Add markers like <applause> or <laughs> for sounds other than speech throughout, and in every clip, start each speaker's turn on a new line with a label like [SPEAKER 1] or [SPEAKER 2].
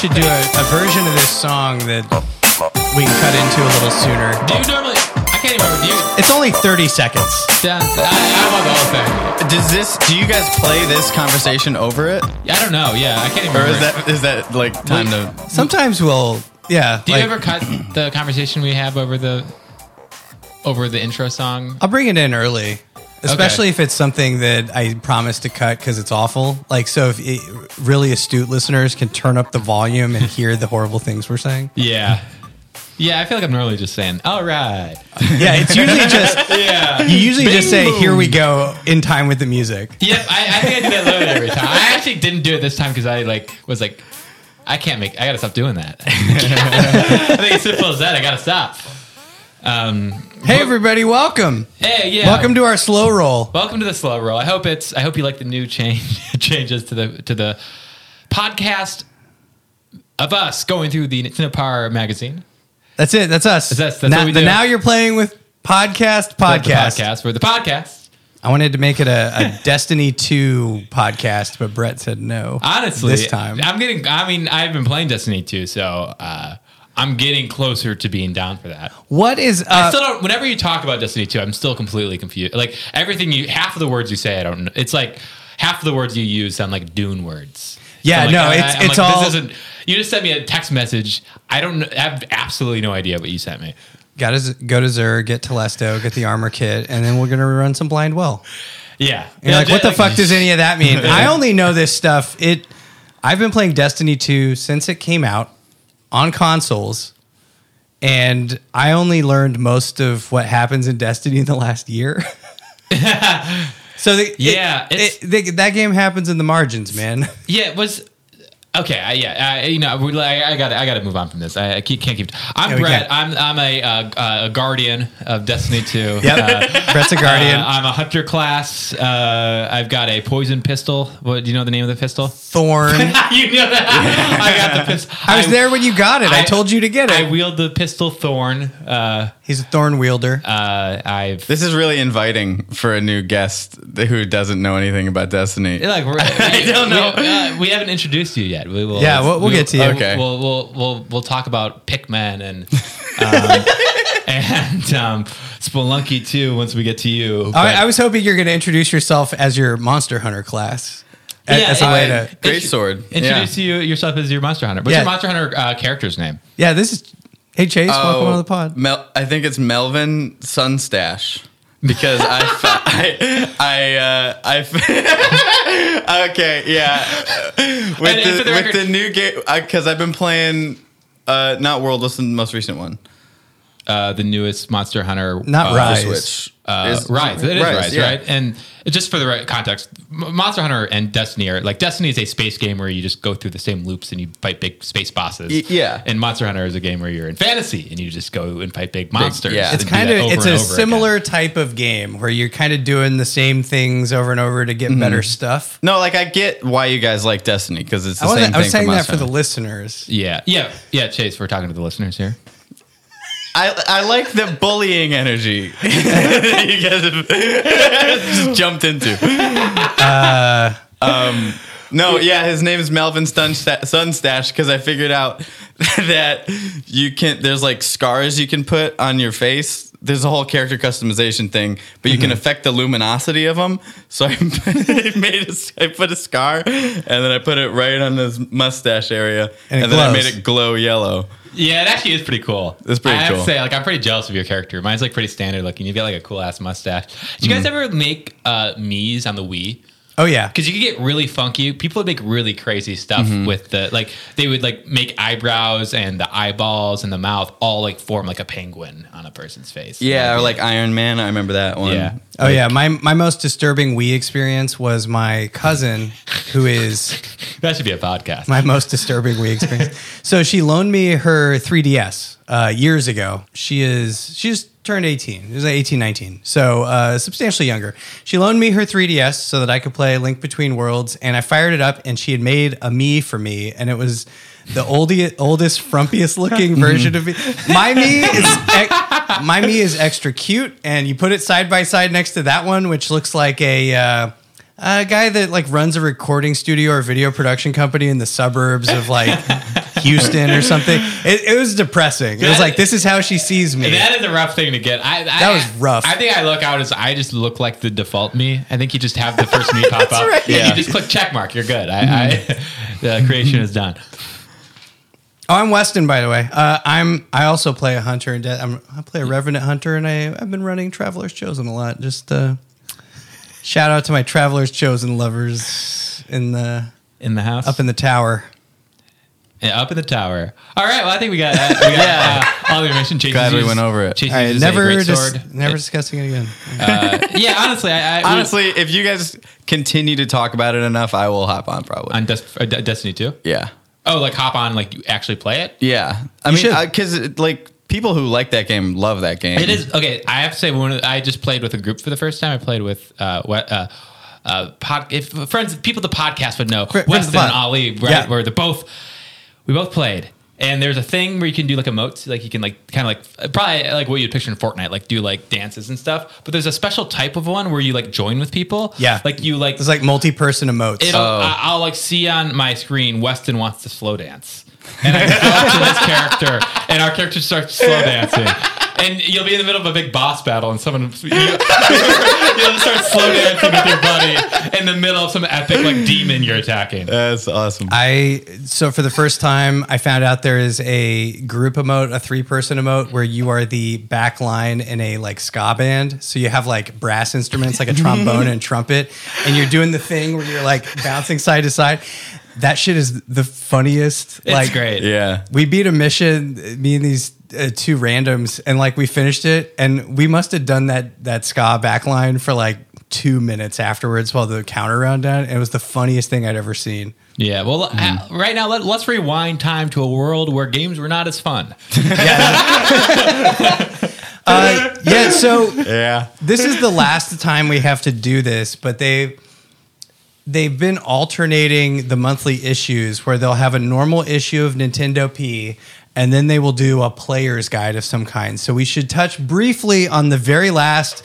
[SPEAKER 1] should do a, a version of this song that we can cut into a little sooner.
[SPEAKER 2] Do you normally? I can't even review. it.
[SPEAKER 1] It's only 30 seconds.
[SPEAKER 2] Down, I, I want the whole thing.
[SPEAKER 3] Does this? Do you guys play this conversation over it,
[SPEAKER 2] I don't know. Yeah, I can't even.
[SPEAKER 3] or is
[SPEAKER 2] remember.
[SPEAKER 3] that is that like time to?
[SPEAKER 1] Sometimes we'll, yeah.
[SPEAKER 2] Do you
[SPEAKER 1] like,
[SPEAKER 2] ever cut the conversation we have over the over the intro song?
[SPEAKER 1] I'll bring it in early, especially if it's something that I promised to cut because it's awful. Like, so if it, really astute listeners can turn up the volume and hear the horrible things we're saying. <laughs>
[SPEAKER 2] Yeah. Yeah, I feel like I'm normally just saying, all right.
[SPEAKER 1] Yeah, it's usually just
[SPEAKER 2] Yeah.
[SPEAKER 1] you usually just say here we go in time with the music.
[SPEAKER 2] Yep, I, I think I do that literally every time. I actually didn't do it this time because I like was like, I can't make. I gotta stop doing that. <laughs> I think it's simple as that. I gotta stop. Um,
[SPEAKER 1] Hey everybody, welcome.
[SPEAKER 2] hey, yeah.
[SPEAKER 1] Welcome to our slow roll.
[SPEAKER 2] welcome to the slow roll. I hope it's. I hope you like the new change <laughs> changes to the to the podcast of us going through the Cinepar magazine.
[SPEAKER 1] That's it. That's us.
[SPEAKER 2] That's- that's
[SPEAKER 1] now,
[SPEAKER 2] what we
[SPEAKER 1] the
[SPEAKER 2] do.
[SPEAKER 1] now you're playing with
[SPEAKER 2] That's the
[SPEAKER 1] podcast podcast.
[SPEAKER 2] podcast for the podcast.
[SPEAKER 1] I wanted to make it a, <laughs> a Destiny 2 podcast, but Brett said no.
[SPEAKER 2] Honestly,
[SPEAKER 1] this time.
[SPEAKER 2] I'm getting. I mean, I've been playing Destiny 2, so uh, I'm getting closer to being down for that.
[SPEAKER 1] What is
[SPEAKER 2] I
[SPEAKER 1] up?
[SPEAKER 2] still don't. Whenever you talk about Destiny 2, I'm still completely confused. Like everything you, half of the words you say, I don't. know. It's like half of the words you use sound like Dune words. So
[SPEAKER 1] Yeah,
[SPEAKER 2] I'm like,
[SPEAKER 1] no,
[SPEAKER 2] I-
[SPEAKER 1] it's-
[SPEAKER 2] I'm
[SPEAKER 1] it's
[SPEAKER 2] like,
[SPEAKER 1] all-
[SPEAKER 2] This isn't, you just sent me a text message. I don't. kn- I have absolutely no idea what you sent me.
[SPEAKER 1] Got to go to Zur, get Telesto, get the armor kit, and then we're gonna run some blind well.
[SPEAKER 2] Yeah,
[SPEAKER 1] You're
[SPEAKER 2] Yeah,
[SPEAKER 1] like,
[SPEAKER 2] ju-
[SPEAKER 1] what the fuck does any of that
[SPEAKER 2] <laughs>
[SPEAKER 1] mean? I only know this stuff. It, I've been playing Destiny 2 since it came out on consoles, and I only learned most of what happens in Destiny in the last year. <laughs> so the, it-
[SPEAKER 2] Yeah, it's-
[SPEAKER 1] it- the- that game happens in the margins, man.
[SPEAKER 2] <laughs> Yeah, it was okay. I, yeah, I, you know, we, I, I got, I got to move on from this. I, I keep, can't keep. I'm
[SPEAKER 1] Yeah, we
[SPEAKER 2] Brett.
[SPEAKER 1] can't.
[SPEAKER 2] I'm, I'm a, uh, a guardian of Destiny Two.
[SPEAKER 1] <laughs>
[SPEAKER 2] Uh,
[SPEAKER 1] Brett's a guardian.
[SPEAKER 2] uh, I'm a hunter class. Uh, I've got a poison pistol. What do you know the name of the pistol?
[SPEAKER 1] Thorn.
[SPEAKER 2] <laughs> you know that. I got the pistol.
[SPEAKER 1] I was there when you got it. I,
[SPEAKER 2] I-
[SPEAKER 1] told you to get
[SPEAKER 2] I
[SPEAKER 1] it.
[SPEAKER 2] wield the pistol thorn. Uh,
[SPEAKER 1] He's a thorn wielder.
[SPEAKER 2] uh, I've
[SPEAKER 3] This is really inviting for a new guest who doesn't know anything about Destiny.
[SPEAKER 2] like
[SPEAKER 1] <laughs>
[SPEAKER 2] we're, I don't know. We, uh, we haven't introduced you yet. We will.
[SPEAKER 1] Yeah, we'll- we'll get to you.
[SPEAKER 3] Okay.
[SPEAKER 2] We'll we'll we'll, we'll talk about Pikmin
[SPEAKER 1] <laughs>
[SPEAKER 2] and um, and um, Spelunky too once we get to you.
[SPEAKER 1] All right, I was hoping you're going to introduce yourself as your monster hunter class. A-
[SPEAKER 2] Yeah,
[SPEAKER 1] as a
[SPEAKER 2] I-
[SPEAKER 1] way to,
[SPEAKER 3] Great sword.
[SPEAKER 2] Introduce you yourself as your Monster Hunter. What's
[SPEAKER 1] Yeah.
[SPEAKER 2] your Monster Hunter uh, character's name?
[SPEAKER 1] yeah, this is. Hey Chase, welcome
[SPEAKER 3] Oh,
[SPEAKER 1] to the pod.
[SPEAKER 3] Mel- I think it's Melvin Sunstash because I, fa- I, I, uh, I. fa- <laughs> okay, yeah.
[SPEAKER 2] And- and
[SPEAKER 3] With
[SPEAKER 2] for
[SPEAKER 3] the,
[SPEAKER 2] the
[SPEAKER 3] with
[SPEAKER 2] record-
[SPEAKER 3] the new game, because I've been playing, uh, not World, listen, the most recent one.
[SPEAKER 2] Uh, the newest Monster Hunter.
[SPEAKER 1] Not
[SPEAKER 2] uh,
[SPEAKER 1] Rise.
[SPEAKER 3] Switch.
[SPEAKER 2] Uh,
[SPEAKER 3] Is-
[SPEAKER 2] Rise, it is Rise,
[SPEAKER 3] Rise, yeah.
[SPEAKER 2] right? And just for the right context, M- Monster Hunter and Destiny are like Destiny is a space game where you just go through the same loops and you fight big space bosses.
[SPEAKER 3] Y- yeah.
[SPEAKER 2] and Monster Hunter is a game where you're in fantasy and you just go and fight big monsters.
[SPEAKER 3] yeah.
[SPEAKER 2] and
[SPEAKER 1] It's
[SPEAKER 2] do
[SPEAKER 1] kind
[SPEAKER 2] that
[SPEAKER 1] of
[SPEAKER 2] over
[SPEAKER 1] it's
[SPEAKER 2] and
[SPEAKER 1] a
[SPEAKER 2] over again.
[SPEAKER 1] similar type of game where you're kind of doing the same things over and over to get better stuff.
[SPEAKER 3] No, like I get why you guys like Destiny because Mm-hmm. it's the
[SPEAKER 1] I,
[SPEAKER 3] same
[SPEAKER 1] wasn't,
[SPEAKER 3] thing.
[SPEAKER 1] I was saying
[SPEAKER 3] from
[SPEAKER 1] that
[SPEAKER 3] us,
[SPEAKER 1] for the
[SPEAKER 3] huh?
[SPEAKER 1] listeners.
[SPEAKER 2] Yeah, yeah, yeah. Chase, we're talking to the listeners here.
[SPEAKER 3] I, I like the bullying energy <laughs> you guys have just <laughs> jumped into. um,
[SPEAKER 1] Uh,
[SPEAKER 3] no, yeah, his name is Melvin Stunsta- Sunstash because I figured out <laughs> that you can. There's like scars you can put on your face. There's a whole character customization thing, but you can
[SPEAKER 1] Mm-hmm.
[SPEAKER 3] affect the luminosity of them. So I <laughs> made a, I put a scar, and then I put it right on his mustache area,
[SPEAKER 1] And
[SPEAKER 3] and,
[SPEAKER 1] it
[SPEAKER 3] then I
[SPEAKER 1] glows.
[SPEAKER 3] made it glow yellow.
[SPEAKER 2] Yeah, it actually is pretty cool.
[SPEAKER 3] It's pretty
[SPEAKER 2] I have to
[SPEAKER 3] cool.
[SPEAKER 2] say, like, I'm pretty jealous of your character. Mine's like pretty standard looking. You've got like a cool ass mustache. Did
[SPEAKER 3] Mm.
[SPEAKER 2] you guys ever make uh Mii's on the Wii?
[SPEAKER 1] Oh yeah,
[SPEAKER 2] because you could get really funky. People would make really crazy stuff
[SPEAKER 1] Mm-hmm.
[SPEAKER 2] with the like they would like make eyebrows and the eyeballs and the mouth all like form like a penguin on a person's face.
[SPEAKER 3] Yeah, or like Iron Man. I remember that one.
[SPEAKER 2] Yeah.
[SPEAKER 1] oh yeah. My my most disturbing Wii experience was my cousin, who is
[SPEAKER 2] that should be a podcast.
[SPEAKER 1] my most disturbing Wii experience. So she loaned me her 3DS uh, years ago. She is she just turned 18. It was like 18, 19. So uh, substantially younger. She loaned me her 3DS so that I could play Link Between Worlds, and I fired it up, and she had made a me for me, and it was. The oldie, oldest, frumpiest looking version of me. My me is ex- my me is extra cute, and you put it side by side next to that one, which looks like a uh,
[SPEAKER 2] <laughs>
[SPEAKER 1] a guy that like runs a recording studio or video production company in the suburbs of like Houston or something. It, it was depressing. It was
[SPEAKER 2] That-
[SPEAKER 1] like this is how she sees me.
[SPEAKER 2] That is a rough thing to get. I, I
[SPEAKER 1] That was rough.
[SPEAKER 2] I think I look out as I just look like the default me. I think you just have the first
[SPEAKER 1] <laughs>
[SPEAKER 2] me pop up.
[SPEAKER 1] right. Mm-hmm.
[SPEAKER 2] Yeah.
[SPEAKER 3] Yeah.
[SPEAKER 2] You just click check mark. You're good. I, I <laughs> the creation is done.
[SPEAKER 1] Oh, I'm Weston, by the way. Uh, I'm I also play a hunter and death. I'm, I play a revenant hunter, and I I've been running Traveler's Chosen a lot. Just uh, shout out to my Traveler's Chosen lovers in the
[SPEAKER 2] In the house.
[SPEAKER 1] up in the tower.
[SPEAKER 2] Yeah, up in the tower. All right. Well, I think we got, uh, we
[SPEAKER 1] <laughs>
[SPEAKER 2] got uh, all the information. Jason
[SPEAKER 3] Glad we
[SPEAKER 2] uses-
[SPEAKER 3] went over it.
[SPEAKER 2] Jason
[SPEAKER 1] All right,
[SPEAKER 2] uses a
[SPEAKER 1] never
[SPEAKER 2] great
[SPEAKER 1] dis-
[SPEAKER 2] sword.
[SPEAKER 1] never discussing it again.
[SPEAKER 2] Uh, yeah, honestly, I, I
[SPEAKER 3] Honestly, if you guys continue to talk about it enough, I will hop on probably.
[SPEAKER 2] on Des- uh, De- Destiny two.
[SPEAKER 3] yeah.
[SPEAKER 2] Oh, like hop on, like you actually play it.
[SPEAKER 3] Yeah. I
[SPEAKER 1] should.
[SPEAKER 3] mean, because like people who like that game love that game.
[SPEAKER 2] It is okay. I have to say, one. of- I just played with a group for the first time. I played with uh, what. Uh, uh, pod, if friends, people, the podcast would know
[SPEAKER 1] Friends of the
[SPEAKER 2] Weston and
[SPEAKER 1] pod.
[SPEAKER 2] Ollie, right?
[SPEAKER 1] Yeah.
[SPEAKER 2] Where the both, we both played, and there's a thing where you can do like emotes, like you can like kind of like probably uh, like what you'd picture in Fortnite, like do like dances and stuff. But there's a special type of one where you like join with people,
[SPEAKER 1] Yeah.
[SPEAKER 2] Like you like
[SPEAKER 1] It's like multi-person emotes.
[SPEAKER 2] It'll, I, I'll like see on my screen Weston wants to slow dance, and I go up to this character, and our character starts slow dancing. And you'll be in the middle of a big boss battle, and someone <laughs> you, you'll start slow dancing with your buddy in the middle of some epic like demon you're attacking.
[SPEAKER 3] That's awesome.
[SPEAKER 1] I so for the first time I found out there is a group emote, a three-person emote where you are the back line in a like ska band. So you have like brass instruments like a trombone and trumpet, and you're doing the thing where you're like bouncing side to side. That shit is the funniest.
[SPEAKER 2] It's
[SPEAKER 1] like
[SPEAKER 2] great.
[SPEAKER 3] yeah.
[SPEAKER 1] we beat a mission, me and these uh, two randoms, and like we finished it, and we must have done that that ska backline for like two minutes afterwards while the counter round down. It was the funniest thing I'd ever seen.
[SPEAKER 2] Yeah. Well, uh,
[SPEAKER 1] Mm-hmm.
[SPEAKER 2] right now let, let's rewind time to a world where games were not as fun.
[SPEAKER 1] Uh, yeah, so
[SPEAKER 3] Yeah.
[SPEAKER 1] this is the last time we have to do this, but they they've been alternating the monthly issues where they'll have a normal issue of Nintendo P and then they will do a player's guide of some kind. So we should touch briefly on the very last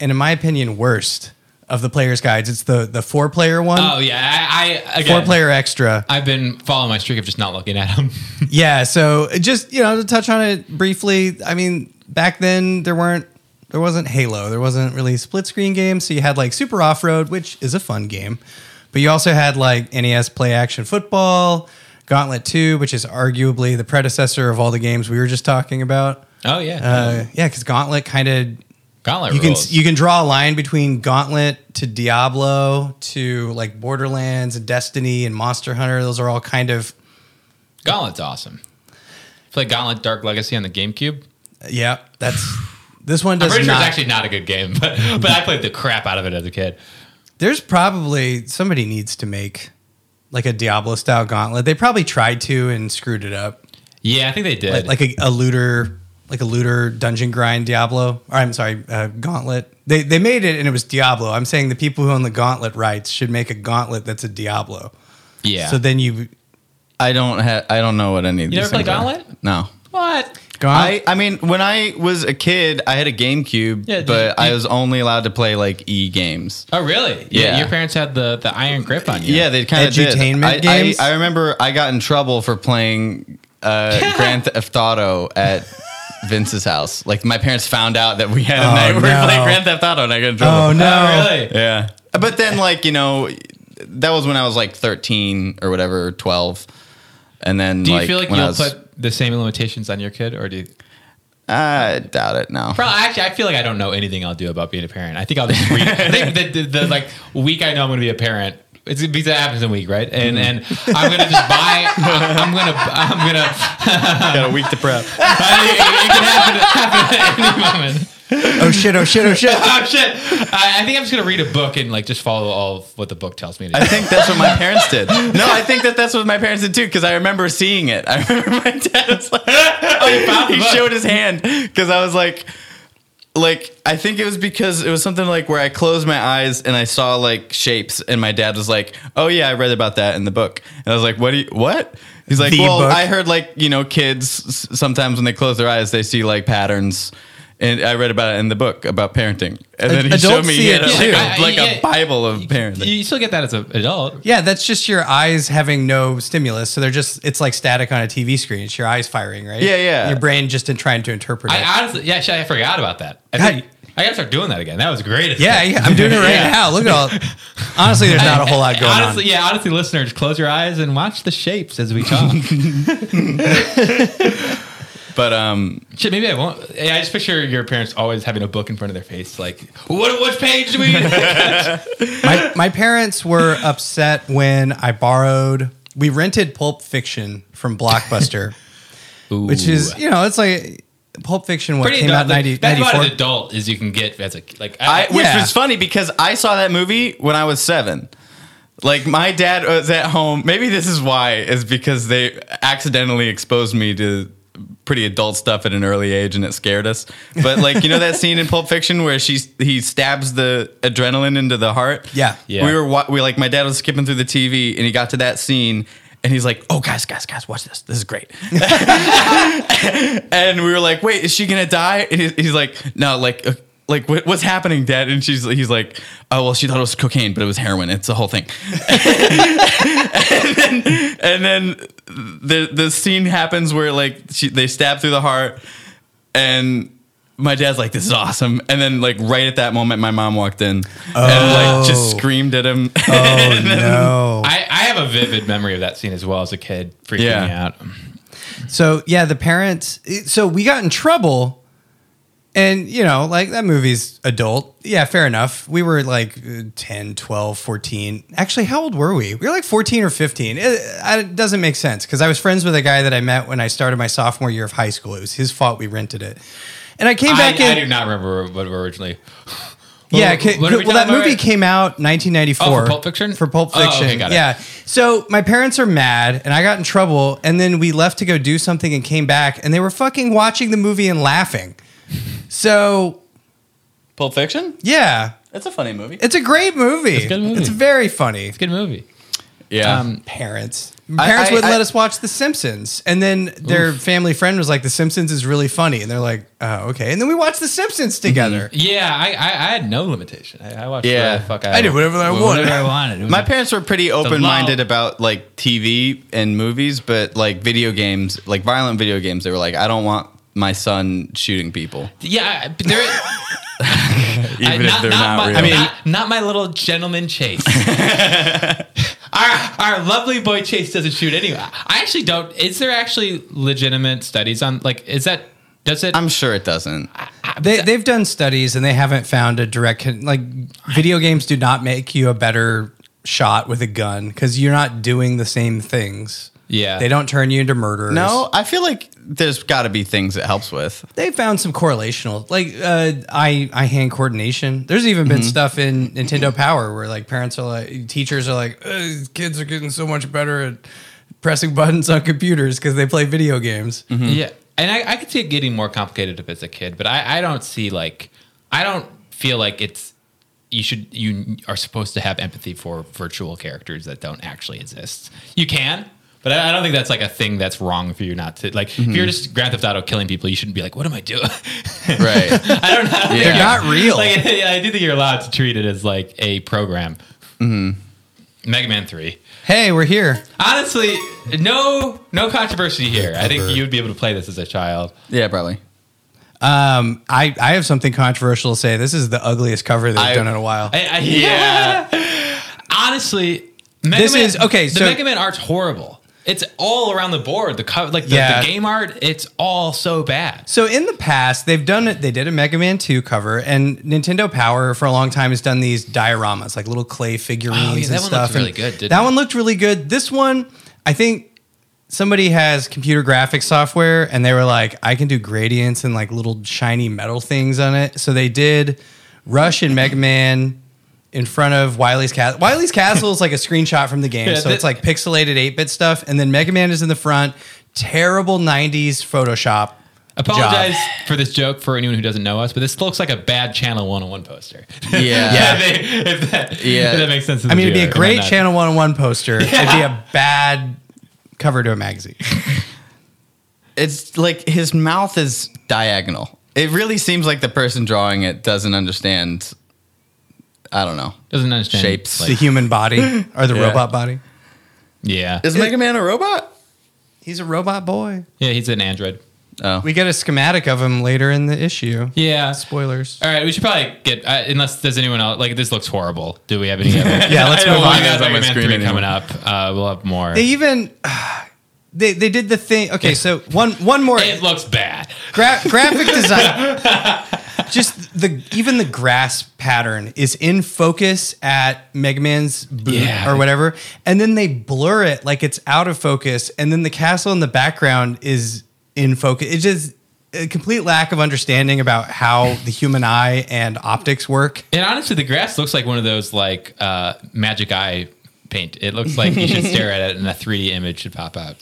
[SPEAKER 1] and in my opinion worst of the player's guides. It's the the four player one,
[SPEAKER 2] Oh yeah. I, I again,
[SPEAKER 1] four player extra.
[SPEAKER 2] I've been following my streak of just not looking at them.
[SPEAKER 1] Yeah, so uh, just you know to touch on it briefly. I mean, back then there weren't there wasn't Halo, there wasn't really split screen games, so you had like Super Off Road, which is a fun game, but you also had like NES Play Action Football, Gauntlet Two, which is arguably the predecessor of all the games we were just talking about.
[SPEAKER 2] <laughs> oh yeah.
[SPEAKER 1] Uh, yeah, because Gauntlet kind of
[SPEAKER 2] Gauntlet
[SPEAKER 1] you can
[SPEAKER 2] rules.
[SPEAKER 1] you can draw a line between Gauntlet to Diablo to like Borderlands and Destiny and Monster Hunter. Those are all kind of
[SPEAKER 2] Gauntlet's awesome. Play Gauntlet Dark Legacy on the GameCube.
[SPEAKER 1] yeah. That's this one
[SPEAKER 2] I'm
[SPEAKER 1] does
[SPEAKER 2] pretty sure
[SPEAKER 1] not.
[SPEAKER 2] it's actually not a good game, <laughs> but, but I played the crap out of it as a kid.
[SPEAKER 1] There's probably somebody needs to make like a Diablo style gauntlet. They probably tried to and screwed it up.
[SPEAKER 2] Yeah, I think they did.
[SPEAKER 1] Like, like a, a looter, like a looter dungeon grind Diablo. Or I'm sorry, uh, gauntlet. They they made it and it was Diablo. I'm saying the people who own the gauntlet rights should make a gauntlet that's a Diablo.
[SPEAKER 2] yeah.
[SPEAKER 1] So then you
[SPEAKER 3] I don't have. I don't know what any of
[SPEAKER 2] You
[SPEAKER 3] these.
[SPEAKER 2] never play
[SPEAKER 3] things are.
[SPEAKER 2] Gauntlet?
[SPEAKER 3] No.
[SPEAKER 2] what?
[SPEAKER 3] I, I mean, when I was a kid, I had a GameCube,
[SPEAKER 2] Yeah, did
[SPEAKER 3] but
[SPEAKER 2] you-
[SPEAKER 3] I was only allowed to play like e games.
[SPEAKER 2] Oh, really? Yeah.
[SPEAKER 3] Yeah.
[SPEAKER 2] Your parents had the, the iron grip on you.
[SPEAKER 3] Yeah, they kind of did.
[SPEAKER 1] Edutainment
[SPEAKER 3] I,
[SPEAKER 1] games?
[SPEAKER 3] I, I remember I got in trouble for playing uh, Grand Theft Auto at Vince's house. Like my parents found out that we had a
[SPEAKER 1] Oh,
[SPEAKER 3] night where we
[SPEAKER 1] no.
[SPEAKER 3] were playing Grand Theft Auto, and I got in trouble.
[SPEAKER 1] oh no.
[SPEAKER 2] Oh, <laughs> really?
[SPEAKER 3] Yeah. But then, like, you know, that was when I was like 13 or whatever, 12. And then,
[SPEAKER 2] Do you
[SPEAKER 3] like,
[SPEAKER 2] feel like
[SPEAKER 3] when
[SPEAKER 2] you'll
[SPEAKER 3] I was,
[SPEAKER 2] put the same limitations on your kid, or do you?
[SPEAKER 3] I doubt it now.
[SPEAKER 2] Probably, actually, I feel like I don't know anything I'll do about being a parent. I think I'll just read. I think the, the, the like week I know I'm going to be a parent. It's because that happens in a week, right? And and I'm going to just
[SPEAKER 3] <laughs>
[SPEAKER 2] buy. I'm going to I'm going to
[SPEAKER 3] got a week to prep.
[SPEAKER 2] it, it can happen, <laughs> happen at any
[SPEAKER 1] <laughs>
[SPEAKER 2] moment.
[SPEAKER 1] Oh shit, oh shit, oh shit.
[SPEAKER 2] Oh shit! I, I think I'm just gonna read a book and like just follow all of what the book tells me to <laughs>
[SPEAKER 3] I
[SPEAKER 2] do.
[SPEAKER 3] think that's what my parents did. No, I think that that's what my parents did too, because I remember seeing it. I <laughs> remember my dad was like,
[SPEAKER 2] Oh, found the
[SPEAKER 3] he
[SPEAKER 2] book.
[SPEAKER 3] showed his hand because I was like, like I think it was because it was something like where I closed my eyes and I saw like shapes, and my dad was like, "Oh yeah, I read about that in the book," and I was like, "What? Do you, what?" He's like,
[SPEAKER 1] The
[SPEAKER 3] "Well,
[SPEAKER 1] book.
[SPEAKER 3] I heard like you know kids s- sometimes when they close their eyes they see like patterns." And I read about it in the book about parenting.
[SPEAKER 1] Ad-
[SPEAKER 3] And then he showed
[SPEAKER 1] adults
[SPEAKER 3] me
[SPEAKER 1] see
[SPEAKER 3] he had
[SPEAKER 1] it
[SPEAKER 3] like,
[SPEAKER 1] too.
[SPEAKER 3] a, like
[SPEAKER 2] Yeah.
[SPEAKER 3] a Bible of parenting.
[SPEAKER 2] You still get that as an adult.
[SPEAKER 1] Yeah, that's just your eyes having no stimulus. So they're just, it's like static on a TV screen. It's your eyes firing, right?
[SPEAKER 3] Yeah, yeah.
[SPEAKER 1] Your brain just in trying to interpret it.
[SPEAKER 2] I honestly, yeah, shit, I forgot about that. I,
[SPEAKER 1] God.
[SPEAKER 2] think, I gotta start doing that again. That was great.
[SPEAKER 1] yeah, yeah, I'm doing it right
[SPEAKER 2] Yeah.
[SPEAKER 1] now. Look at all, honestly, there's not a whole lot going
[SPEAKER 2] honestly,
[SPEAKER 1] on.
[SPEAKER 2] Yeah, honestly, listeners, close your eyes and watch the shapes as we
[SPEAKER 1] <laughs>
[SPEAKER 2] talk.
[SPEAKER 3] But um,
[SPEAKER 2] Shit, maybe I won't. Yeah, I just picture your parents always having a book in front of their face, like, what, what page do
[SPEAKER 1] <laughs>
[SPEAKER 2] we?
[SPEAKER 1] my, my parents were upset when I borrowed, we rented Pulp Fiction from
[SPEAKER 2] <laughs>
[SPEAKER 1] Blockbuster, which is, you know, it's like Pulp Fiction, what
[SPEAKER 2] pretty
[SPEAKER 1] came out
[SPEAKER 2] adult.
[SPEAKER 1] in 90,
[SPEAKER 2] that's about
[SPEAKER 1] 94.
[SPEAKER 2] as adult as you can get as a like.
[SPEAKER 3] I, which
[SPEAKER 1] Yeah.
[SPEAKER 3] was funny because I saw that movie when I was seven. Like my dad was at home. Maybe this is why is because they accidentally exposed me to pretty adult stuff at an early age, and it scared us. But like you know that scene in Pulp Fiction where she he stabs the adrenaline into the heart.
[SPEAKER 1] Yeah.
[SPEAKER 2] Yeah.
[SPEAKER 3] We were wa- we like my dad was skipping through the TV, and he got to that scene. And he's like, "Oh, guys, guys, guys, watch this. This is great." <laughs> and we were like, "Wait, is she gonna die?" And he's, he's like, "No, like, uh, like what, what's happening, Dad?" And she's, he's like, "Oh, well, she thought it was cocaine, but it was heroin. It's the whole thing." and then the the scene happens where like she, they stab through the heart, and my dad's like, "This is awesome." And then like right at that moment, my mom walked in and like just
[SPEAKER 1] Oh.
[SPEAKER 3] screamed at him.
[SPEAKER 1] Oh, no.
[SPEAKER 2] I, I have a vivid memory of that scene as well as a kid, freaking
[SPEAKER 3] Yeah.
[SPEAKER 2] me out.
[SPEAKER 1] So yeah, the parents. So we got in trouble, and you know, like that movie's adult. Yeah, fair enough. We were like uh, 10, 12, 14. Actually, how old were we? We were like 14 or 15. It, it doesn't make sense because I was friends with a guy that I met when I started my sophomore year of high school. It was his fault we rented it. And I came
[SPEAKER 2] I,
[SPEAKER 1] back
[SPEAKER 2] I
[SPEAKER 1] in.
[SPEAKER 2] do not remember what were originally.
[SPEAKER 1] Yeah,
[SPEAKER 2] What-
[SPEAKER 1] ca-
[SPEAKER 2] what are we
[SPEAKER 1] well, that
[SPEAKER 2] talking about?
[SPEAKER 1] movie came out 1994.
[SPEAKER 2] Oh, for Pulp Fiction?
[SPEAKER 1] For Pulp
[SPEAKER 2] Oh, okay,
[SPEAKER 1] Fiction,
[SPEAKER 2] got it.
[SPEAKER 1] yeah. So my parents are mad, and I got in trouble, and then we left to go do something and came back, and they were fucking watching the movie and laughing. So
[SPEAKER 3] <laughs> Pulp Fiction.
[SPEAKER 1] yeah,
[SPEAKER 3] That's a funny movie.
[SPEAKER 1] it's a great movie. It's
[SPEAKER 2] a good movie.
[SPEAKER 1] very funny.
[SPEAKER 2] Good movie.
[SPEAKER 3] Yeah.
[SPEAKER 2] Um,
[SPEAKER 1] Parents,
[SPEAKER 3] I-
[SPEAKER 1] parents
[SPEAKER 3] I-
[SPEAKER 1] wouldn't
[SPEAKER 3] I-
[SPEAKER 1] let us watch The Simpsons, and then their family friend was like, "The Simpsons is really funny," and they're like, "Oh, okay." And then we watched The Simpsons together.
[SPEAKER 2] Yeah, I, I, I had no limitation. I, I watched
[SPEAKER 3] Yeah.
[SPEAKER 2] whatever the fuck I,
[SPEAKER 1] I did whatever I wanted.
[SPEAKER 2] Whatever I wanted. It was
[SPEAKER 3] My
[SPEAKER 2] a-
[SPEAKER 3] parents were pretty open minded about like TV and movies, but like video games, like violent video games, they were like, I don't want my son shooting people.
[SPEAKER 2] Yeah, I- but there. I- my,
[SPEAKER 3] I
[SPEAKER 2] I
[SPEAKER 3] mean,
[SPEAKER 2] mean, not, not my little gentleman Chase. our our lovely boy Chase doesn't shoot anyway. I actually don't. Is there actually legitimate studies on like? Is that does it?
[SPEAKER 3] I'm sure it doesn't.
[SPEAKER 1] They, they've done studies and they haven't found a direct con- like video games do not make you a better shot with a gun because you're not doing the same things.
[SPEAKER 2] Yeah.
[SPEAKER 1] they don't turn you into murderers.
[SPEAKER 3] No, I feel like there's got to be things it
[SPEAKER 2] <laughs>
[SPEAKER 3] helps with.
[SPEAKER 1] they found some correlational like uh, eye eye hand coordination. There's even
[SPEAKER 3] Mm-hmm.
[SPEAKER 1] been stuff in Nintendo Power where like parents are like teachers are like "Uh, kids are getting so much better at pressing <laughs> buttons on computers because they play video games.
[SPEAKER 3] Mm-hmm.
[SPEAKER 2] Yeah, and I, I could see it getting more complicated if it's a kid, but I, I don't see like I don't feel like it's you should you are supposed to have empathy for virtual characters that don't actually exist. You can. But I I don't think that's like a thing that's wrong for you not to like. If
[SPEAKER 1] Mm-hmm.
[SPEAKER 2] you're just Grand Theft Auto killing people, you shouldn't be like, "What am I doing?" <laughs>
[SPEAKER 3] Right.
[SPEAKER 2] I don't know.
[SPEAKER 3] They're
[SPEAKER 1] not real.
[SPEAKER 2] Like, <laughs> yeah, I do think you're allowed to treat it as like a program.
[SPEAKER 1] Mm-hmm.
[SPEAKER 2] Mega Man Three.
[SPEAKER 1] Hey, we're here.
[SPEAKER 2] Honestly, no, no controversy here. I think you'd be able to play this as a child.
[SPEAKER 3] yeah, <laughs> probably.
[SPEAKER 1] Um, I I have something controversial to say. This is the ugliest cover they've
[SPEAKER 3] I-
[SPEAKER 1] done in a while.
[SPEAKER 2] I,
[SPEAKER 1] <laughs>
[SPEAKER 2] I, yeah. Honestly, Mega
[SPEAKER 1] This
[SPEAKER 2] Man,
[SPEAKER 1] is- okay,
[SPEAKER 2] The
[SPEAKER 1] so-
[SPEAKER 2] Mega Man art's horrible. It's all around the board. The cover, like the,
[SPEAKER 1] Yeah.
[SPEAKER 2] the game art, it's all so bad.
[SPEAKER 1] So in the past, they've done it. They did a Mega Man Two cover, and Nintendo Power for a long time has done these dioramas, like little clay figurines
[SPEAKER 2] Oh, yeah,
[SPEAKER 1] and
[SPEAKER 2] that one looked
[SPEAKER 1] stuff.
[SPEAKER 2] really
[SPEAKER 1] and
[SPEAKER 2] good, didn't
[SPEAKER 1] that
[SPEAKER 2] it?
[SPEAKER 1] one looked really good. This one, I think somebody has computer graphics software, and they were like, "I can do gradients and like little shiny metal things on it." So they did Rush and Mega Man. In front of Wily's Castle. Wily's Castle is like a screenshot from the game,
[SPEAKER 2] Yeah,
[SPEAKER 1] so
[SPEAKER 2] thi-
[SPEAKER 1] it's like pixelated 8 bit stuff. And then Mega Man is in the front. Terrible 90s Photoshop.
[SPEAKER 2] Apologize
[SPEAKER 1] job.
[SPEAKER 2] for this joke for anyone who doesn't know us, but this looks like a bad Channel 101 poster.
[SPEAKER 3] Yeah.
[SPEAKER 2] yeah, they, <laughs> if that,
[SPEAKER 3] Yeah.
[SPEAKER 2] if that makes sense. to
[SPEAKER 1] I
[SPEAKER 2] the
[SPEAKER 1] mean, it'd be a
[SPEAKER 2] viewer, it might
[SPEAKER 1] great
[SPEAKER 2] not.
[SPEAKER 1] Channel 101 poster. It'd
[SPEAKER 2] <laughs>
[SPEAKER 1] be a bad cover to a magazine.
[SPEAKER 3] It's like his mouth is diagonal. It really seems like the person drawing it doesn't understand. I don't know.
[SPEAKER 2] Doesn't understand
[SPEAKER 3] Shapes.
[SPEAKER 1] the
[SPEAKER 2] <laughs> Like,
[SPEAKER 1] human body or the
[SPEAKER 3] Yeah.
[SPEAKER 1] robot body.
[SPEAKER 2] yeah,
[SPEAKER 3] Is Mega Man a robot?
[SPEAKER 1] He's a robot boy.
[SPEAKER 2] yeah. He's an android.
[SPEAKER 3] Oh,
[SPEAKER 1] We get a schematic of him later in the issue.
[SPEAKER 2] Yeah.
[SPEAKER 1] Spoilers.
[SPEAKER 2] All right, we should probably get uh, unless there's anyone else. Like this looks horrible. Do we have any? Other?
[SPEAKER 1] <laughs> Yeah, let's
[SPEAKER 2] <laughs> I don't
[SPEAKER 1] move
[SPEAKER 2] want
[SPEAKER 1] on.
[SPEAKER 2] to
[SPEAKER 3] It's
[SPEAKER 2] guys
[SPEAKER 3] on my
[SPEAKER 2] Mega Man
[SPEAKER 3] screen
[SPEAKER 2] three
[SPEAKER 3] anymore.
[SPEAKER 2] coming up. Uh, we'll have more.
[SPEAKER 1] They even <sighs> they they did the thing. Okay, so one one more
[SPEAKER 2] it looks bad.
[SPEAKER 1] Gra- graphic design. Just the even the grass pattern is in focus at Mega Man's boot
[SPEAKER 2] Yeah.
[SPEAKER 1] or whatever, and then they blur it like it's out of focus, and then the castle in the background is in focus. It's just a complete lack of understanding about how the human eye and optics work.
[SPEAKER 2] And honestly, the grass looks like one of those like uh, magic eye paint. It looks like you should stare at it, and a 3D image should pop out.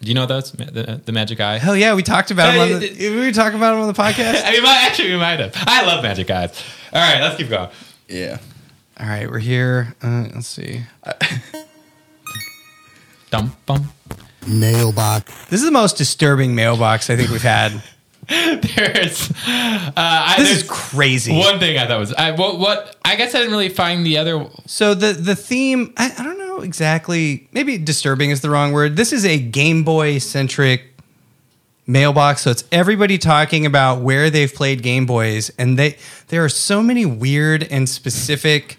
[SPEAKER 2] Do you know those ma- the, the magic eye?
[SPEAKER 1] Hell yeah, we talked about him on the,
[SPEAKER 2] Hey,
[SPEAKER 1] we talked about him on the podcast.
[SPEAKER 2] <laughs> I mean, my, actually, we might have. I love magic eyes. All right, let's keep going.
[SPEAKER 3] yeah.
[SPEAKER 1] All right, we're here. Uh, let's see.
[SPEAKER 2] Dum bum.
[SPEAKER 4] Mailbox.
[SPEAKER 1] This is the most disturbing mailbox I think we've had.
[SPEAKER 2] <laughs> There's. Uh, I,
[SPEAKER 1] <laughs> This
[SPEAKER 2] there's
[SPEAKER 1] is crazy.
[SPEAKER 2] one thing I thought was I what what I guess I didn't really find the other
[SPEAKER 1] So the the theme, I, I don't know exactly. Maybe disturbing is the wrong word. This is a Game Boy centric mailbox, so it's everybody talking about where they've played Game Boys, and they there are so many weird and specific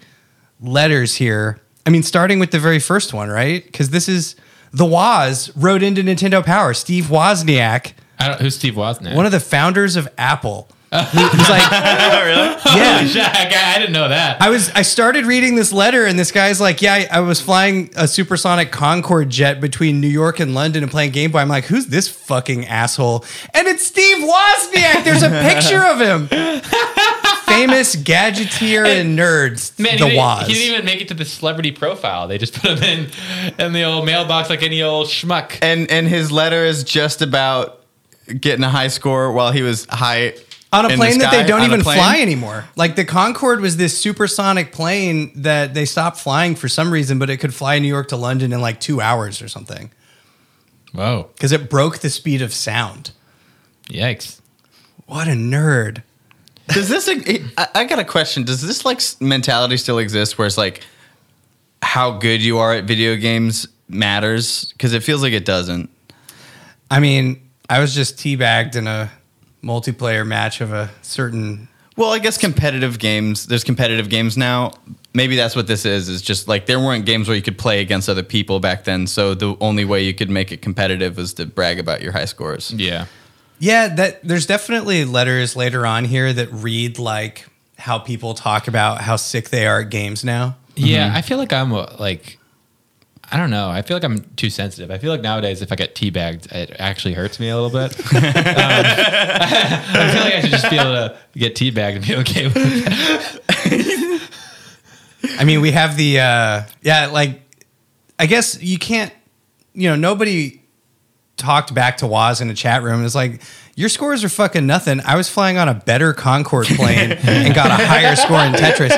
[SPEAKER 1] letters here. I mean, starting with the very first one, right? Because this is the Woz wrote into Nintendo Power. Steve Wozniak,
[SPEAKER 2] I don't who's Steve Wozniak. <laughs>
[SPEAKER 1] one of the founders of Apple, who- who's like, yeah,
[SPEAKER 2] Holy shit, <laughs> I, I didn't know that.
[SPEAKER 1] I was I started reading this letter and this guy's like, yeah, I, I was flying a supersonic Concorde jet between New York and London and playing Game Boy. I'm like, who's this fucking asshole? And it's Steve Wozniak.
[SPEAKER 2] <laughs>
[SPEAKER 1] There's a picture of him. Famous gadgeteer and nerd,
[SPEAKER 2] Man, he,
[SPEAKER 1] the
[SPEAKER 2] didn't,
[SPEAKER 1] Woz.
[SPEAKER 2] he didn't even make it to the celebrity profile. They just put him in in the old mailbox like any old schmuck.
[SPEAKER 3] And and his letter is just about getting a high score while he was high
[SPEAKER 1] on a
[SPEAKER 3] in the
[SPEAKER 1] plane that they
[SPEAKER 3] sky,
[SPEAKER 1] don't
[SPEAKER 3] on a
[SPEAKER 1] even
[SPEAKER 3] plane.
[SPEAKER 1] fly anymore. Like the Concorde was this supersonic plane that they stopped flying for some reason, but it could fly New York to London in like two hours or something
[SPEAKER 2] Whoa!
[SPEAKER 1] because it broke the speed of sound.
[SPEAKER 2] Yikes!
[SPEAKER 1] What a nerd.
[SPEAKER 3] Does this? I, I got a question. Does this like s- mentality still exist, where it's like how good you are at video games matters? Because it feels like it doesn't.
[SPEAKER 1] I mean, I was just teabagged in a multiplayer match of a certain.
[SPEAKER 3] Well, I guess competitive games. There's competitive games now. Maybe that's what this is. Is just like there weren't games where you could play against other people back then. So the only way you could make it competitive was to brag about your high scores.
[SPEAKER 2] Yeah,
[SPEAKER 1] Yeah, that there's definitely letters later on here that read like how people talk about how sick they are at games now.
[SPEAKER 3] Mm-hmm.
[SPEAKER 2] yeah. I feel like I'm uh, like I don't know. I feel like I'm too sensitive. I feel like nowadays if I get teabagged, it actually hurts me a little
[SPEAKER 3] <laughs>
[SPEAKER 2] bit. um, <laughs> I feel like I should just be able to get teabagged and be okay with it.
[SPEAKER 1] I mean, we have the uh, yeah, like I guess you can't, you know, nobody talked back to Waz in a chat room. It's like your scores are fucking nothing. I was flying on a better Concorde plane and got a higher score in Tetris,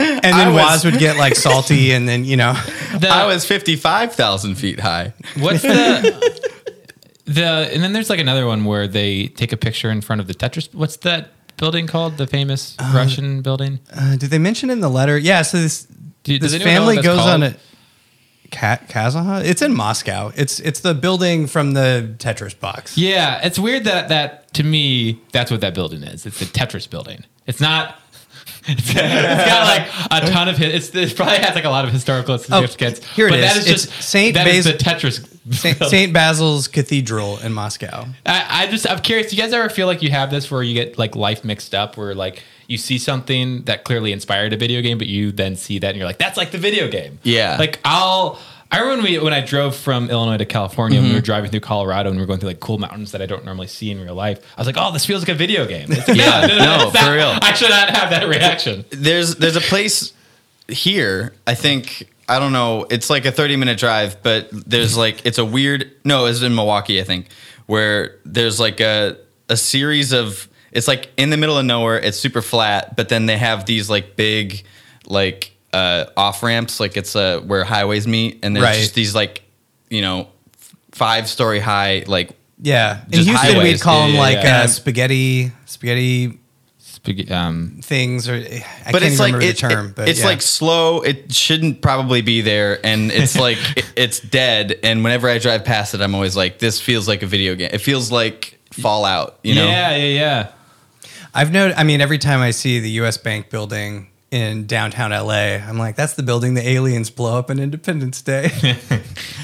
[SPEAKER 1] and then
[SPEAKER 3] was-
[SPEAKER 1] Waz would get like salty, and then you know.
[SPEAKER 2] The-
[SPEAKER 3] I was fifty-five thousand feet high.
[SPEAKER 2] What's the <laughs> the and then there's like another one where they take a picture in front of the Tetris. What's that building called? The famous Russian building.
[SPEAKER 1] Uh, did they mention in the letter? Yeah. So this
[SPEAKER 2] Do- does
[SPEAKER 1] this
[SPEAKER 2] anyone know what
[SPEAKER 1] family
[SPEAKER 2] that's
[SPEAKER 1] goes on
[SPEAKER 2] called?
[SPEAKER 1] a Ka- Kazaha. It's in Moscow. It's it's the building from the Tetris box.
[SPEAKER 2] Yeah, it's weird that that to me that's what that building is. It's the Tetris building. It's not. <laughs> It's it's got like a ton of his. It's, it probably has like a lot of historical significance.
[SPEAKER 1] Oh, here it
[SPEAKER 2] but That
[SPEAKER 1] is.
[SPEAKER 2] is just
[SPEAKER 1] It's Saint
[SPEAKER 2] that is
[SPEAKER 1] Basil-
[SPEAKER 2] the Tetris. <laughs>
[SPEAKER 1] Saint, Saint Basil's Cathedral in Moscow.
[SPEAKER 2] I, I just I'm curious. Do you guys ever feel like you have this where you get like life mixed up, where like you see something that clearly inspired a video game, but you then see that and you're like, that's like the video game.
[SPEAKER 3] Yeah.
[SPEAKER 2] Like I'll. I remember when, we, when I drove from Illinois to California, when we were
[SPEAKER 3] Mm-hmm.
[SPEAKER 2] driving through Colorado and we were going through like cool mountains that I don't normally see in real life. I was like, "Oh, this feels like a video
[SPEAKER 3] <laughs>
[SPEAKER 2] game." It's like,
[SPEAKER 3] Yeah, no,
[SPEAKER 2] it's not-
[SPEAKER 3] for real.
[SPEAKER 2] <laughs> I should not have that reaction.
[SPEAKER 3] there's there's a place here. I think I don't know. It's like a 30 minute drive, but there's like it's a weird. No, it's in Milwaukee, I think, where there's like a a series of. It's like in the middle of nowhere. It's super flat, but then they have these like big like uh, off ramps, like it's uh, where highways meet, and there's
[SPEAKER 1] Right.
[SPEAKER 3] just these like you know five story high like
[SPEAKER 1] Yeah. In
[SPEAKER 2] Just
[SPEAKER 1] Houston,
[SPEAKER 2] highways.
[SPEAKER 1] we'd call
[SPEAKER 2] Yeah,
[SPEAKER 1] them
[SPEAKER 2] yeah,
[SPEAKER 1] like
[SPEAKER 2] yeah.
[SPEAKER 1] Uh, spaghetti, spaghetti
[SPEAKER 2] Spag- um,
[SPEAKER 1] things, or I
[SPEAKER 3] but
[SPEAKER 1] can't
[SPEAKER 3] it's
[SPEAKER 1] even
[SPEAKER 3] like
[SPEAKER 1] remember
[SPEAKER 3] it-
[SPEAKER 1] the term.
[SPEAKER 3] it-
[SPEAKER 1] but
[SPEAKER 3] it's
[SPEAKER 1] yeah.
[SPEAKER 3] like slow. It shouldn't probably be there,
[SPEAKER 1] <laughs>
[SPEAKER 3] and it's like it- it's dead. And whenever I drive past it, I'm always like, this feels like a video game. It feels like Fallout. You know?
[SPEAKER 2] yeah, yeah, yeah.
[SPEAKER 1] I've noticed. I mean, every time I see the U.S. Bank building in downtown L.A., I'm like, that's the building the aliens blow up on Independence Day. <laughs>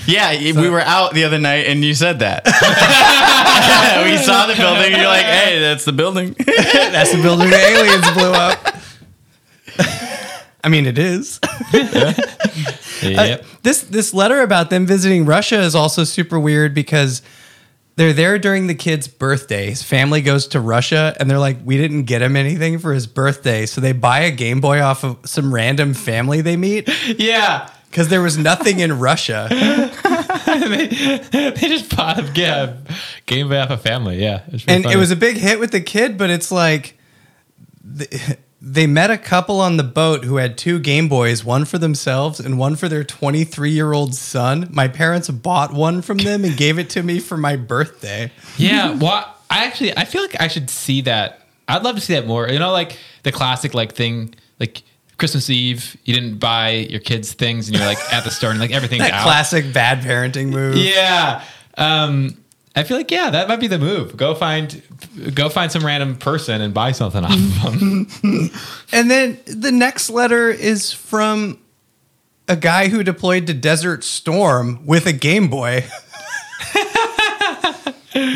[SPEAKER 3] Yeah, y- we were out the other night and you
[SPEAKER 1] <laughs>
[SPEAKER 3] said that. we saw the building and you're like, hey, that's
[SPEAKER 1] <laughs>
[SPEAKER 3] the building.
[SPEAKER 1] that's the building the aliens blew up. I mean, it is.
[SPEAKER 2] Yep.
[SPEAKER 1] This this letter about them visiting Russia is also super weird because they're there during the kid's birthday. His family goes to Russia and they're like, we didn't get him anything for his birthday, so they buy a Game Boy off of some random family they meet
[SPEAKER 2] Uh, yeah. <laughs>
[SPEAKER 1] because there was nothing in Russia.
[SPEAKER 2] They just bought a yeah, Game Boy off a family. Yeah. It's really
[SPEAKER 1] And it
[SPEAKER 2] funny.
[SPEAKER 1] was a big hit with the kid, but it's like th- <laughs> they met a couple on the boat who had two Game Boys, one for themselves and one for their 23 year old son. My parents bought one from them and gave it to me for my birthday. <laughs>
[SPEAKER 2] Yeah, well, I actually I feel like I should see that. I'd love to see that more. You know, like the classic like thing, like Christmas Eve, you didn't buy your kids things, and you're like at the store and like everything's
[SPEAKER 1] That
[SPEAKER 2] out.
[SPEAKER 1] classic bad parenting move.
[SPEAKER 2] Yeah, um, I feel like yeah, that might be the move. Go find, go find some random person and buy something off of
[SPEAKER 1] <laughs>
[SPEAKER 2] them.
[SPEAKER 1] And then the next letter is from a guy who deployed to Desert Storm with a Game Boy. <laughs>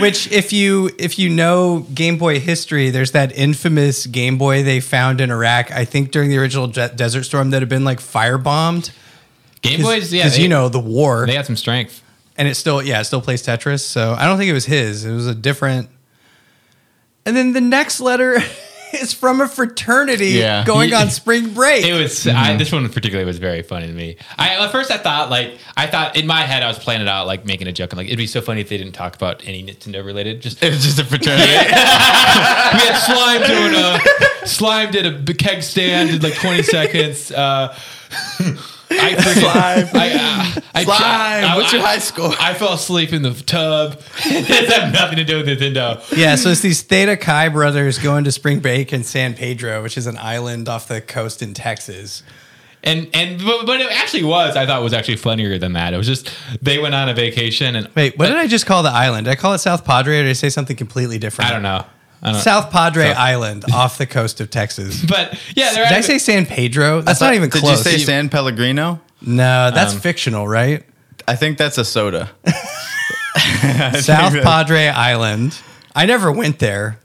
[SPEAKER 1] Which if you if you know Game Boy history, there's that infamous Game Boy they found in Iraq, I think during the original Je- Desert Storm that had been like firebombed.
[SPEAKER 2] Game Boys, yeah,
[SPEAKER 1] Cuz
[SPEAKER 2] they,
[SPEAKER 1] you know the war
[SPEAKER 2] they had some strength.
[SPEAKER 1] and it still yeah it still plays tetris so i don't think it was his it was a different and then the next letter <laughs> is from a fraternity
[SPEAKER 3] Yeah.
[SPEAKER 1] going
[SPEAKER 2] Ye-
[SPEAKER 1] on spring break
[SPEAKER 2] It was I,
[SPEAKER 1] Mm-hmm.
[SPEAKER 2] this one particularly was very funny to me. I at first I thought like I thought in my head I was planning it out like making a joke. I'm like it'd be so funny if they didn't talk about any Nintendo related. Just
[SPEAKER 3] It was just a fraternity.
[SPEAKER 2] <laughs>
[SPEAKER 3] <laughs>
[SPEAKER 2] we had slime doing a slime did a b- keg stand in like 20 seconds. Uh, <laughs> I freaking,
[SPEAKER 3] Slime.
[SPEAKER 2] I, uh, I,
[SPEAKER 3] Slime, what's your high score?
[SPEAKER 2] I fell asleep in the tub. <laughs> it had nothing to do with Nintendo.
[SPEAKER 1] yeah so it's these theta chi brothers going to spring break in san pedro which is an island off the coast in texas
[SPEAKER 2] And and but, but it actually was I thought was actually funnier than that. It was just they went on a vacation and
[SPEAKER 1] wait what did i just call the island did i call it south padre or did i say something completely different
[SPEAKER 2] I don't know. I don't,
[SPEAKER 1] south padre island off the coast of <laughs> texas did
[SPEAKER 2] but yeah, they're
[SPEAKER 1] i
[SPEAKER 2] at-
[SPEAKER 1] say san pedro that's not even
[SPEAKER 3] Did
[SPEAKER 1] close
[SPEAKER 3] you say San Pellegrino?
[SPEAKER 1] no that's fictional right <laughs>
[SPEAKER 3] I think that's a soda.
[SPEAKER 1] South
[SPEAKER 3] that-
[SPEAKER 1] Padre Island. I never went there.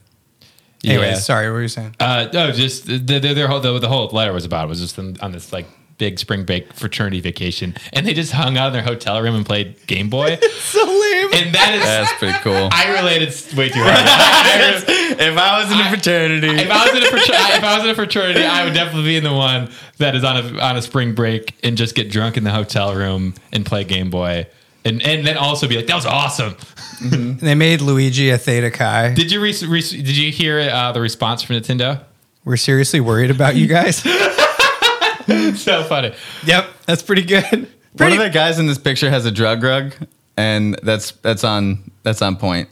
[SPEAKER 1] Anyways,
[SPEAKER 2] Yeah.
[SPEAKER 1] sorry, what were you <laughs> saying?
[SPEAKER 2] Uh, no, just the, the, their whole the, the whole letter was about was just them on this like big spring break fraternity vacation, and they just hung out in their hotel room and played Game Boy,
[SPEAKER 1] So lame.
[SPEAKER 2] and that
[SPEAKER 3] That's
[SPEAKER 2] is
[SPEAKER 3] pretty
[SPEAKER 1] <laughs>
[SPEAKER 3] cool.
[SPEAKER 2] I related s- way too hard. I,
[SPEAKER 3] if I was in a fraternity,
[SPEAKER 2] if I was in a fraternity, if I was in a fraternity, I would definitely be in the one that is on a on a spring break and just get drunk in the hotel room and play Game Boy. And, and then also be like, that was awesome.
[SPEAKER 1] They made Luigi a Theta Chi.
[SPEAKER 2] Did you re- re- did you hear uh, the response from Nintendo? <laughs>
[SPEAKER 1] We're seriously worried about you guys.
[SPEAKER 2] so funny.
[SPEAKER 1] <laughs> yep, that's pretty good.
[SPEAKER 3] one
[SPEAKER 1] Pretty,
[SPEAKER 3] of the guys in this picture has a drug rug, and that's that's on that's on point.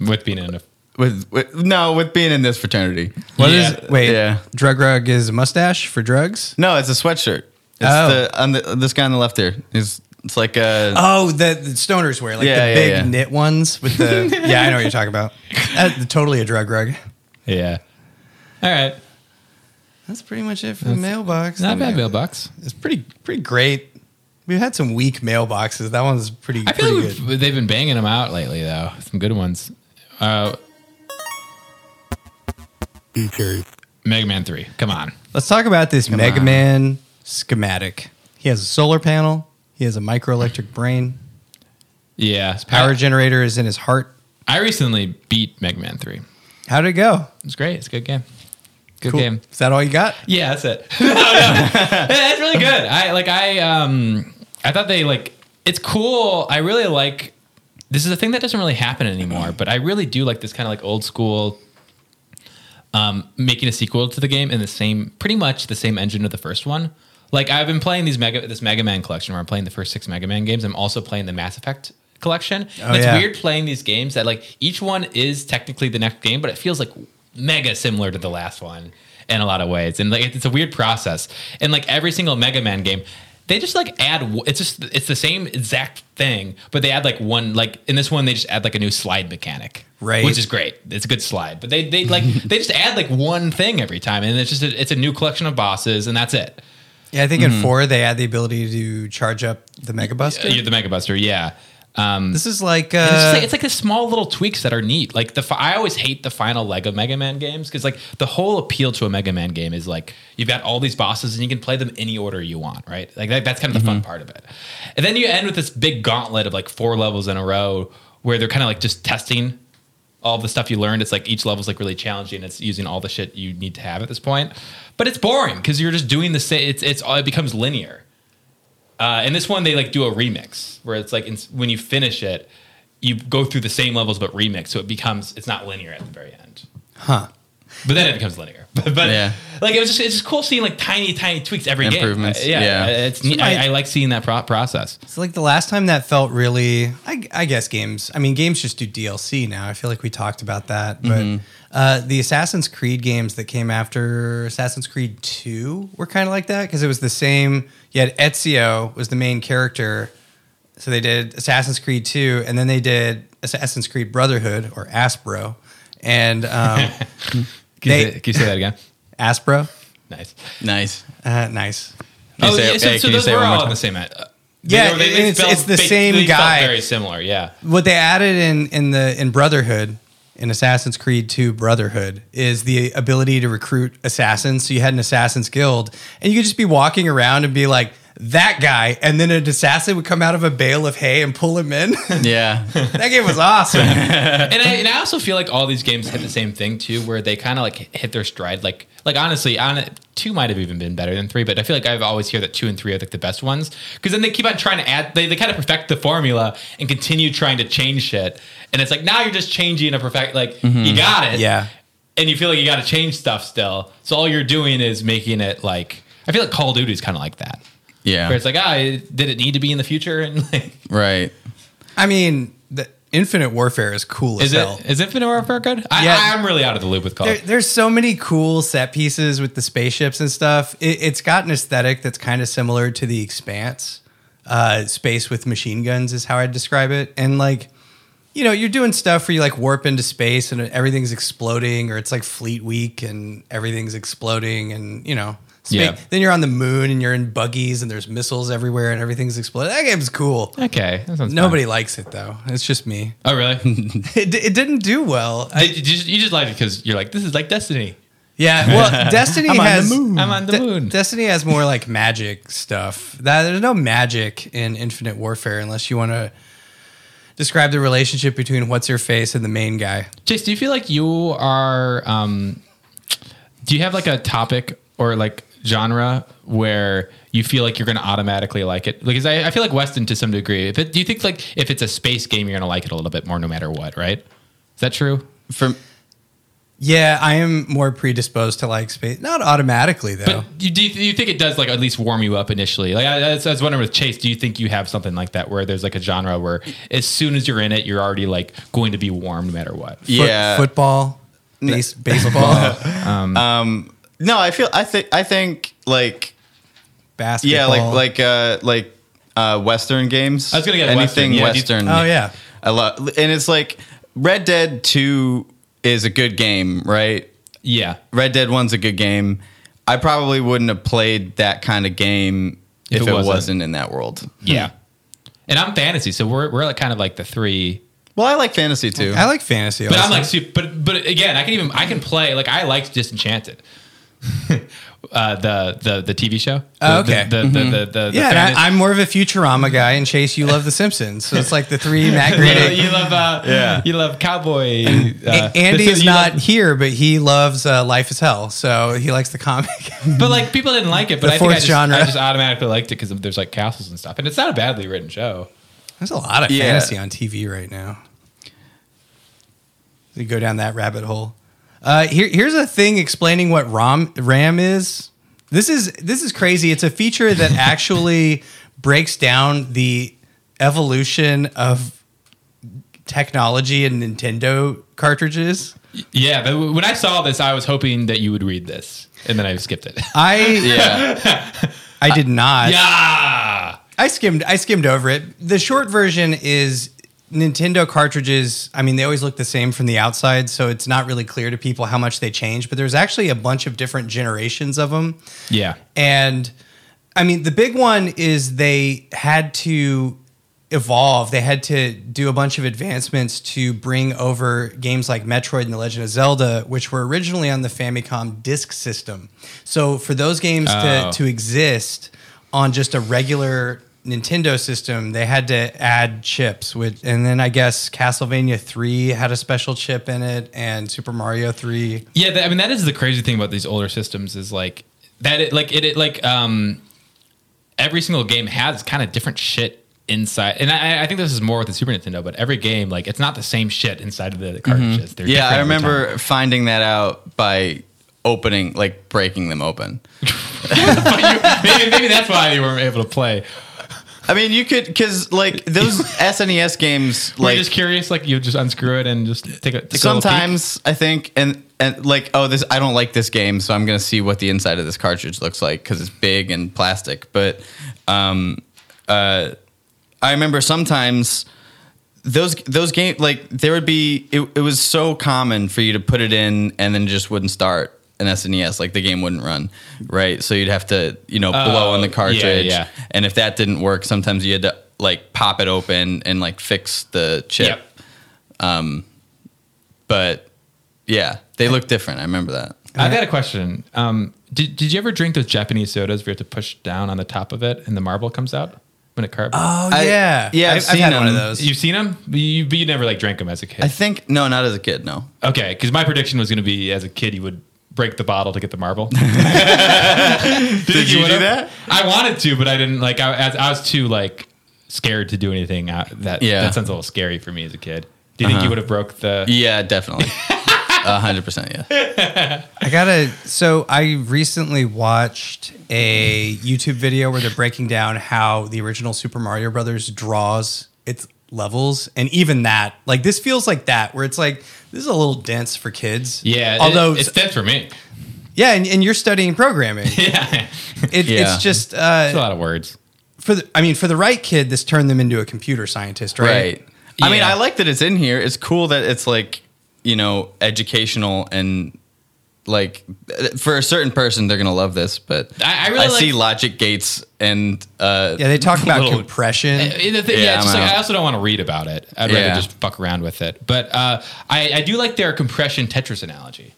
[SPEAKER 2] With being in a
[SPEAKER 3] With, with no, with being in this fraternity.
[SPEAKER 1] what is?
[SPEAKER 2] Yeah.
[SPEAKER 1] Wait,
[SPEAKER 3] Yeah.
[SPEAKER 1] drug rug is a mustache for drugs.
[SPEAKER 3] No, it's a sweatshirt. It's
[SPEAKER 1] Oh.
[SPEAKER 3] the, on the this guy on the left there. He's it's like a
[SPEAKER 1] Oh, the, the stoners wear like
[SPEAKER 3] Yeah,
[SPEAKER 1] the
[SPEAKER 3] yeah,
[SPEAKER 1] big
[SPEAKER 3] yeah.
[SPEAKER 1] knit ones with the.
[SPEAKER 2] <laughs>
[SPEAKER 1] yeah, I know what you're talking about. That's totally a drug rug.
[SPEAKER 2] Yeah. All right.
[SPEAKER 1] That's pretty much it for the mailbox.
[SPEAKER 2] Not
[SPEAKER 1] I
[SPEAKER 2] bad
[SPEAKER 1] mean,
[SPEAKER 2] mailbox.
[SPEAKER 1] It's pretty pretty great. We've had some weak mailboxes. That one's pretty.
[SPEAKER 2] I feel
[SPEAKER 1] pretty
[SPEAKER 2] like
[SPEAKER 1] good.
[SPEAKER 2] we've- they've been banging them out lately, though. Some good ones. Uh, Mega Man 3. Come on.
[SPEAKER 1] Let's talk about this Mega
[SPEAKER 3] on.
[SPEAKER 1] Man schematic. He has a solar panel. He has a microelectric brain.
[SPEAKER 2] Yeah.
[SPEAKER 1] Power
[SPEAKER 2] I-
[SPEAKER 1] generator is in his heart.
[SPEAKER 2] I, recently beat Mega Man 3.
[SPEAKER 1] How did it go?
[SPEAKER 2] It's great. It's a good game. Good
[SPEAKER 1] Cool.
[SPEAKER 2] game.
[SPEAKER 1] Is that all you got?
[SPEAKER 2] Yeah, that's it. <laughs> No, no. Yeah, That's really good. I like I um I thought they like it's cool. I really like this is a thing that doesn't really happen anymore, but I really do like this kind of like old school um making a sequel to the game in the same pretty much the same engine of the first one. Like I've been playing these Mega this Mega Man collection where I'm playing the first six Mega Man games. I'm also playing the Mass Effect collection.
[SPEAKER 1] Oh,
[SPEAKER 2] And it's
[SPEAKER 1] yeah.
[SPEAKER 2] weird playing these games that like each one is technically the next game, but it feels like mega similar to the last one in a lot of ways. And like it's a weird process. And like every single Mega Man game, they just like add w- it's just it's the same exact thing, but they add like one like in this one they just add like a new slide mechanic.
[SPEAKER 1] Right.
[SPEAKER 2] Which is great. It's a good slide. But they they like they just add like one thing every time and it's just a, it's a new collection of bosses and that's it.
[SPEAKER 1] Yeah, I think in four they add the ability to charge up the Mega Buster.
[SPEAKER 2] You're the Mega Buster, yeah. Um,
[SPEAKER 1] This is like,
[SPEAKER 2] And it's, just
[SPEAKER 1] uh,
[SPEAKER 2] like, it's like the small little tweaks that are neat. Like the fi- I always hate the final Lego Mega Man games because like the whole appeal to a Mega Man game is like you've got all these bosses and you can play them any order you want, right? Like that, that's kind of the fun part of it. And then you end with this big gauntlet of like four levels in a row where they're kind of like just testing all the stuff you learned. It's like each level's like really challenging. It's using all the shit you need to have at this point, but it's boring because you're just doing the same. It's it's it becomes linear. Uh, and this one, they like do a remix where it's like in, when you finish it, you go through the same levels but remix, so it becomes it's not linear at the very end.
[SPEAKER 1] huh?
[SPEAKER 2] But then it becomes linear. <laughs> But, but
[SPEAKER 3] Yeah.
[SPEAKER 2] like it was just it's just cool seeing like tiny tiny tweaks every
[SPEAKER 3] Improvements,
[SPEAKER 2] game. Uh,
[SPEAKER 3] yeah.
[SPEAKER 2] it's neat. I, I like seeing that pro- process.
[SPEAKER 1] It's like the last time that felt really. I, I guess games. I mean, games just do DLC now. I feel like we talked about that, but uh, the Assassin's Creed games that came after Assassin's Creed Two were kind of like that because it was the same. You had Ezio was the main character, so they did Assassin's Creed Two, and then they did Assassin's Creed Brotherhood or Aspro, and um,
[SPEAKER 2] Can you,
[SPEAKER 1] They-
[SPEAKER 2] say, can you say that again? <laughs>
[SPEAKER 1] Aspro.
[SPEAKER 2] Nice.
[SPEAKER 3] Nice.
[SPEAKER 1] Uh, nice.
[SPEAKER 3] Can you
[SPEAKER 2] oh,
[SPEAKER 3] say-
[SPEAKER 2] yeah, so,
[SPEAKER 3] hey,
[SPEAKER 2] so
[SPEAKER 3] can you
[SPEAKER 2] those
[SPEAKER 3] say it
[SPEAKER 2] were
[SPEAKER 3] one more
[SPEAKER 2] all on
[SPEAKER 3] time?
[SPEAKER 2] the same. Uh,
[SPEAKER 1] Yeah,
[SPEAKER 2] were-
[SPEAKER 1] and it's-
[SPEAKER 2] felt
[SPEAKER 1] it's
[SPEAKER 2] ba-
[SPEAKER 1] the same
[SPEAKER 2] they felt
[SPEAKER 1] guy.
[SPEAKER 2] very similar. Yeah.
[SPEAKER 1] what they added in in the in Brotherhood in Assassin's Creed 2 Brotherhood is the ability to recruit assassins. So you had an assassins guild and you could just be walking around and be like that guy and then an assassin would come out of a bale of hay and pull him in. <laughs>
[SPEAKER 2] <laughs>
[SPEAKER 1] that
[SPEAKER 3] Yeah.
[SPEAKER 1] game was awesome.
[SPEAKER 2] and I, and I also feel like all these games hit the same thing too, where they kind of like hit their stride. Like like honestly, on two might have even been better than three, but I feel like I've always hear that two and three are like the best ones because then they keep on trying to add. They, they kind of perfect the formula and continue trying to change shit. And it's like now you're just changing a perfect. Like you got it,
[SPEAKER 1] Mm-hmm. Yeah.
[SPEAKER 2] And you feel like you got to change stuff still. So all you're doing is making it like I feel like Call of Duty is kind of like that. Where
[SPEAKER 3] Yeah.
[SPEAKER 2] it's like, ah, it- did it need to be in the future? <laughs> And like,
[SPEAKER 3] Right.
[SPEAKER 1] I mean, the Infinite Warfare is cool
[SPEAKER 2] is
[SPEAKER 1] as hell.
[SPEAKER 2] it is Infinite Warfare good? I,
[SPEAKER 1] Yeah.
[SPEAKER 2] I'm really out of the loop with Call.
[SPEAKER 1] There, there's so many cool set pieces with the spaceships and stuff. It, it's got an aesthetic that's kind of similar to the Expanse. Uh, space with machine guns is how I'd describe it. And like, you know, you're doing stuff where you like warp into space and everything's exploding, or it's like Fleet Week and everything's exploding, and you know. spa-
[SPEAKER 2] Yeah.
[SPEAKER 1] Then you're on the moon and you're in buggies and there's missiles everywhere and everything's exploding. That game's cool.
[SPEAKER 2] Okay, that sounds
[SPEAKER 1] Nobody likes it though. It's just me. <laughs>
[SPEAKER 2] Fun. Oh, really?
[SPEAKER 1] It, it didn't do well.
[SPEAKER 2] Did you, just, you just like it because you're like, this is like Destiny.
[SPEAKER 1] Yeah,
[SPEAKER 3] <laughs>
[SPEAKER 1] well, Destiny
[SPEAKER 3] I'm on the
[SPEAKER 1] has
[SPEAKER 3] moon.
[SPEAKER 2] I'm on the
[SPEAKER 1] De-
[SPEAKER 2] moon.
[SPEAKER 1] Destiny has more like magic stuff. That there's no magic in Infinite Warfare unless you want to describe the relationship between what's your face and the main guy.
[SPEAKER 2] Chase, do you feel like you are? Um, do you have like a topic or like genre where you feel like you're going to automatically like it? Because I, I feel like Weston to some degree. If it, do you think like if it's a space game, you're going to like it a little bit more no matter what, right? Is that true?
[SPEAKER 3] For
[SPEAKER 1] Yeah, I am more predisposed to like space. Not automatically though.
[SPEAKER 2] But you, do, you, do you think it does like at least warm you up initially? Like I, I, was, I was wondering with Chase, do you think you have something like that where there's like a genre where as soon as you're in it, you're already like going to be warm no matter what?
[SPEAKER 1] Foot-
[SPEAKER 3] yeah.
[SPEAKER 1] football, base, baseball,
[SPEAKER 2] <laughs>
[SPEAKER 3] No, I feel I think I think like yeah,
[SPEAKER 1] basketball.
[SPEAKER 3] like like uh like uh western games.
[SPEAKER 2] I was gonna get
[SPEAKER 3] anything
[SPEAKER 2] Western, yeah, do you-
[SPEAKER 3] western.
[SPEAKER 1] oh yeah,
[SPEAKER 3] I love and it's like Red Dead 2 is a good game, right?
[SPEAKER 2] Yeah.
[SPEAKER 3] Red Dead 1's a good game. I probably wouldn't have played that kind of game
[SPEAKER 2] If
[SPEAKER 3] if,
[SPEAKER 2] it
[SPEAKER 3] it, wasn't.
[SPEAKER 2] wasn't.
[SPEAKER 3] in that world.
[SPEAKER 2] Yeah. And I'm fantasy, so we're we're like kind of like the three.
[SPEAKER 3] Well, I like fantasy too.
[SPEAKER 1] I like fantasy.
[SPEAKER 2] But I'm
[SPEAKER 1] also.
[SPEAKER 2] like, super, but but again, I can even I can play like I liked Disenchanted, <laughs> uh, the the the TV show. The-
[SPEAKER 1] Oh, okay.
[SPEAKER 2] The the the, the, the
[SPEAKER 1] yeah, and
[SPEAKER 2] fantasy-
[SPEAKER 1] I, I'm more of a Futurama guy, and Chase, you love The Simpsons, so it's like
[SPEAKER 2] <laughs>
[SPEAKER 1] the three Matt Groening.
[SPEAKER 2] you love uh,
[SPEAKER 3] Yeah.
[SPEAKER 2] you love cowboy. Uh,
[SPEAKER 1] A- Andy
[SPEAKER 2] so
[SPEAKER 1] is
[SPEAKER 2] you
[SPEAKER 1] not
[SPEAKER 2] love-
[SPEAKER 1] here, but he loves uh, Life is Hell, so he likes the comic. <laughs>
[SPEAKER 2] but like people didn't like it. But
[SPEAKER 1] The
[SPEAKER 2] I think I
[SPEAKER 1] fourth
[SPEAKER 2] just,
[SPEAKER 1] genre.
[SPEAKER 2] I just automatically liked it because there's like castles and stuff, and it's not a badly written show.
[SPEAKER 1] There's a lot of
[SPEAKER 3] Yeah.
[SPEAKER 1] fantasy on TV right now. You go down that rabbit hole. Uh, here, here's a thing explaining what ROM RAM is. This is this is crazy. It's a
[SPEAKER 3] <laughs>
[SPEAKER 1] feature that actually breaks down the evolution of technology and Nintendo cartridges.
[SPEAKER 2] Yeah, but w- when I saw this, I was hoping that you would read this, and then I skipped it.
[SPEAKER 1] I
[SPEAKER 3] Yeah.
[SPEAKER 1] I did not.
[SPEAKER 2] <laughs> yeah.
[SPEAKER 1] I skimmed I skimmed over it. The short version is Nintendo cartridges, I mean, they always look the same from the outside, so it's not really clear to people how much they change, but there's actually a bunch of different generations of them.
[SPEAKER 2] Yeah.
[SPEAKER 1] And I mean, the big one is they had to evolve. They had to do a bunch of advancements to bring over games like Metroid and The Legend of Zelda, which were originally on the Famicom disk system. So for those games
[SPEAKER 2] Oh.
[SPEAKER 1] to, to exist on just a regular Nintendo system, they had to add chips. Which, and then I guess Castlevania 3 had a special chip in it, and Super Mario 3.
[SPEAKER 2] Yeah, that, I mean that is the crazy thing about these older systems is like that it like it, it like um every single game has kind of different shit inside. And I, I think this is more with the Super Nintendo, but every game like it's not the same shit inside of the cartridges. They're
[SPEAKER 3] Yeah,
[SPEAKER 2] different
[SPEAKER 3] I
[SPEAKER 2] every time. <laughs>
[SPEAKER 3] remember finding that out by opening, like breaking them open.
[SPEAKER 2] But you- maybe, maybe that's why you weren't able to play.
[SPEAKER 3] I mean, you could, because like those SNES games,
[SPEAKER 2] Like,
[SPEAKER 3] like
[SPEAKER 2] just curious, like you just unscrew it and just take a take a little peek?
[SPEAKER 3] sometimes I think, and and like, oh, this I don't like this game, so I'm gonna see what the inside of this cartridge looks like because it's big and plastic. But um, uh, I remember sometimes those those game like there would be it, it was so common for you to put it in and then it just wouldn't start an SNES E like the game wouldn't run right so you'd have to you know blow on the
[SPEAKER 2] Oh, yeah,
[SPEAKER 3] cartridge
[SPEAKER 2] yeah.
[SPEAKER 3] and if that didn't work sometimes you had to like pop it open and like fix the chip
[SPEAKER 2] Yep.
[SPEAKER 3] but yeah, they look different. I remember that.
[SPEAKER 2] I've got a question. Um, did, did you ever drink those Japanese sodas where you have to push down on the top of it and the marble comes out when it carves?
[SPEAKER 1] Oh,
[SPEAKER 3] I-
[SPEAKER 1] yeah.
[SPEAKER 3] yeah, I've
[SPEAKER 1] I've, I've
[SPEAKER 3] seen
[SPEAKER 1] had one of
[SPEAKER 3] them.
[SPEAKER 1] those.
[SPEAKER 2] You've seen them? But you, but you never like drank them as a kid.
[SPEAKER 3] I think no, not as a kid. No,
[SPEAKER 2] Okay, because my prediction was going to be as a kid you would break the bottle to get the
[SPEAKER 3] <laughs>
[SPEAKER 2] marble. <laughs> Did,
[SPEAKER 3] you do that?
[SPEAKER 2] I wanted to, but I didn't. Like I, as, I was too like scared to do anything. I, that
[SPEAKER 3] Yeah. Uh-huh.
[SPEAKER 2] that sounds a little scary for me as a kid. Do you think you would have broke the?
[SPEAKER 3] yeah, <laughs> definitely, a hundred percent. Yeah,
[SPEAKER 1] I gotta. So I recently watched a YouTube video where they're breaking down how the original Super Mario Brothers draws its levels, and even that, like this feels like that, where it's like this is a little dense for kids.
[SPEAKER 2] Yeah, it-
[SPEAKER 1] although
[SPEAKER 2] it's dead for me.
[SPEAKER 1] yeah, and, and you're studying
[SPEAKER 2] <laughs>
[SPEAKER 1] programming.
[SPEAKER 2] Yeah, it's
[SPEAKER 1] It,
[SPEAKER 3] Yeah.
[SPEAKER 1] It's just
[SPEAKER 2] a
[SPEAKER 1] uh,
[SPEAKER 2] lot of words.
[SPEAKER 1] for the. I mean, for the right kid, this turned them into a computer scientist, right?
[SPEAKER 3] right. I mean,
[SPEAKER 2] Yeah.
[SPEAKER 3] I like that it's in here. It's cool that it's like you know educational and like for a certain person they're gonna love this. But
[SPEAKER 2] I- I really
[SPEAKER 3] see
[SPEAKER 2] like-
[SPEAKER 3] logic gates and uh,
[SPEAKER 1] Yeah,
[SPEAKER 2] <laughs>
[SPEAKER 1] they talk about
[SPEAKER 2] Little-
[SPEAKER 1] compression.
[SPEAKER 2] Uh, the thing-
[SPEAKER 3] Yeah,
[SPEAKER 2] yeah, it's just
[SPEAKER 3] I'm
[SPEAKER 2] like,
[SPEAKER 3] out.
[SPEAKER 2] I also don't want to read about it. I'd rather
[SPEAKER 3] Yeah.
[SPEAKER 2] just fuck around with it. But uh, I, I do like their compression Tetris analogy.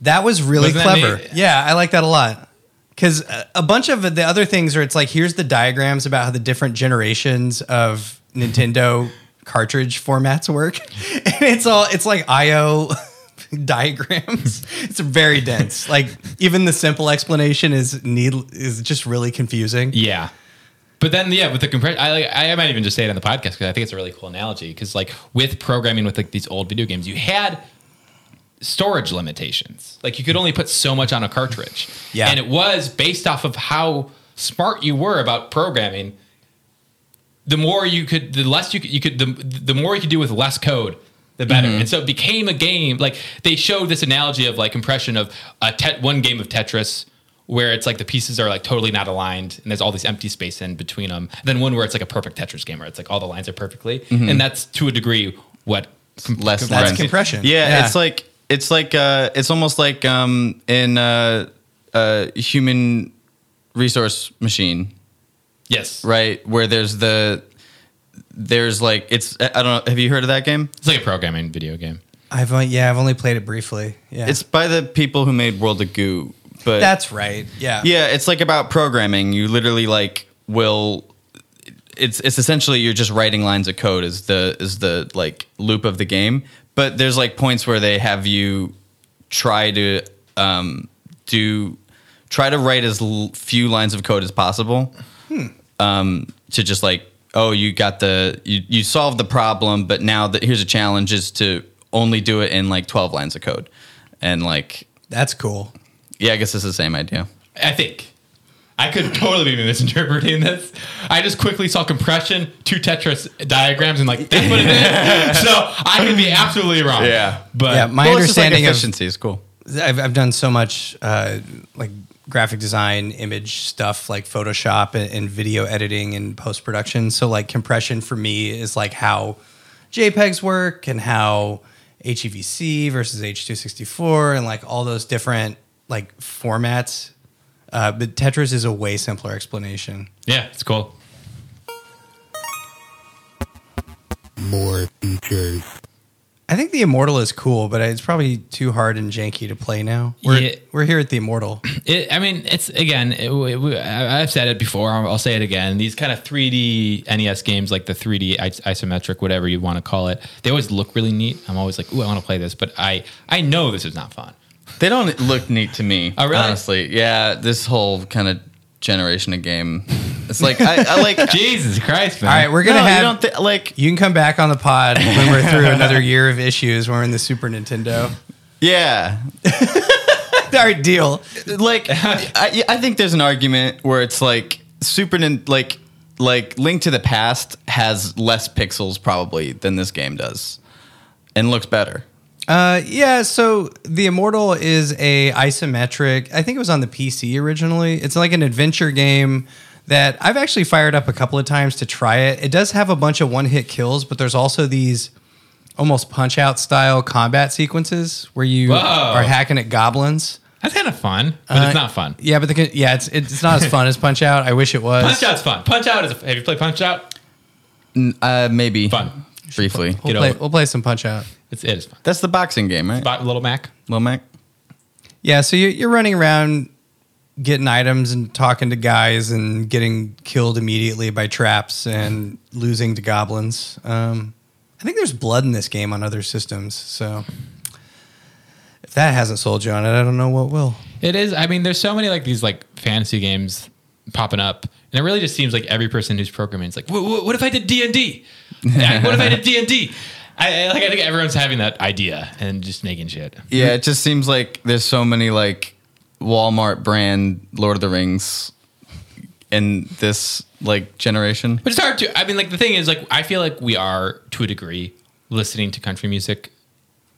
[SPEAKER 1] That was really
[SPEAKER 2] Wasn't that
[SPEAKER 1] clever.
[SPEAKER 2] neat?
[SPEAKER 1] Yeah, I like that a lot. Because a bunch of the other things are, it's like here's the diagrams about how the different generations of Nintendo cartridge formats work, <laughs> and it's all it's like I/O <laughs> diagrams. It's very dense. Like even the simple explanation is need is just really confusing.
[SPEAKER 2] Yeah. But then, yeah, with the compression, I, like, I might even just say it on the podcast because I think it's a really cool analogy. Because like with programming with like these old video games, you had storage limitations. Like you could only put so much on a cartridge.
[SPEAKER 1] Yeah.
[SPEAKER 2] and it was based off of how smart you were about programming. The more you could, the less you could, you could the, the more you could do with less code, the better. And so it became a game. Like they showed this analogy of like compression of a tet one game of Tetris. Where it's like the pieces are like totally not aligned, and there's all this empty space in between them. then one where it's like a perfect Tetris game, where it's like all the lines are perfectly, and that's to a degree what com-
[SPEAKER 3] less
[SPEAKER 2] com-
[SPEAKER 1] That's
[SPEAKER 3] friends.
[SPEAKER 1] compression.
[SPEAKER 3] Yeah,
[SPEAKER 1] Yeah.
[SPEAKER 3] it's like it's like uh, it's almost like um, in uh, uh, human resource machine
[SPEAKER 2] yes,
[SPEAKER 3] right? Where there's the there's like it's I I don't know. Have you heard of that game?
[SPEAKER 2] It's like a programming video game.
[SPEAKER 1] I've only, yeah I've only played it briefly. Yeah,
[SPEAKER 3] It's by the people who made World of Goo, but
[SPEAKER 1] that's right. Yeah,
[SPEAKER 3] yeah, it's like about programming. You literally like will. It's it's essentially you're just writing lines of code is the is the like loop of the game. But there's like points where they have you try to um, do try to write as l- few lines of code as possible. Um, to just like oh you got the you you solved the problem, but now that here's a challenge is to only do it in like 12 lines of code, and like
[SPEAKER 1] that's cool.
[SPEAKER 3] yeah, I guess it's the same idea.
[SPEAKER 2] I think. I could totally be misinterpreting this. I just quickly saw compression, two Tetris diagrams, and like that's what it is. so I could be absolutely wrong.
[SPEAKER 3] Yeah.
[SPEAKER 2] but
[SPEAKER 1] Yeah, my
[SPEAKER 3] Well, it's just like
[SPEAKER 1] understanding of
[SPEAKER 3] efficiency is cool.
[SPEAKER 1] I've, I've done so much uh, like graphic design, image stuff, like Photoshop and, and video editing and post production. So like compression for me is like how JPEGs work and how HEVC versus H264 and like all those different like formats. Uh, but Tetris is a way simpler explanation.
[SPEAKER 2] yeah, it's cool.
[SPEAKER 4] more features.
[SPEAKER 1] I think the Immortal is cool, but it's probably too hard and janky to play now. We're,
[SPEAKER 2] Yeah.
[SPEAKER 1] we're here at the Immortal.
[SPEAKER 2] It, I mean, it's again. It, we- we- I- I've said it before. I'll I'll say it again. These kind of 3D NES E games, like the 3D is- isometric, whatever you want to call it, they always look really neat. I'm always like, "Ooh, I want to play this," but I, I know this is not fun.
[SPEAKER 3] They don't look neat to me.
[SPEAKER 2] Oh, really?
[SPEAKER 3] Honestly, yeah. This whole kind of generation of game, it's like I, I <laughs> like.
[SPEAKER 2] Jesus Christ, man!
[SPEAKER 1] All right, we're
[SPEAKER 3] no,
[SPEAKER 1] gonna
[SPEAKER 3] you
[SPEAKER 1] have
[SPEAKER 3] don't thi- like.
[SPEAKER 1] You can come back on the pod when we're
[SPEAKER 2] <laughs>
[SPEAKER 1] through another year of issues. We're in the Super Nintendo.
[SPEAKER 3] Yeah,
[SPEAKER 1] All right, deal.
[SPEAKER 3] <laughs> like I, I think there's an argument where it's like super nin- like like link to the past has less pixels probably than this game does and looks better
[SPEAKER 1] Uh, yeah, so the Immortal is a isometric. I think it was on the PC originally. It's like an adventure game that I've actually fired up a couple of times to try it. It does have a bunch of one-hit kills, but there's also these almost punch-out style combat sequences where you
[SPEAKER 2] Whoa.
[SPEAKER 1] are hacking at goblins.
[SPEAKER 2] That's kind of fun, but
[SPEAKER 1] Uh,
[SPEAKER 2] it's not fun.
[SPEAKER 1] Yeah, but the con- yeah, it's it's not as fun as Punch Out. I wish it was.
[SPEAKER 2] Punch Out's fun. Punch Out is. A, have you played Punch Out?
[SPEAKER 3] uh maybe
[SPEAKER 2] Fun.
[SPEAKER 3] briefly
[SPEAKER 1] We'll
[SPEAKER 2] Get
[SPEAKER 1] play,
[SPEAKER 2] over it.
[SPEAKER 1] we'll play some Punch Out.
[SPEAKER 2] It's it is fun.
[SPEAKER 3] that's the boxing game right
[SPEAKER 2] Bought Little Mac.
[SPEAKER 3] Lil mac
[SPEAKER 1] Yeah, so you're, you're running around getting items and talking to guys and getting killed immediately by traps and losing to goblins. Um, I think there's blood in this game on other systems, so if that hasn't sold you on it, I don't know what will.
[SPEAKER 2] It is. I mean, there's so many like these like fantasy games popping up, and it really just seems like every person who's programming is like, "Wha- wha- "What if I did D and D? What if I did D and D?" I I- like. I think everyone's having that idea and just making shit.
[SPEAKER 3] yeah it just seems like there's so many like walmart brand lord of the rings in this like generation
[SPEAKER 2] But it's hard to. I mean, like the thing is, like I feel like we are to a degree listening to country music.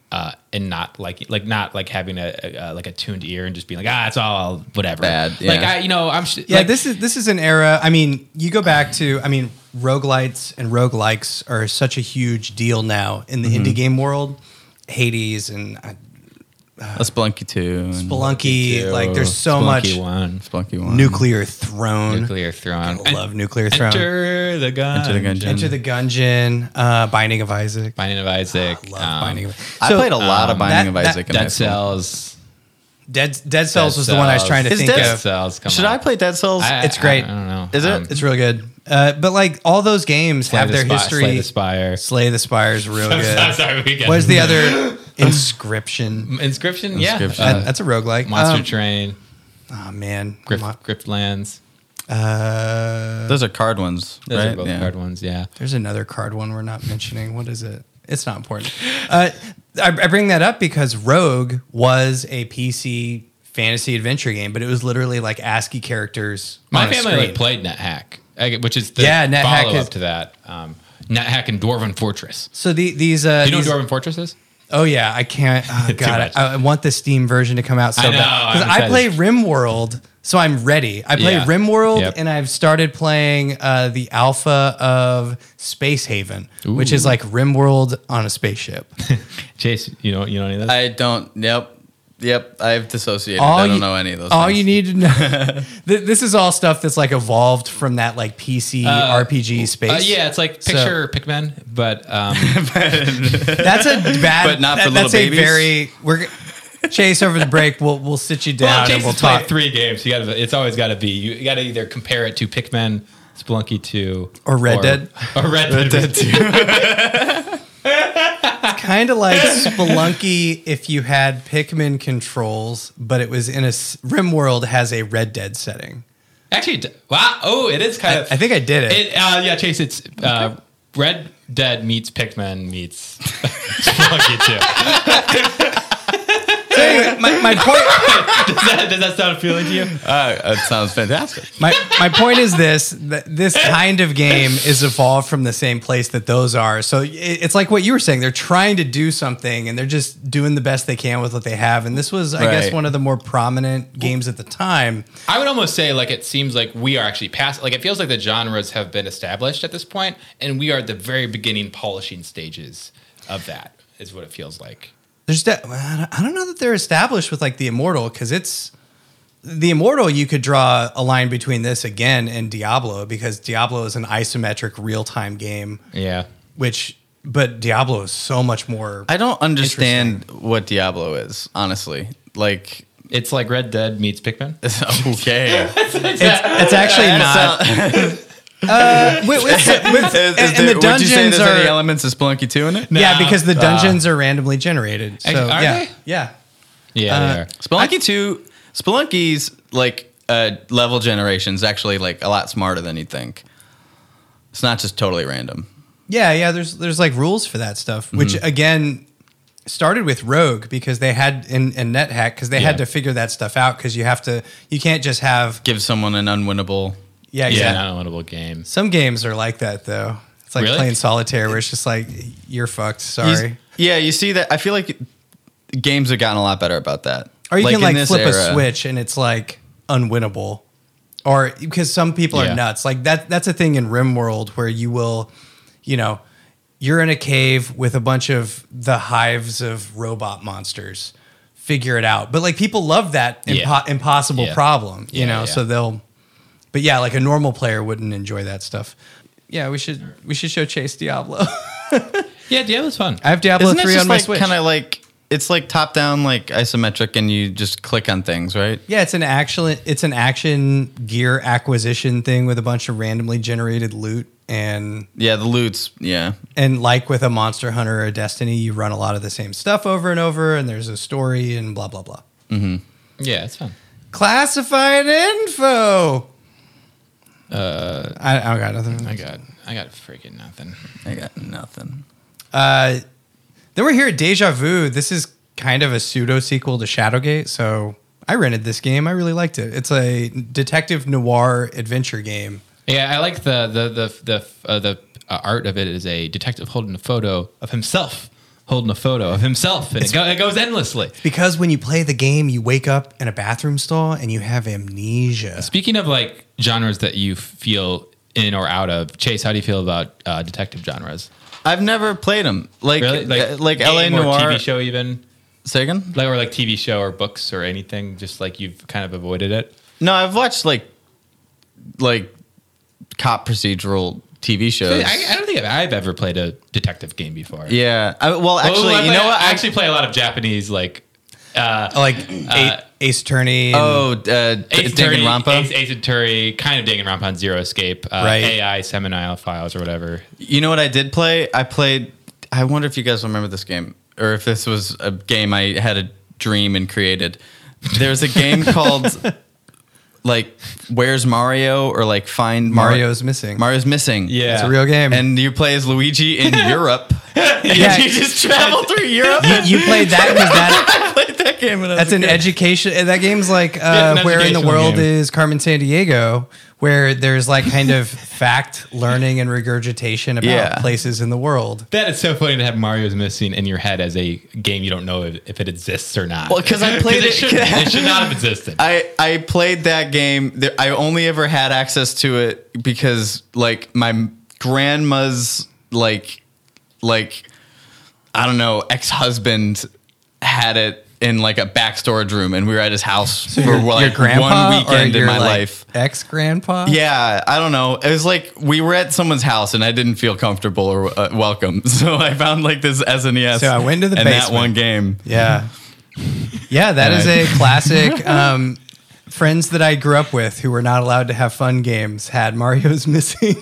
[SPEAKER 2] Uh, and not like like not like having a, a uh, like a tuned ear and just being like ah it's all whatever
[SPEAKER 3] Bad,
[SPEAKER 2] like
[SPEAKER 3] yeah.
[SPEAKER 2] I you know I'm sh-
[SPEAKER 1] Yeah,
[SPEAKER 2] like,
[SPEAKER 1] this is this is an era. I mean, you go back to I mean, roguelites and roguelikes are such a huge deal now in the indie game world. Hades and uh,
[SPEAKER 3] a splunky 2 and
[SPEAKER 1] Spelunky,
[SPEAKER 2] Ew,
[SPEAKER 1] like there's so
[SPEAKER 2] Spelunky
[SPEAKER 1] much
[SPEAKER 2] one.
[SPEAKER 3] splunky 1
[SPEAKER 1] nuclear throne.
[SPEAKER 2] nuclear throne
[SPEAKER 1] I love Nuclear Throne. Enter,
[SPEAKER 2] Enter the gun.
[SPEAKER 3] Enter the
[SPEAKER 1] the
[SPEAKER 3] Gungeon.
[SPEAKER 1] Gungeon, uh, Binding of Isaac.
[SPEAKER 2] Binding of Isaac.
[SPEAKER 1] Ah, Love
[SPEAKER 2] um,
[SPEAKER 1] Binding of Isaac.
[SPEAKER 3] i
[SPEAKER 1] So,
[SPEAKER 3] played a lot of
[SPEAKER 1] um,
[SPEAKER 3] binding
[SPEAKER 1] that-
[SPEAKER 3] of
[SPEAKER 1] that-
[SPEAKER 3] isaac in high
[SPEAKER 2] Dead
[SPEAKER 3] school.
[SPEAKER 2] Cells.
[SPEAKER 1] Dead Dead Cells
[SPEAKER 2] Dead
[SPEAKER 1] was the one I was
[SPEAKER 2] Cells.
[SPEAKER 1] trying to
[SPEAKER 3] Is
[SPEAKER 1] think
[SPEAKER 3] Dead-
[SPEAKER 2] Dead
[SPEAKER 1] of.
[SPEAKER 2] Cells. Come
[SPEAKER 3] should
[SPEAKER 2] on.
[SPEAKER 3] i play dead cells
[SPEAKER 2] I-
[SPEAKER 1] It's
[SPEAKER 2] I-
[SPEAKER 1] great.
[SPEAKER 2] I, don't know. Um,
[SPEAKER 3] Is it?
[SPEAKER 1] It's real good. Uh, but like all those games
[SPEAKER 2] Slay
[SPEAKER 1] have
[SPEAKER 2] the
[SPEAKER 1] their
[SPEAKER 2] Spy-
[SPEAKER 1] history.
[SPEAKER 2] Slay the Spire.
[SPEAKER 1] Slay the Spire is real
[SPEAKER 2] <laughs>
[SPEAKER 1] good.
[SPEAKER 2] I'm sorry. We got
[SPEAKER 1] What is
[SPEAKER 2] <laughs>
[SPEAKER 1] the other inscription?
[SPEAKER 2] inscription? Yeah.
[SPEAKER 3] Inscription.
[SPEAKER 2] Uh,
[SPEAKER 1] That- that's a roguelike.
[SPEAKER 2] Monster
[SPEAKER 1] Um,
[SPEAKER 2] Train.
[SPEAKER 1] Oh man.
[SPEAKER 2] Grift,
[SPEAKER 1] Mo-
[SPEAKER 2] Griftlands.
[SPEAKER 1] uh,
[SPEAKER 3] Those are card ones.
[SPEAKER 2] Those
[SPEAKER 3] right?
[SPEAKER 2] are both
[SPEAKER 3] Yeah.
[SPEAKER 2] hard ones. Yeah.
[SPEAKER 1] There's another card one we're not mentioning. What is it? It's not important. Uh, I, I bring that up because Rogue was a PC fantasy adventure game, but it was literally like ASCII characters.
[SPEAKER 2] My
[SPEAKER 1] on a
[SPEAKER 2] family like
[SPEAKER 1] screen.
[SPEAKER 2] played NetHack, I- which is the
[SPEAKER 1] Yeah, NetHack
[SPEAKER 2] follow
[SPEAKER 1] is-
[SPEAKER 2] up to that. Um, NetHack and Dwarven Fortress.
[SPEAKER 1] So the, these, uh,
[SPEAKER 2] Do you know
[SPEAKER 1] these-
[SPEAKER 2] what Dwarven Fortress is?
[SPEAKER 1] oh yeah,
[SPEAKER 2] <laughs>
[SPEAKER 1] I can't. Oh, God,
[SPEAKER 2] much.
[SPEAKER 1] I, I want the Steam version to come out so
[SPEAKER 2] I know,
[SPEAKER 1] bad because
[SPEAKER 2] I'm
[SPEAKER 1] I play
[SPEAKER 2] excited.
[SPEAKER 1] RimWorld, so I'm ready. I play
[SPEAKER 2] Yeah.
[SPEAKER 1] RimWorld,
[SPEAKER 2] Yep.
[SPEAKER 1] and I've started playing uh, the alpha of Space Haven, which is like RimWorld on a spaceship.
[SPEAKER 2] Chase, you know you know any of this?
[SPEAKER 3] I don't. Yep. Yep. I've dissociated.
[SPEAKER 1] all
[SPEAKER 3] I don't
[SPEAKER 1] you,
[SPEAKER 3] know any of those.
[SPEAKER 1] All
[SPEAKER 3] things.
[SPEAKER 1] you need to
[SPEAKER 3] <laughs>
[SPEAKER 1] know. Th- this is all stuff that's like evolved from that like PC RPG space.
[SPEAKER 2] Uh, yeah, it's like
[SPEAKER 1] So-
[SPEAKER 2] picture Pikmin, but um,
[SPEAKER 1] <laughs> that's a bad.
[SPEAKER 3] But not for
[SPEAKER 1] that-
[SPEAKER 3] little
[SPEAKER 1] that's
[SPEAKER 3] babies?
[SPEAKER 1] A very we're g- chase over the break. We'll we'll sit you
[SPEAKER 2] well,
[SPEAKER 1] down
[SPEAKER 2] Jason's
[SPEAKER 1] and we'll
[SPEAKER 2] played
[SPEAKER 1] talk.
[SPEAKER 3] <laughs>
[SPEAKER 2] three games. You got it's always got to be you got to either compare it to Pikmin, Splunky Two,
[SPEAKER 1] Or Red Dead.
[SPEAKER 2] <laughs> or Red, Dead.
[SPEAKER 1] Kind of like Spelunky if you had Pikmin controls, but it was in a s- RimWorld has a Red Dead setting.
[SPEAKER 2] <laughs> Actually, d- wow! Oh, it is kind
[SPEAKER 1] I,
[SPEAKER 2] of.
[SPEAKER 1] I think I did it.
[SPEAKER 2] it, uh, yeah, Chase. It's uh, Red <laughs> Dead meets Pikmin meets Splunky Two.
[SPEAKER 1] So
[SPEAKER 3] <laughs>
[SPEAKER 1] anyway, my, my point.
[SPEAKER 2] does, that, does that sound appealing to you?
[SPEAKER 3] Uh, that sounds fantastic.
[SPEAKER 1] My, my point is this that this kind of game is evolved from the same place that those are. So it- it's like what you were saying. They're trying to do something and they're just doing the best they can with what they have. And this was, I guess,
[SPEAKER 3] Right.
[SPEAKER 1] one of the more prominent games at the time.
[SPEAKER 2] I would almost say like it seems like we are actually past like it feels like the genres have been established at this point, and we are at the very beginning polishing stages of that. Is what it feels like.
[SPEAKER 1] There's de- I don't know that they're established with like the Immortal because it's the Immortal. You could draw a line between this again and Diablo because Diablo is an isometric real time game,
[SPEAKER 2] Yeah.
[SPEAKER 1] which but Diablo is so much more.
[SPEAKER 3] I don't understand what Diablo is, honestly. Like, <laughs>
[SPEAKER 2] It's like Red Dead meets Pikmin.
[SPEAKER 3] okay.
[SPEAKER 1] it's, <laughs> it's
[SPEAKER 3] <laughs>
[SPEAKER 1] actually
[SPEAKER 3] That
[SPEAKER 1] not.
[SPEAKER 3] sound-
[SPEAKER 1] With-
[SPEAKER 3] <laughs>
[SPEAKER 1] with- with-
[SPEAKER 3] Is- is
[SPEAKER 1] and the
[SPEAKER 3] there- would you say
[SPEAKER 1] dungeons
[SPEAKER 3] there's
[SPEAKER 1] are
[SPEAKER 3] any elements of Splunky 2 in it?
[SPEAKER 1] yeah
[SPEAKER 2] No.
[SPEAKER 1] because
[SPEAKER 3] Ah.
[SPEAKER 1] the dungeons are randomly generated. So,
[SPEAKER 2] Ex- are
[SPEAKER 1] yeah,
[SPEAKER 2] they?
[SPEAKER 1] yeah.
[SPEAKER 2] Yeah. they are.
[SPEAKER 3] Spelunky 2, Spelunky's like uh, level generation's actually like a lot smarter than you'd think. It's not just totally random.
[SPEAKER 1] Yeah, yeah. There's there's like rules for that stuff, which
[SPEAKER 3] Mm-hmm.
[SPEAKER 1] again started with Rogue because they had in and NetHack because they had
[SPEAKER 2] Yeah.
[SPEAKER 1] to figure that stuff out because you have to you can't just have
[SPEAKER 3] Give someone an unwinnable.
[SPEAKER 1] yeah
[SPEAKER 2] Yeah,
[SPEAKER 1] exactly.
[SPEAKER 2] not a winnable game.
[SPEAKER 1] Some games are like that though. It's like
[SPEAKER 2] Really?
[SPEAKER 1] playing solitaire where it's just like you're fucked.
[SPEAKER 3] You-
[SPEAKER 1] Sorry.
[SPEAKER 3] yeah, you see that. I feel like games have gotten a lot better about that.
[SPEAKER 1] Or you can
[SPEAKER 3] in
[SPEAKER 1] like
[SPEAKER 3] this
[SPEAKER 1] flip a
[SPEAKER 3] era-
[SPEAKER 1] switch and it's like unwinnable. Or because some people
[SPEAKER 2] Yeah.
[SPEAKER 1] are nuts. Like that that's a thing in RimWorld where you will, you know, you're in a cave with a bunch of the hives of robot monsters. Figure it out. But like people love that impo-
[SPEAKER 2] Yeah.
[SPEAKER 1] impossible
[SPEAKER 2] Yeah.
[SPEAKER 1] problem, you
[SPEAKER 2] Yeah,
[SPEAKER 1] know,
[SPEAKER 2] yeah.
[SPEAKER 1] so they'll But yeah, like a normal player wouldn't enjoy that stuff. Yeah, we should we should show Chase Diablo.
[SPEAKER 2] Yeah, Diablo's fun.
[SPEAKER 1] I have Diablo
[SPEAKER 3] Isn't it
[SPEAKER 1] 3
[SPEAKER 3] just
[SPEAKER 1] on my
[SPEAKER 3] like
[SPEAKER 1] Switch.
[SPEAKER 3] kind of like it's like top down, like isometric, and you just click on things, right?
[SPEAKER 1] Yeah, it's an actual it's an action gear acquisition thing with a bunch of randomly generated loot and
[SPEAKER 3] Yeah, the loot's yeah.
[SPEAKER 1] and like with a Monster Hunter or a Destiny, you run a lot of the same stuff over and over and there's a story and blah blah blah.
[SPEAKER 2] Yeah, it's fun.
[SPEAKER 1] Classified info. Uh I, I got nothing.
[SPEAKER 2] I got I got freaking nothing.
[SPEAKER 3] I got nothing.
[SPEAKER 1] Uh then we're here at Deja Vu. This is kind of a pseudo sequel to Shadowgate, so I rented this game. I really liked it. It's a detective noir adventure game.
[SPEAKER 2] Yeah, I like the the the the uh, the uh, art of it is a detective holding a photo of himself, holding a photo of himself, and it, go, it goes endlessly.
[SPEAKER 1] Because when you play the game, you wake up in a bathroom stall and you have amnesia.
[SPEAKER 2] Speaking of like genres that you feel in or out of, Chase, how do you feel about uh, detective genres?
[SPEAKER 3] I've never played them. Like
[SPEAKER 2] Really,
[SPEAKER 3] uh, like, LA
[SPEAKER 2] game or
[SPEAKER 3] Noir.
[SPEAKER 2] TV show, even
[SPEAKER 3] Say again?
[SPEAKER 2] like or like TV show or books or anything, just like you've kind of avoided it.
[SPEAKER 3] No, I've watched like like cop procedural TV shows.
[SPEAKER 2] I, I don't think I've, I've ever played a detective game before.
[SPEAKER 3] yeah. Oh, I, well,
[SPEAKER 2] Well,
[SPEAKER 3] actually,
[SPEAKER 2] I
[SPEAKER 3] you
[SPEAKER 2] play-
[SPEAKER 3] know what?
[SPEAKER 2] I actually play a lot of Japanese like
[SPEAKER 1] Uh, like A- Ace Attorney. and-
[SPEAKER 3] Uh, oh, uh,
[SPEAKER 2] Ace
[SPEAKER 3] David
[SPEAKER 2] Attorney,
[SPEAKER 3] Rampa.
[SPEAKER 2] Ace, Ace Attorney, kind of Danganronpa and Zero Escape, uh,
[SPEAKER 1] Right.
[SPEAKER 2] AI Seminole Files or whatever.
[SPEAKER 3] You know what I did play? I played. I wonder if you guys remember this game, or if this was a game I had a dream and created. There's
[SPEAKER 2] <laughs>
[SPEAKER 3] a game called like Where's Mario or like Find Mar-
[SPEAKER 1] Mario's missing.
[SPEAKER 3] Mario's missing.
[SPEAKER 2] Yeah.
[SPEAKER 1] It's a real game.
[SPEAKER 3] <laughs> and you play as Luigi
[SPEAKER 2] <laughs>
[SPEAKER 3] in Europe.
[SPEAKER 1] Yeah.
[SPEAKER 3] you just travel through Europe.
[SPEAKER 1] you played that
[SPEAKER 3] <laughs>
[SPEAKER 1] because that,
[SPEAKER 3] I played that game. When I was
[SPEAKER 1] that's
[SPEAKER 3] a
[SPEAKER 1] an
[SPEAKER 3] kid.
[SPEAKER 1] education. and That game's like
[SPEAKER 2] Yeah,
[SPEAKER 1] uh,
[SPEAKER 2] it's an
[SPEAKER 1] Where in the
[SPEAKER 2] educational
[SPEAKER 1] World
[SPEAKER 2] game.
[SPEAKER 1] is Carmen San Diego, where there's like kind of <laughs> fact learning and regurgitation about
[SPEAKER 3] Yeah.
[SPEAKER 1] places in the world.
[SPEAKER 2] That is so funny to have Mario's missing in your head as a game you don't know if, if it exists or not.
[SPEAKER 3] Well,
[SPEAKER 2] <laughs>
[SPEAKER 3] 'cause I played it-
[SPEAKER 2] shouldn't- it should not have existed.
[SPEAKER 3] I, I played that game. There- I only ever had access to it because like my grandma's like like I don't know ex husband had it in like a back storage room, and we were at his house for like
[SPEAKER 1] your grandpa
[SPEAKER 3] one weekend
[SPEAKER 1] or
[SPEAKER 3] in
[SPEAKER 1] your,
[SPEAKER 3] my
[SPEAKER 1] like,
[SPEAKER 3] life.
[SPEAKER 1] Ex grandpa.
[SPEAKER 3] Yeah, I don't know. It was like we were at someone's house, and I didn't feel comfortable or uh, welcome, <laughs> so I found like this SNES.
[SPEAKER 1] So I went to the
[SPEAKER 3] and that
[SPEAKER 1] basement.
[SPEAKER 3] one game.
[SPEAKER 1] Yeah. Yeah, that is a
[SPEAKER 2] <laughs>
[SPEAKER 1] classic. Um, friends that I grew up with who were not allowed to have fun games had Mario's
[SPEAKER 2] <laughs>
[SPEAKER 1] <laughs> Missing.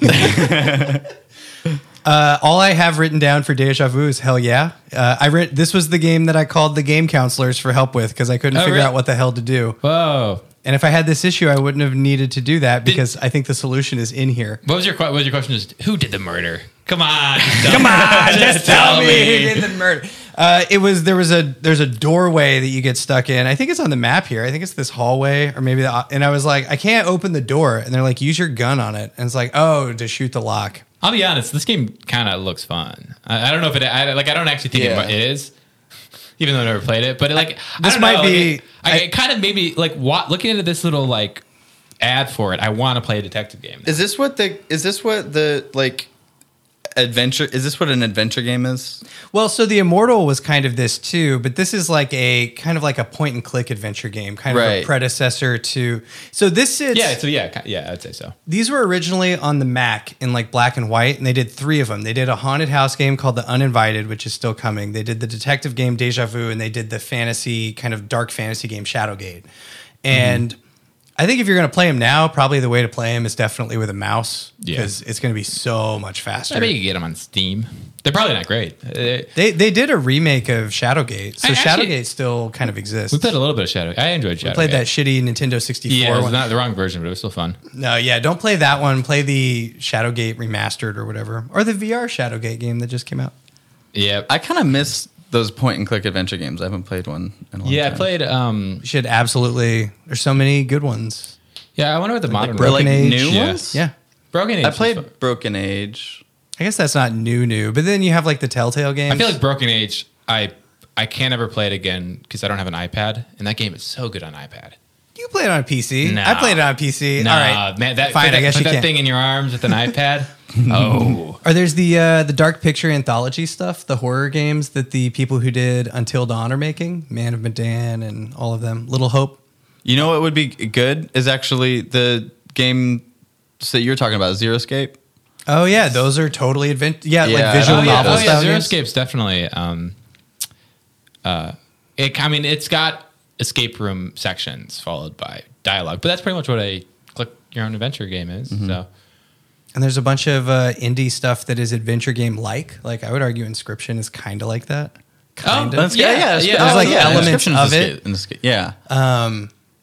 [SPEAKER 1] uh, all I have written down for Deja Vu is hell yeah. Uh, I writ- This was the game that I called the game counselors for help with because I couldn't
[SPEAKER 2] Oh,
[SPEAKER 1] figure
[SPEAKER 2] really?
[SPEAKER 1] out what the hell to do.
[SPEAKER 2] Whoa.
[SPEAKER 1] And if I had this issue, I wouldn't have needed to do that because I think the solution is in here.
[SPEAKER 2] What was your que- what was your question? <laughs> Just who did the murder? Come on, come on,
[SPEAKER 1] Just tell me who did the murder. Uh, it was there was a there's a doorway that you get stuck in. I think it's on the map here. I think it's this hallway or maybe the. And I was like, I can't open the door. And they're like, use your gun on it. And it's like, oh, to shoot the lock.
[SPEAKER 2] I'll be honest. This game kind of looks fun. I, I don't know if it. I, like I don't actually think
[SPEAKER 3] Yeah.
[SPEAKER 2] it, it is. Even though I never played it, but like I
[SPEAKER 1] This
[SPEAKER 2] don't
[SPEAKER 1] might
[SPEAKER 2] know,
[SPEAKER 1] be-
[SPEAKER 2] Like, it- I, it kind of maybe like wa- looking into this little like ad for it. I want to play a detective game.
[SPEAKER 3] Is this what the is this what the like adventure is this what an adventure game is?
[SPEAKER 1] Well, so the Immortal was kind of this too, but this is like a kind of like a point and click adventure game, kind of
[SPEAKER 3] Right.
[SPEAKER 1] a predecessor to. So this sits.
[SPEAKER 2] yeah. So yeah, ki- yeah. I'd say so.
[SPEAKER 1] These were originally on the Mac in like black and white, and they did three of them. They did a haunted house game called The Uninvited, which is still coming. They did the detective game Deja Vu, and they did the fantasy kind of dark fantasy game Shadowgate.
[SPEAKER 2] Mm-hmm.
[SPEAKER 1] And I think if you're going to play them now, probably the way to play them is definitely with a mouse
[SPEAKER 2] Yeah.
[SPEAKER 1] because it's going to be so much faster.
[SPEAKER 2] I bet you can get them on Steam. They're probably not great. Uh,
[SPEAKER 1] they they did a remake of Shadowgate, so
[SPEAKER 2] I actually-
[SPEAKER 1] Shadowgate still kind of exists.
[SPEAKER 2] we played a little bit of Shadow. I enjoyed Shadow.
[SPEAKER 1] played that shitty Nintendo 64
[SPEAKER 2] Yeah, it was
[SPEAKER 1] one.
[SPEAKER 2] not the wrong version, but it was still fun.
[SPEAKER 1] No, yeah, don't play that one. Play the Shadowgate remastered or whatever, or the VR Shadowgate game that just came out.
[SPEAKER 2] Yeah,
[SPEAKER 3] I kind of miss those point and click adventure games. I haven't played one in a long
[SPEAKER 2] yeah.
[SPEAKER 3] time.
[SPEAKER 2] I played. Um,
[SPEAKER 1] You should absolutely. There's so many good ones.
[SPEAKER 2] yeah, I wonder what the modern
[SPEAKER 3] Or, like
[SPEAKER 1] Broken Age.
[SPEAKER 3] new
[SPEAKER 2] Yeah.
[SPEAKER 3] ones?
[SPEAKER 1] Yeah,
[SPEAKER 2] Broken Age.
[SPEAKER 3] I
[SPEAKER 2] was fun.
[SPEAKER 3] played Broken Age.
[SPEAKER 1] I guess that's not new, new. But then you have like the Telltale games.
[SPEAKER 2] I feel like Broken Age. I I can't ever play it again because I don't have an iPad, and that game is so good on iPad.
[SPEAKER 1] you play it on PC.
[SPEAKER 2] Nah.
[SPEAKER 1] I played it on PC.
[SPEAKER 2] Nah,
[SPEAKER 1] All right,
[SPEAKER 2] man, that,
[SPEAKER 1] fine.
[SPEAKER 2] Put that,
[SPEAKER 1] I guess
[SPEAKER 2] put
[SPEAKER 1] you
[SPEAKER 2] that
[SPEAKER 1] can.
[SPEAKER 2] thing in your arms
[SPEAKER 1] <laughs>
[SPEAKER 2] with an iPad. Oh,
[SPEAKER 1] Or there's the uh, the Dark Picture anthology stuff, the horror games that the people who did Until Dawn are making, Man of Medan and all of them, Little Hope.
[SPEAKER 3] You know what would be good is actually the game that you're talking about, Zero Escape.
[SPEAKER 1] Oh yeah, those are totally advent. Yeah,
[SPEAKER 3] Yeah,
[SPEAKER 1] like visual
[SPEAKER 2] oh yeah,
[SPEAKER 1] novel
[SPEAKER 2] oh, yeah.
[SPEAKER 1] style
[SPEAKER 2] Zero
[SPEAKER 1] games.
[SPEAKER 2] Escape's definitely. Um, uh, it, I mean, it's got escape room sections followed by dialogue, but that's pretty much what a click your own adventure game is.
[SPEAKER 1] Mm-hmm.
[SPEAKER 2] So.
[SPEAKER 1] And there's a bunch of uh, indie stuff that is adventure game like. Like I would argue, Inscription is kind of like
[SPEAKER 3] Oh,
[SPEAKER 1] that. Kind of.
[SPEAKER 2] Yeah, yeah, yeah.
[SPEAKER 1] There's, like,
[SPEAKER 3] absolutely.
[SPEAKER 1] elements
[SPEAKER 3] Description
[SPEAKER 1] of
[SPEAKER 3] escape-
[SPEAKER 1] it.
[SPEAKER 3] in escape- Yeah,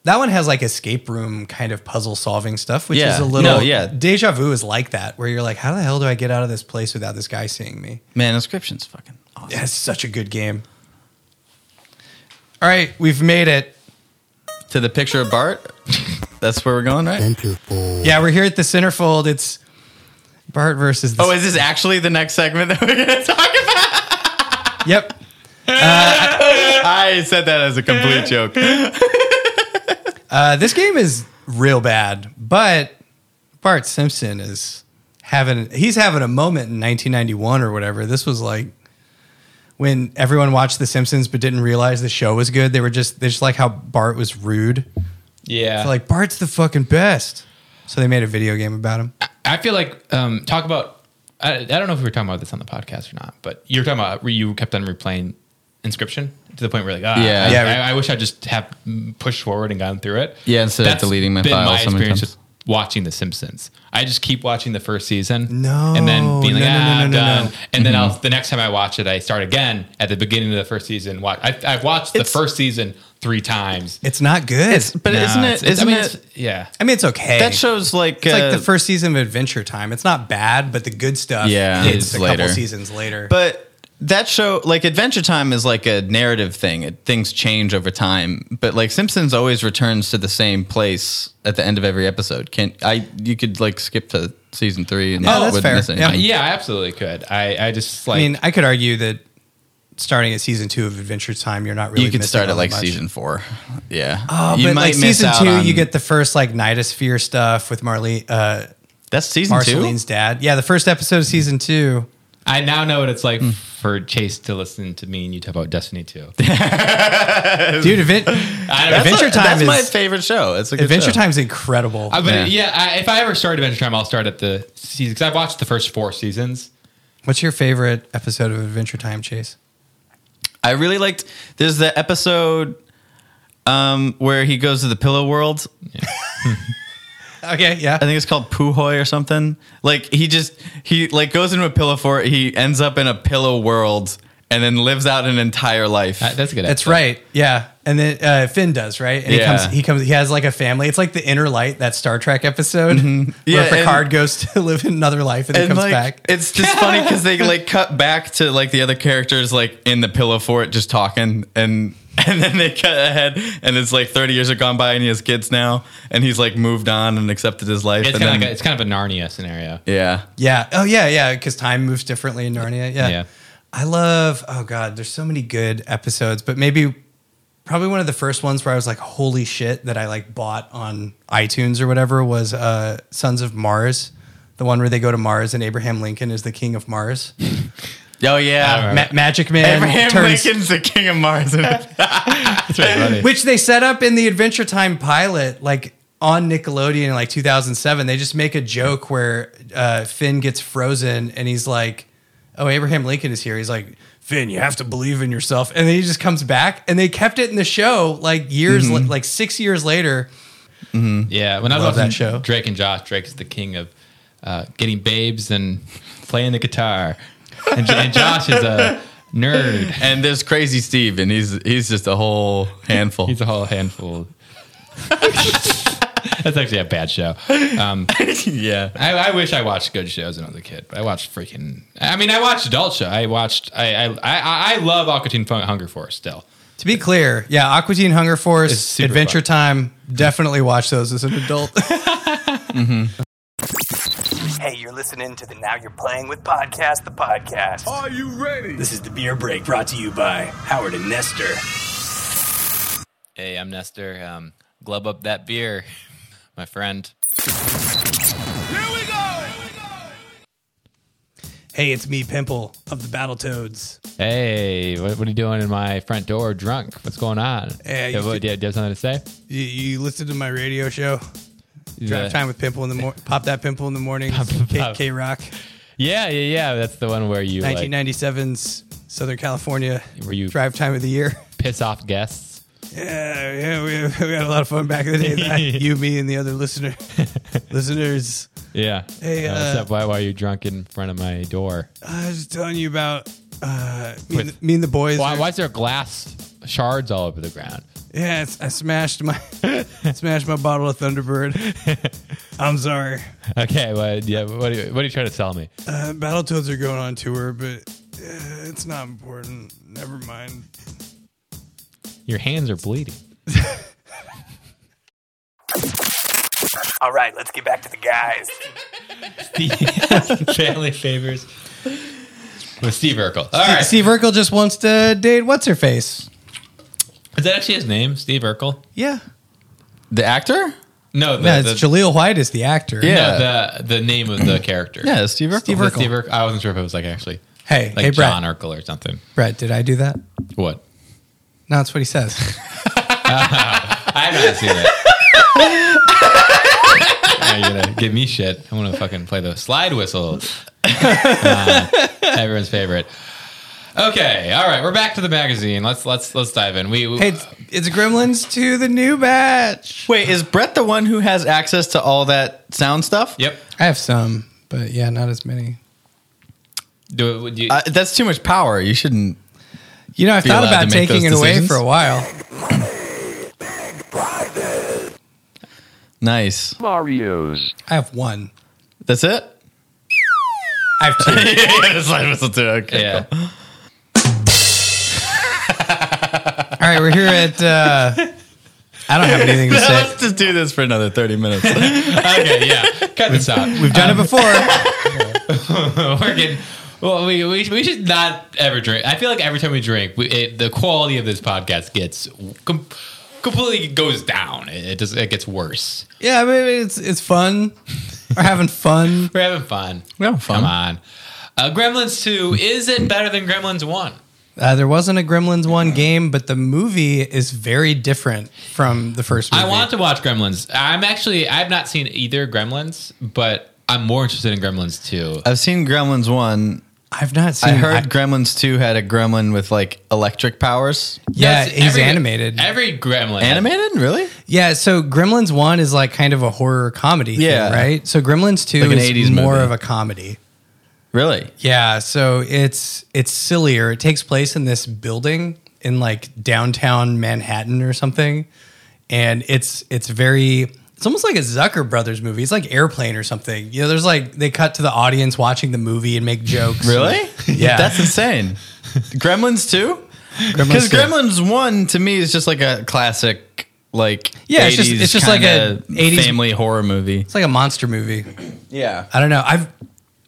[SPEAKER 1] That one has like escape room kind of puzzle solving stuff, which
[SPEAKER 3] Yeah.
[SPEAKER 1] is a little
[SPEAKER 3] No, yeah.
[SPEAKER 1] Deja vu is like that, where you're like, how the hell do I get out of this place without this guy seeing me?
[SPEAKER 3] man, Inscription's fucking awesome.
[SPEAKER 1] That's such a good game. All right, we've made it.
[SPEAKER 3] To the picture of Bart, <laughs> that's where we're going, right?
[SPEAKER 4] Centerfold.
[SPEAKER 1] Yeah, we're here at the centerfold. It's Bart versus. The
[SPEAKER 3] Oh, is this actually the next segment that we're going to talk about?
[SPEAKER 1] yep.
[SPEAKER 3] I said that as a complete joke.
[SPEAKER 1] Uh, this game is real bad, but Bart Simpson is having he's having a moment in 1991 or whatever. This was like when everyone watched The Simpsons but didn't realize the show was good. They were just they just like how Bart was rude.
[SPEAKER 2] Yeah.
[SPEAKER 1] They're like Bart's the fucking best. So they made a video game about him.
[SPEAKER 2] I feel like um, talk about. I, I don't know if we were talking about this on the podcast or not, but you were talking about where you kept on replaying Inscription to the point where like, ah,
[SPEAKER 3] Yeah.
[SPEAKER 2] I,
[SPEAKER 1] Yeah.
[SPEAKER 2] I, I wish I just have pushed forward and gone through it.
[SPEAKER 3] Yeah, instead of deleting my
[SPEAKER 2] been
[SPEAKER 3] file
[SPEAKER 2] my
[SPEAKER 3] so many
[SPEAKER 2] experience
[SPEAKER 3] times.
[SPEAKER 2] with watching The Simpsons. I just keep watching the first season,
[SPEAKER 1] No.
[SPEAKER 2] and then being like,
[SPEAKER 1] No, no,
[SPEAKER 2] ah,
[SPEAKER 1] no, no,
[SPEAKER 2] I'm
[SPEAKER 1] no,
[SPEAKER 2] done.
[SPEAKER 1] no.
[SPEAKER 2] And then
[SPEAKER 3] Mm-hmm.
[SPEAKER 2] I'll, the next time I watch it, I start again at the beginning of the first season. Watch, I, I've watched the
[SPEAKER 3] It's-
[SPEAKER 2] first season three times.
[SPEAKER 1] It's not good.
[SPEAKER 3] But
[SPEAKER 2] No,
[SPEAKER 3] isn't
[SPEAKER 2] it's-
[SPEAKER 3] it?
[SPEAKER 2] it's-
[SPEAKER 3] Isn't
[SPEAKER 2] I mean,
[SPEAKER 3] it?
[SPEAKER 2] it's- yeah.
[SPEAKER 1] I mean, it's okay.
[SPEAKER 3] That shows like
[SPEAKER 1] it's
[SPEAKER 3] uh,
[SPEAKER 1] like the first season of Adventure Time. It's not bad, but the good stuff.
[SPEAKER 3] Yeah,
[SPEAKER 1] it's
[SPEAKER 3] it's
[SPEAKER 1] a
[SPEAKER 3] later.
[SPEAKER 1] couple seasons later.
[SPEAKER 3] But that show, like Adventure Time, is like a narrative thing. It, things change over time, but like Simpsons always returns to the same place at the end of every episode. Can I? You could like skip to season three and
[SPEAKER 1] Oh, that's
[SPEAKER 3] wouldn't
[SPEAKER 1] fair.
[SPEAKER 3] miss anything.
[SPEAKER 2] Yeah, I absolutely could. I, I just like
[SPEAKER 1] I mean, I could argue that starting at season two of Adventure Time, you're not really.
[SPEAKER 3] you could
[SPEAKER 1] missing
[SPEAKER 3] start at
[SPEAKER 1] all that
[SPEAKER 3] like
[SPEAKER 1] much.
[SPEAKER 3] season four. Yeah,
[SPEAKER 1] Oh,
[SPEAKER 3] you
[SPEAKER 1] but like
[SPEAKER 3] miss
[SPEAKER 1] season
[SPEAKER 3] out
[SPEAKER 1] two,
[SPEAKER 3] on-
[SPEAKER 1] you get the first like Nidosphere stuff with Marlene, uh,
[SPEAKER 3] that's season
[SPEAKER 1] Marceline's dad. Yeah, the first episode of season two.
[SPEAKER 2] I now know what it's like for Chase to listen to me and you talk about Destiny 2.
[SPEAKER 1] Dude,
[SPEAKER 3] <laughs>
[SPEAKER 1] Advent-
[SPEAKER 3] uh,
[SPEAKER 2] I don't-
[SPEAKER 1] Adventure
[SPEAKER 3] That's,
[SPEAKER 1] Time
[SPEAKER 3] that's
[SPEAKER 1] is
[SPEAKER 3] my favorite show. It's a good
[SPEAKER 1] Adventure
[SPEAKER 3] show.
[SPEAKER 1] Time's incredible.
[SPEAKER 2] I- Uh, but
[SPEAKER 3] Yeah.
[SPEAKER 2] yeah, I, if I ever start Adventure Time, I'll start at the season because I've watched the first four seasons.
[SPEAKER 1] What's your favorite episode of Adventure Time, Chase?
[SPEAKER 3] I really liked. There's the episode um, where he goes to the Pillow World.
[SPEAKER 1] Okay, yeah.
[SPEAKER 3] I think it's called Puhoy or something. Like he just he like goes into a pillow fort. He ends up in a pillow world, and then lives out an entire life.
[SPEAKER 2] That- Uh, that's a good.
[SPEAKER 1] That's
[SPEAKER 2] episode.
[SPEAKER 1] right. Yeah. And then uh, Finn does, right? And
[SPEAKER 3] Yeah.
[SPEAKER 1] he comes he comes he has like a family. It's like the inner light, that Star Trek episode
[SPEAKER 3] Mm-hmm. Yeah,
[SPEAKER 1] where
[SPEAKER 3] and-
[SPEAKER 1] Picard goes to <laughs> live another life and, then
[SPEAKER 3] and
[SPEAKER 1] comes
[SPEAKER 3] like
[SPEAKER 1] back.
[SPEAKER 3] it's just funny
[SPEAKER 2] <laughs>
[SPEAKER 3] because they like cut back to like the other characters like in the pillow fort just talking and <laughs> and then they cut ahead and it's like 30 years have gone by and he has kids now and he's like moved on and accepted his life
[SPEAKER 2] It's
[SPEAKER 3] and
[SPEAKER 2] kind of
[SPEAKER 3] then
[SPEAKER 2] like a, it's kind of a Narnia scenario.
[SPEAKER 3] yeah
[SPEAKER 1] yeah. Oh yeah, yeah, because time moves differently in Narnia. Yeah.
[SPEAKER 2] Yeah.
[SPEAKER 1] I love oh god, there's so many good episodes, but maybe probably one of the first ones where I was like, holy shit, that I like bought on iTunes or whatever was uh Sons of Mars. The one where they go to Mars and Abraham Lincoln is the king of Mars.
[SPEAKER 3] oh yeah
[SPEAKER 2] All
[SPEAKER 1] Ma-
[SPEAKER 2] right.
[SPEAKER 1] Magic Man
[SPEAKER 3] Abraham
[SPEAKER 1] turns
[SPEAKER 3] Lincoln's the king of <laughs> Mars
[SPEAKER 2] That's right, buddy.
[SPEAKER 1] which they set up in the Adventure Time pilot, like on Nickelodeon in like 2007. They just make a joke where uh, Finn gets frozen and he's like, "Oh, Abraham Lincoln is here." He's like, "Finn, you have to believe in yourself," and then he just comes back. And they kept it in the show like years, la- like six years later.
[SPEAKER 2] Yeah, when I was
[SPEAKER 1] Love that
[SPEAKER 2] watching
[SPEAKER 1] show.
[SPEAKER 2] Drake and Josh, Drake's the king of uh, getting babes and playing the guitar, and, and Josh is a nerd.
[SPEAKER 3] and there's crazy Steve and he's he's just a whole handful
[SPEAKER 2] He's a whole handful. <laughs> That's actually a bad show. Um,
[SPEAKER 3] <laughs> yeah
[SPEAKER 2] I, I wish I watched good shows when I was a kid. I watched freaking. I mean, I watched adult show. I watched. I I I, I love Aquatine Fun- Hunger Force still.
[SPEAKER 1] To be clear, yeah, Aquatine Hunger
[SPEAKER 2] It's
[SPEAKER 1] Force,
[SPEAKER 2] super
[SPEAKER 1] Adventure Time, definitely watch those as an adult.
[SPEAKER 5] Hey, you're listening to the Now You're Playing with Podcast, the podcast. Are you ready? This is the beer break brought to you by Howard and Nestor.
[SPEAKER 2] Hey, I'm Nestor. Um, glub up that beer, <laughs> my friend.
[SPEAKER 1] <laughs> hey, it's me, Pimple of the Battletoads.
[SPEAKER 2] Hey, what, what are you doing in my front door drunk? What's going on?
[SPEAKER 1] Hey,
[SPEAKER 2] Yeah,
[SPEAKER 1] you
[SPEAKER 2] what-
[SPEAKER 1] could-
[SPEAKER 2] yeah, do you have something to say?
[SPEAKER 1] You, you listen to my radio show. Drive
[SPEAKER 2] Yeah.
[SPEAKER 1] time with pimple in
[SPEAKER 2] <laughs>
[SPEAKER 1] the morning. Pop that pimple in the morning. K,
[SPEAKER 2] pop.
[SPEAKER 1] K Rock,
[SPEAKER 2] Yeah, yeah, yeah. That's the one where you like,
[SPEAKER 1] 1997's Southern California
[SPEAKER 2] Were you-
[SPEAKER 1] drive time of the year. <laughs>
[SPEAKER 2] piss off guests.
[SPEAKER 1] Yeah, yeah, we, we had a lot of fun back in the day.
[SPEAKER 2] <laughs>
[SPEAKER 1] That, you, me, and the other listener, listeners.
[SPEAKER 2] Yeah.
[SPEAKER 1] Hey,
[SPEAKER 2] Uh, what's
[SPEAKER 1] uh,
[SPEAKER 2] up? Why, why are you drunk in front of my door?
[SPEAKER 1] I was telling you about uh, me, and
[SPEAKER 2] With-
[SPEAKER 1] the, me and the boys.
[SPEAKER 2] Why,
[SPEAKER 1] are-
[SPEAKER 2] why is there glass shards all over the ground? <laughs>
[SPEAKER 1] Yeah, it's- I smashed my <laughs> smashed my bottle
[SPEAKER 2] <laughs>
[SPEAKER 1] of Thunderbird. I'm sorry.
[SPEAKER 2] Okay, what, yeah, what, are you, what are you trying to sell me?
[SPEAKER 1] Uh, Battletoads are going on tour, but uh, it's not important. Never mind.
[SPEAKER 2] Your hands are bleeding.
[SPEAKER 5] All right, let's get back to the guys.
[SPEAKER 2] <laughs> Family favors. With Steve Urkel. All right.
[SPEAKER 1] Steve Urkel just wants to date what's her face.
[SPEAKER 2] Is that actually his name? Steve Urkel?
[SPEAKER 1] Yeah,
[SPEAKER 3] the actor
[SPEAKER 2] No, the,
[SPEAKER 1] no, it's
[SPEAKER 2] the,
[SPEAKER 1] Jaleel White is the actor.
[SPEAKER 3] Yeah.
[SPEAKER 2] no, the, the name of
[SPEAKER 1] <clears throat>
[SPEAKER 2] the character.
[SPEAKER 3] yeah Steve Urkel
[SPEAKER 1] Steve
[SPEAKER 2] Was
[SPEAKER 1] Urkel.
[SPEAKER 2] it Steve Urkel. I wasn't sure if it was like actually
[SPEAKER 1] Hey,
[SPEAKER 2] like
[SPEAKER 1] hey, Brett.
[SPEAKER 2] John Urkel or something.
[SPEAKER 1] Brett, did I do that?
[SPEAKER 2] What?
[SPEAKER 1] No, that's what he
[SPEAKER 3] <laughs>
[SPEAKER 1] says.
[SPEAKER 2] I haven't seen
[SPEAKER 1] <laughs>
[SPEAKER 2] it. Now You're gonna give me shit. I'm gonna fucking play the slide
[SPEAKER 1] <laughs>
[SPEAKER 2] whistle. Uh, everyone's favorite. Okay, all right, we're back to the magazine. Let's let's let's dive in. We, we
[SPEAKER 1] hey, it's, it's Gremlins to the new batch.
[SPEAKER 3] wait is Brett the one who has access to all that sound stuff
[SPEAKER 2] yep.
[SPEAKER 1] I have some, but yeah, not as many.
[SPEAKER 2] Do, would you,
[SPEAKER 3] uh, that's too much power you shouldn't
[SPEAKER 1] You know, I've
[SPEAKER 3] Be
[SPEAKER 1] thought
[SPEAKER 3] allowed
[SPEAKER 1] about
[SPEAKER 3] to make
[SPEAKER 1] taking it
[SPEAKER 3] those
[SPEAKER 1] away
[SPEAKER 3] decisions?
[SPEAKER 1] for a while.
[SPEAKER 3] nice
[SPEAKER 6] Mario's.
[SPEAKER 1] I have one.
[SPEAKER 3] that's it
[SPEAKER 1] I have two.
[SPEAKER 3] <laughs> yeah, the slide whistle too. Okay.
[SPEAKER 2] yeah.
[SPEAKER 1] All right, we're here at. Uh, I don't have anything to say.
[SPEAKER 3] <laughs> Let's just do this for another 30 <laughs> minutes.
[SPEAKER 2] <laughs> Okay, yeah. Cut this
[SPEAKER 1] <laughs>
[SPEAKER 2] out. <laughs>
[SPEAKER 1] We've done it
[SPEAKER 3] <laughs>
[SPEAKER 1] before.
[SPEAKER 2] we're getting. Well, we, we, we should not ever drink. I feel like every time we drink, we, it, the quality of this podcast gets com- completely goes down. It, it does. It gets worse.
[SPEAKER 1] Yeah, I mean, it's it's fun. We're having fun.
[SPEAKER 2] We're having fun.
[SPEAKER 1] Mm-hmm.
[SPEAKER 3] We're having fun.
[SPEAKER 2] Come on. Uh, Gremlins 2, is it better than Gremlins 1?
[SPEAKER 1] Uh, there wasn't a Gremlins one game, but the movie is very different from the first movie.
[SPEAKER 2] I want to watch Gremlins. I'm actually, I've not seen either Gremlins, but I'm more interested in Gremlins 2.
[SPEAKER 1] Uh,
[SPEAKER 3] I've seen Gremlins 1.
[SPEAKER 1] I've not
[SPEAKER 3] I
[SPEAKER 1] seen.
[SPEAKER 3] heard
[SPEAKER 1] I-
[SPEAKER 3] Gremlins 2 had a gremlin with like electric powers.
[SPEAKER 1] yeah,
[SPEAKER 2] That's
[SPEAKER 1] he's
[SPEAKER 2] every-
[SPEAKER 1] animated.
[SPEAKER 2] Every Gremlin.
[SPEAKER 3] Animated? Really?
[SPEAKER 1] yeah, so Gremlins one is like kind of a horror comedy.
[SPEAKER 3] Yeah.
[SPEAKER 1] thing, right. So Gremlins two
[SPEAKER 3] Like an
[SPEAKER 1] is
[SPEAKER 3] 80s
[SPEAKER 1] more
[SPEAKER 3] movie.
[SPEAKER 1] of a comedy.
[SPEAKER 3] Really?
[SPEAKER 7] Yeah, so it's it's sillier. It takes place in this building in like downtown Manhattan or something, and it's it's very it's almost like a Zucker Brothers movie. It's like Airplane or something. You know, there's like they cut to the audience watching the movie and make jokes.
[SPEAKER 3] Really?
[SPEAKER 7] <laughs> Yeah.
[SPEAKER 3] That's insane. Gremlins too? Because Gremlins one to me is just like a classic, like
[SPEAKER 7] Yeah, it's just-
[SPEAKER 3] 80s
[SPEAKER 7] it's just like a
[SPEAKER 3] kinda
[SPEAKER 7] 80s
[SPEAKER 3] family horror movie.
[SPEAKER 7] It's like a monster movie.
[SPEAKER 3] Yeah,
[SPEAKER 7] I don't know. I've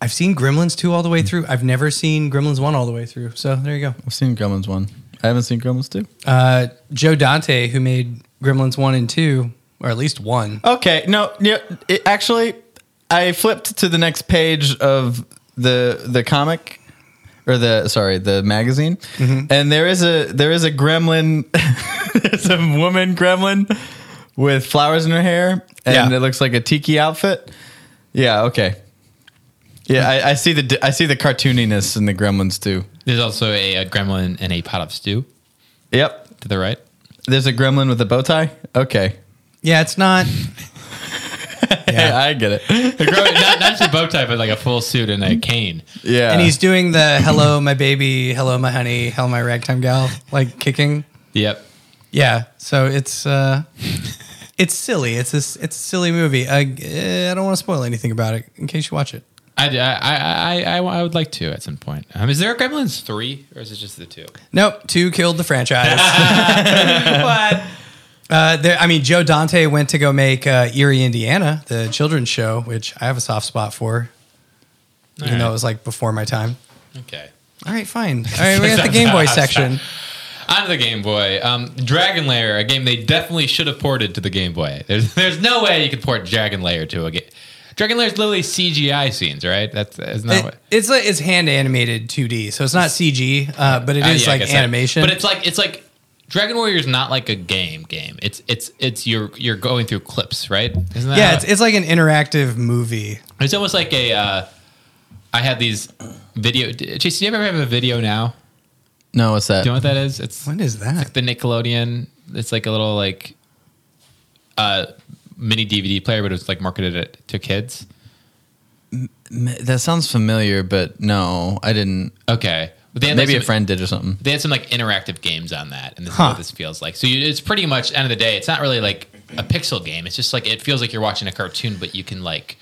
[SPEAKER 7] I've seen Gremlins two all the way through. I've never seen Gremlins one all the way through. So there you go.
[SPEAKER 3] I've seen Gremlins one. I haven't seen Gremlins two.
[SPEAKER 7] Uh, Joe Dante, who made Gremlins one and two, or at least one.
[SPEAKER 3] Okay, no, yeah, it, actually, I flipped to the next page of the the comic or the sorry the magazine,
[SPEAKER 7] Mm-hmm.
[SPEAKER 3] and there is a there is a gremlin, <laughs> there's a woman gremlin with flowers in her hair, and
[SPEAKER 7] Yeah.
[SPEAKER 3] it looks like a tiki outfit. Yeah, okay, yeah, I, I see the di- I see the cartooniness in the gremlins too.
[SPEAKER 2] There's also a, a gremlin and a pot of stew
[SPEAKER 3] Yep,
[SPEAKER 2] to the right.
[SPEAKER 3] there's a gremlin with a bow tie. Okay,
[SPEAKER 7] Yeah, it's not.
[SPEAKER 3] yeah, <laughs> I get it.
[SPEAKER 2] The gremlin, <laughs> not, not just a bow tie, but like a full suit and
[SPEAKER 7] Mm-hmm.
[SPEAKER 2] a cane.
[SPEAKER 3] Yeah,
[SPEAKER 7] and he's doing the hello my baby hello my honey hello my ragtime gal like kicking
[SPEAKER 2] Yep.
[SPEAKER 7] yeah so it's uh it's silly it's a, s- it's a silly movie i, eh, I don't want to spoil anything about it in case you watch it
[SPEAKER 2] I, I, I, I, I would like to at some point. Um, is there a Gremlins 3 or is it just the two?
[SPEAKER 7] nope two killed the franchise <laughs> but uh, there, I mean, Joe Dante went to go make uh, Erie, Indiana, the children's show, which I have a soft spot for, even
[SPEAKER 2] All
[SPEAKER 7] though
[SPEAKER 2] right.
[SPEAKER 7] it was like before my time.
[SPEAKER 2] Okay.
[SPEAKER 7] All right,
[SPEAKER 2] <laughs>
[SPEAKER 7] fine. All right, we're at the Game Boy section.
[SPEAKER 2] On to the Game Boy. Um, Dragon Lair, a game they definitely should have ported to the Game Boy. There's, <laughs> there's no way you could port Dragon Lair to a game. Dragon Lair is literally CGI scenes, right? That's isn't that
[SPEAKER 7] It-
[SPEAKER 2] what?
[SPEAKER 7] it's like it's hand animated 2D, so it's not CG, uh, but it
[SPEAKER 2] Uh,
[SPEAKER 7] is
[SPEAKER 2] yeah, I
[SPEAKER 7] like
[SPEAKER 2] guess that-
[SPEAKER 7] animation.
[SPEAKER 2] but it's like it's like Dragon Warrior is not like a game game. It's it's it's you're you're going through clips, right? Isn't that
[SPEAKER 7] yeah,
[SPEAKER 2] how-
[SPEAKER 7] it's, it's like an interactive movie.
[SPEAKER 2] It's almost like a. Uh, I had these video. Chase, do you ever have a video now?
[SPEAKER 3] no, what's that?
[SPEAKER 2] Do you know what that is? It's
[SPEAKER 7] When is that?
[SPEAKER 2] the Nickelodeon. It's like a little like uh mini DVD player, but it was like marketed it to kids.
[SPEAKER 3] That sounds familiar, but no, I didn't.
[SPEAKER 2] Okay, but they had like
[SPEAKER 3] Maybe a
[SPEAKER 2] some-
[SPEAKER 3] friend did or something.
[SPEAKER 2] They had some like interactive games on that, and this is
[SPEAKER 7] Huh.
[SPEAKER 2] what this feels like. So you, it's pretty much end of the day. It's not really like a pixel game. It's just like it feels like you're watching a cartoon, but you can like.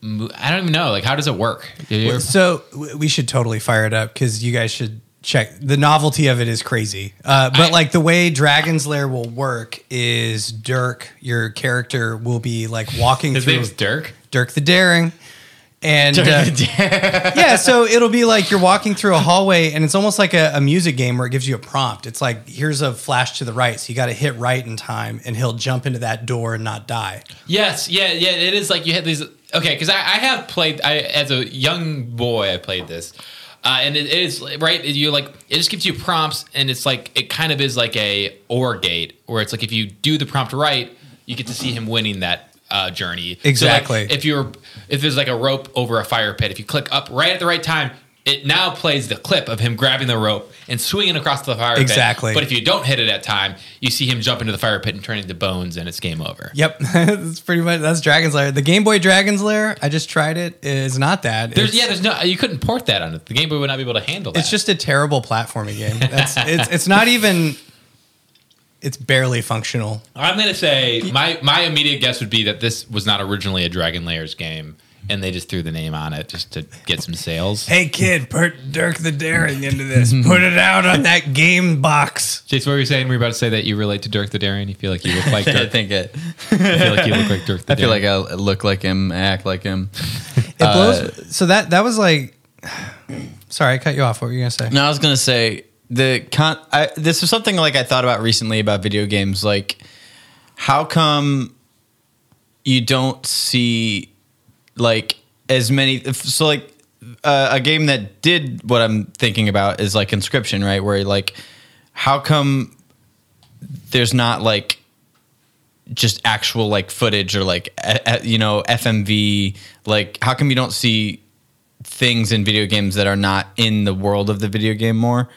[SPEAKER 2] mo- I don't even know. Like, how does it work? Do you-
[SPEAKER 7] So w- we should totally fire it up because you guys should check. The novelty of it is crazy, uh, but
[SPEAKER 2] I-
[SPEAKER 7] like the way Dragon's Lair will work is Dirk, your character, will be like
[SPEAKER 2] <laughs>
[SPEAKER 7] walking
[SPEAKER 2] His
[SPEAKER 7] through
[SPEAKER 2] name's Dirk.
[SPEAKER 7] Dirk the Daring. And uh,
[SPEAKER 2] <laughs>
[SPEAKER 7] <laughs>
[SPEAKER 3] <laughs>
[SPEAKER 7] yeah, so it'll be like you're walking through a hallway, and it's almost like a, a music game where it gives you a prompt. It's like here's a flash to the right, so you got to hit right in time, and he'll jump into that door and not die.
[SPEAKER 2] Yes, yeah, yeah. It is like you had these. Okay, because I, I have played. I as a young boy, I played this, uh, and it is right. You like it just gives you prompts, and it's like it kind of is like a or gate, where it's like if you do the prompt right, you get to see him winning that uh, journey. So, like,
[SPEAKER 7] Exactly.
[SPEAKER 2] if you're if there's like a rope over a fire pit, if you click up right at the right time. It now plays the clip of him grabbing the rope and swinging across the fire pit.
[SPEAKER 7] Exactly.
[SPEAKER 2] But if you don't hit it at time, you see him jump into the fire pit and turn into bones, and it's game over.
[SPEAKER 7] Yep, <laughs> that's pretty much that's Dragon's Lair. The Game Boy Dragon's Lair. I just tried it. It's not that.
[SPEAKER 2] There's
[SPEAKER 7] it's,
[SPEAKER 2] yeah, there's no you couldn't port that on it. The Game Boy would not be able to handle that.
[SPEAKER 7] it's just a terrible platforming game. That's it's it's not even. It's barely functional.
[SPEAKER 2] I'm gonna say my my immediate guess would be that this was not originally a Dragon Layers game and they just threw the name on it just to get some <laughs> sales.
[SPEAKER 7] Hey kid, put Dirk the Daring into <laughs> this. Put it out on that game box.
[SPEAKER 2] Chase, what were you saying? Were you about to say that you relate to Dirk the Daring? You feel like you look like
[SPEAKER 3] <laughs> I
[SPEAKER 2] Dirk.
[SPEAKER 3] think it.
[SPEAKER 2] you feel like you look like Dirk <laughs> the
[SPEAKER 3] I feel
[SPEAKER 2] Daring.
[SPEAKER 3] like I look like him, I act like him.
[SPEAKER 7] It blows.
[SPEAKER 3] Uh,
[SPEAKER 7] so that that was like. <sighs> Sorry, I cut you off. What were you gonna say?
[SPEAKER 3] No, I was gonna say the con. I, this is something like I thought about recently about video games. Like, how come you don't see like as many? if- So like uh, a game that did what I'm thinking about is like Inscription, right? Where like, how come there's not like just actual like footage or like a, a- you know FMV? Like, how come you don't see things in video games that are not in the world of the video game more.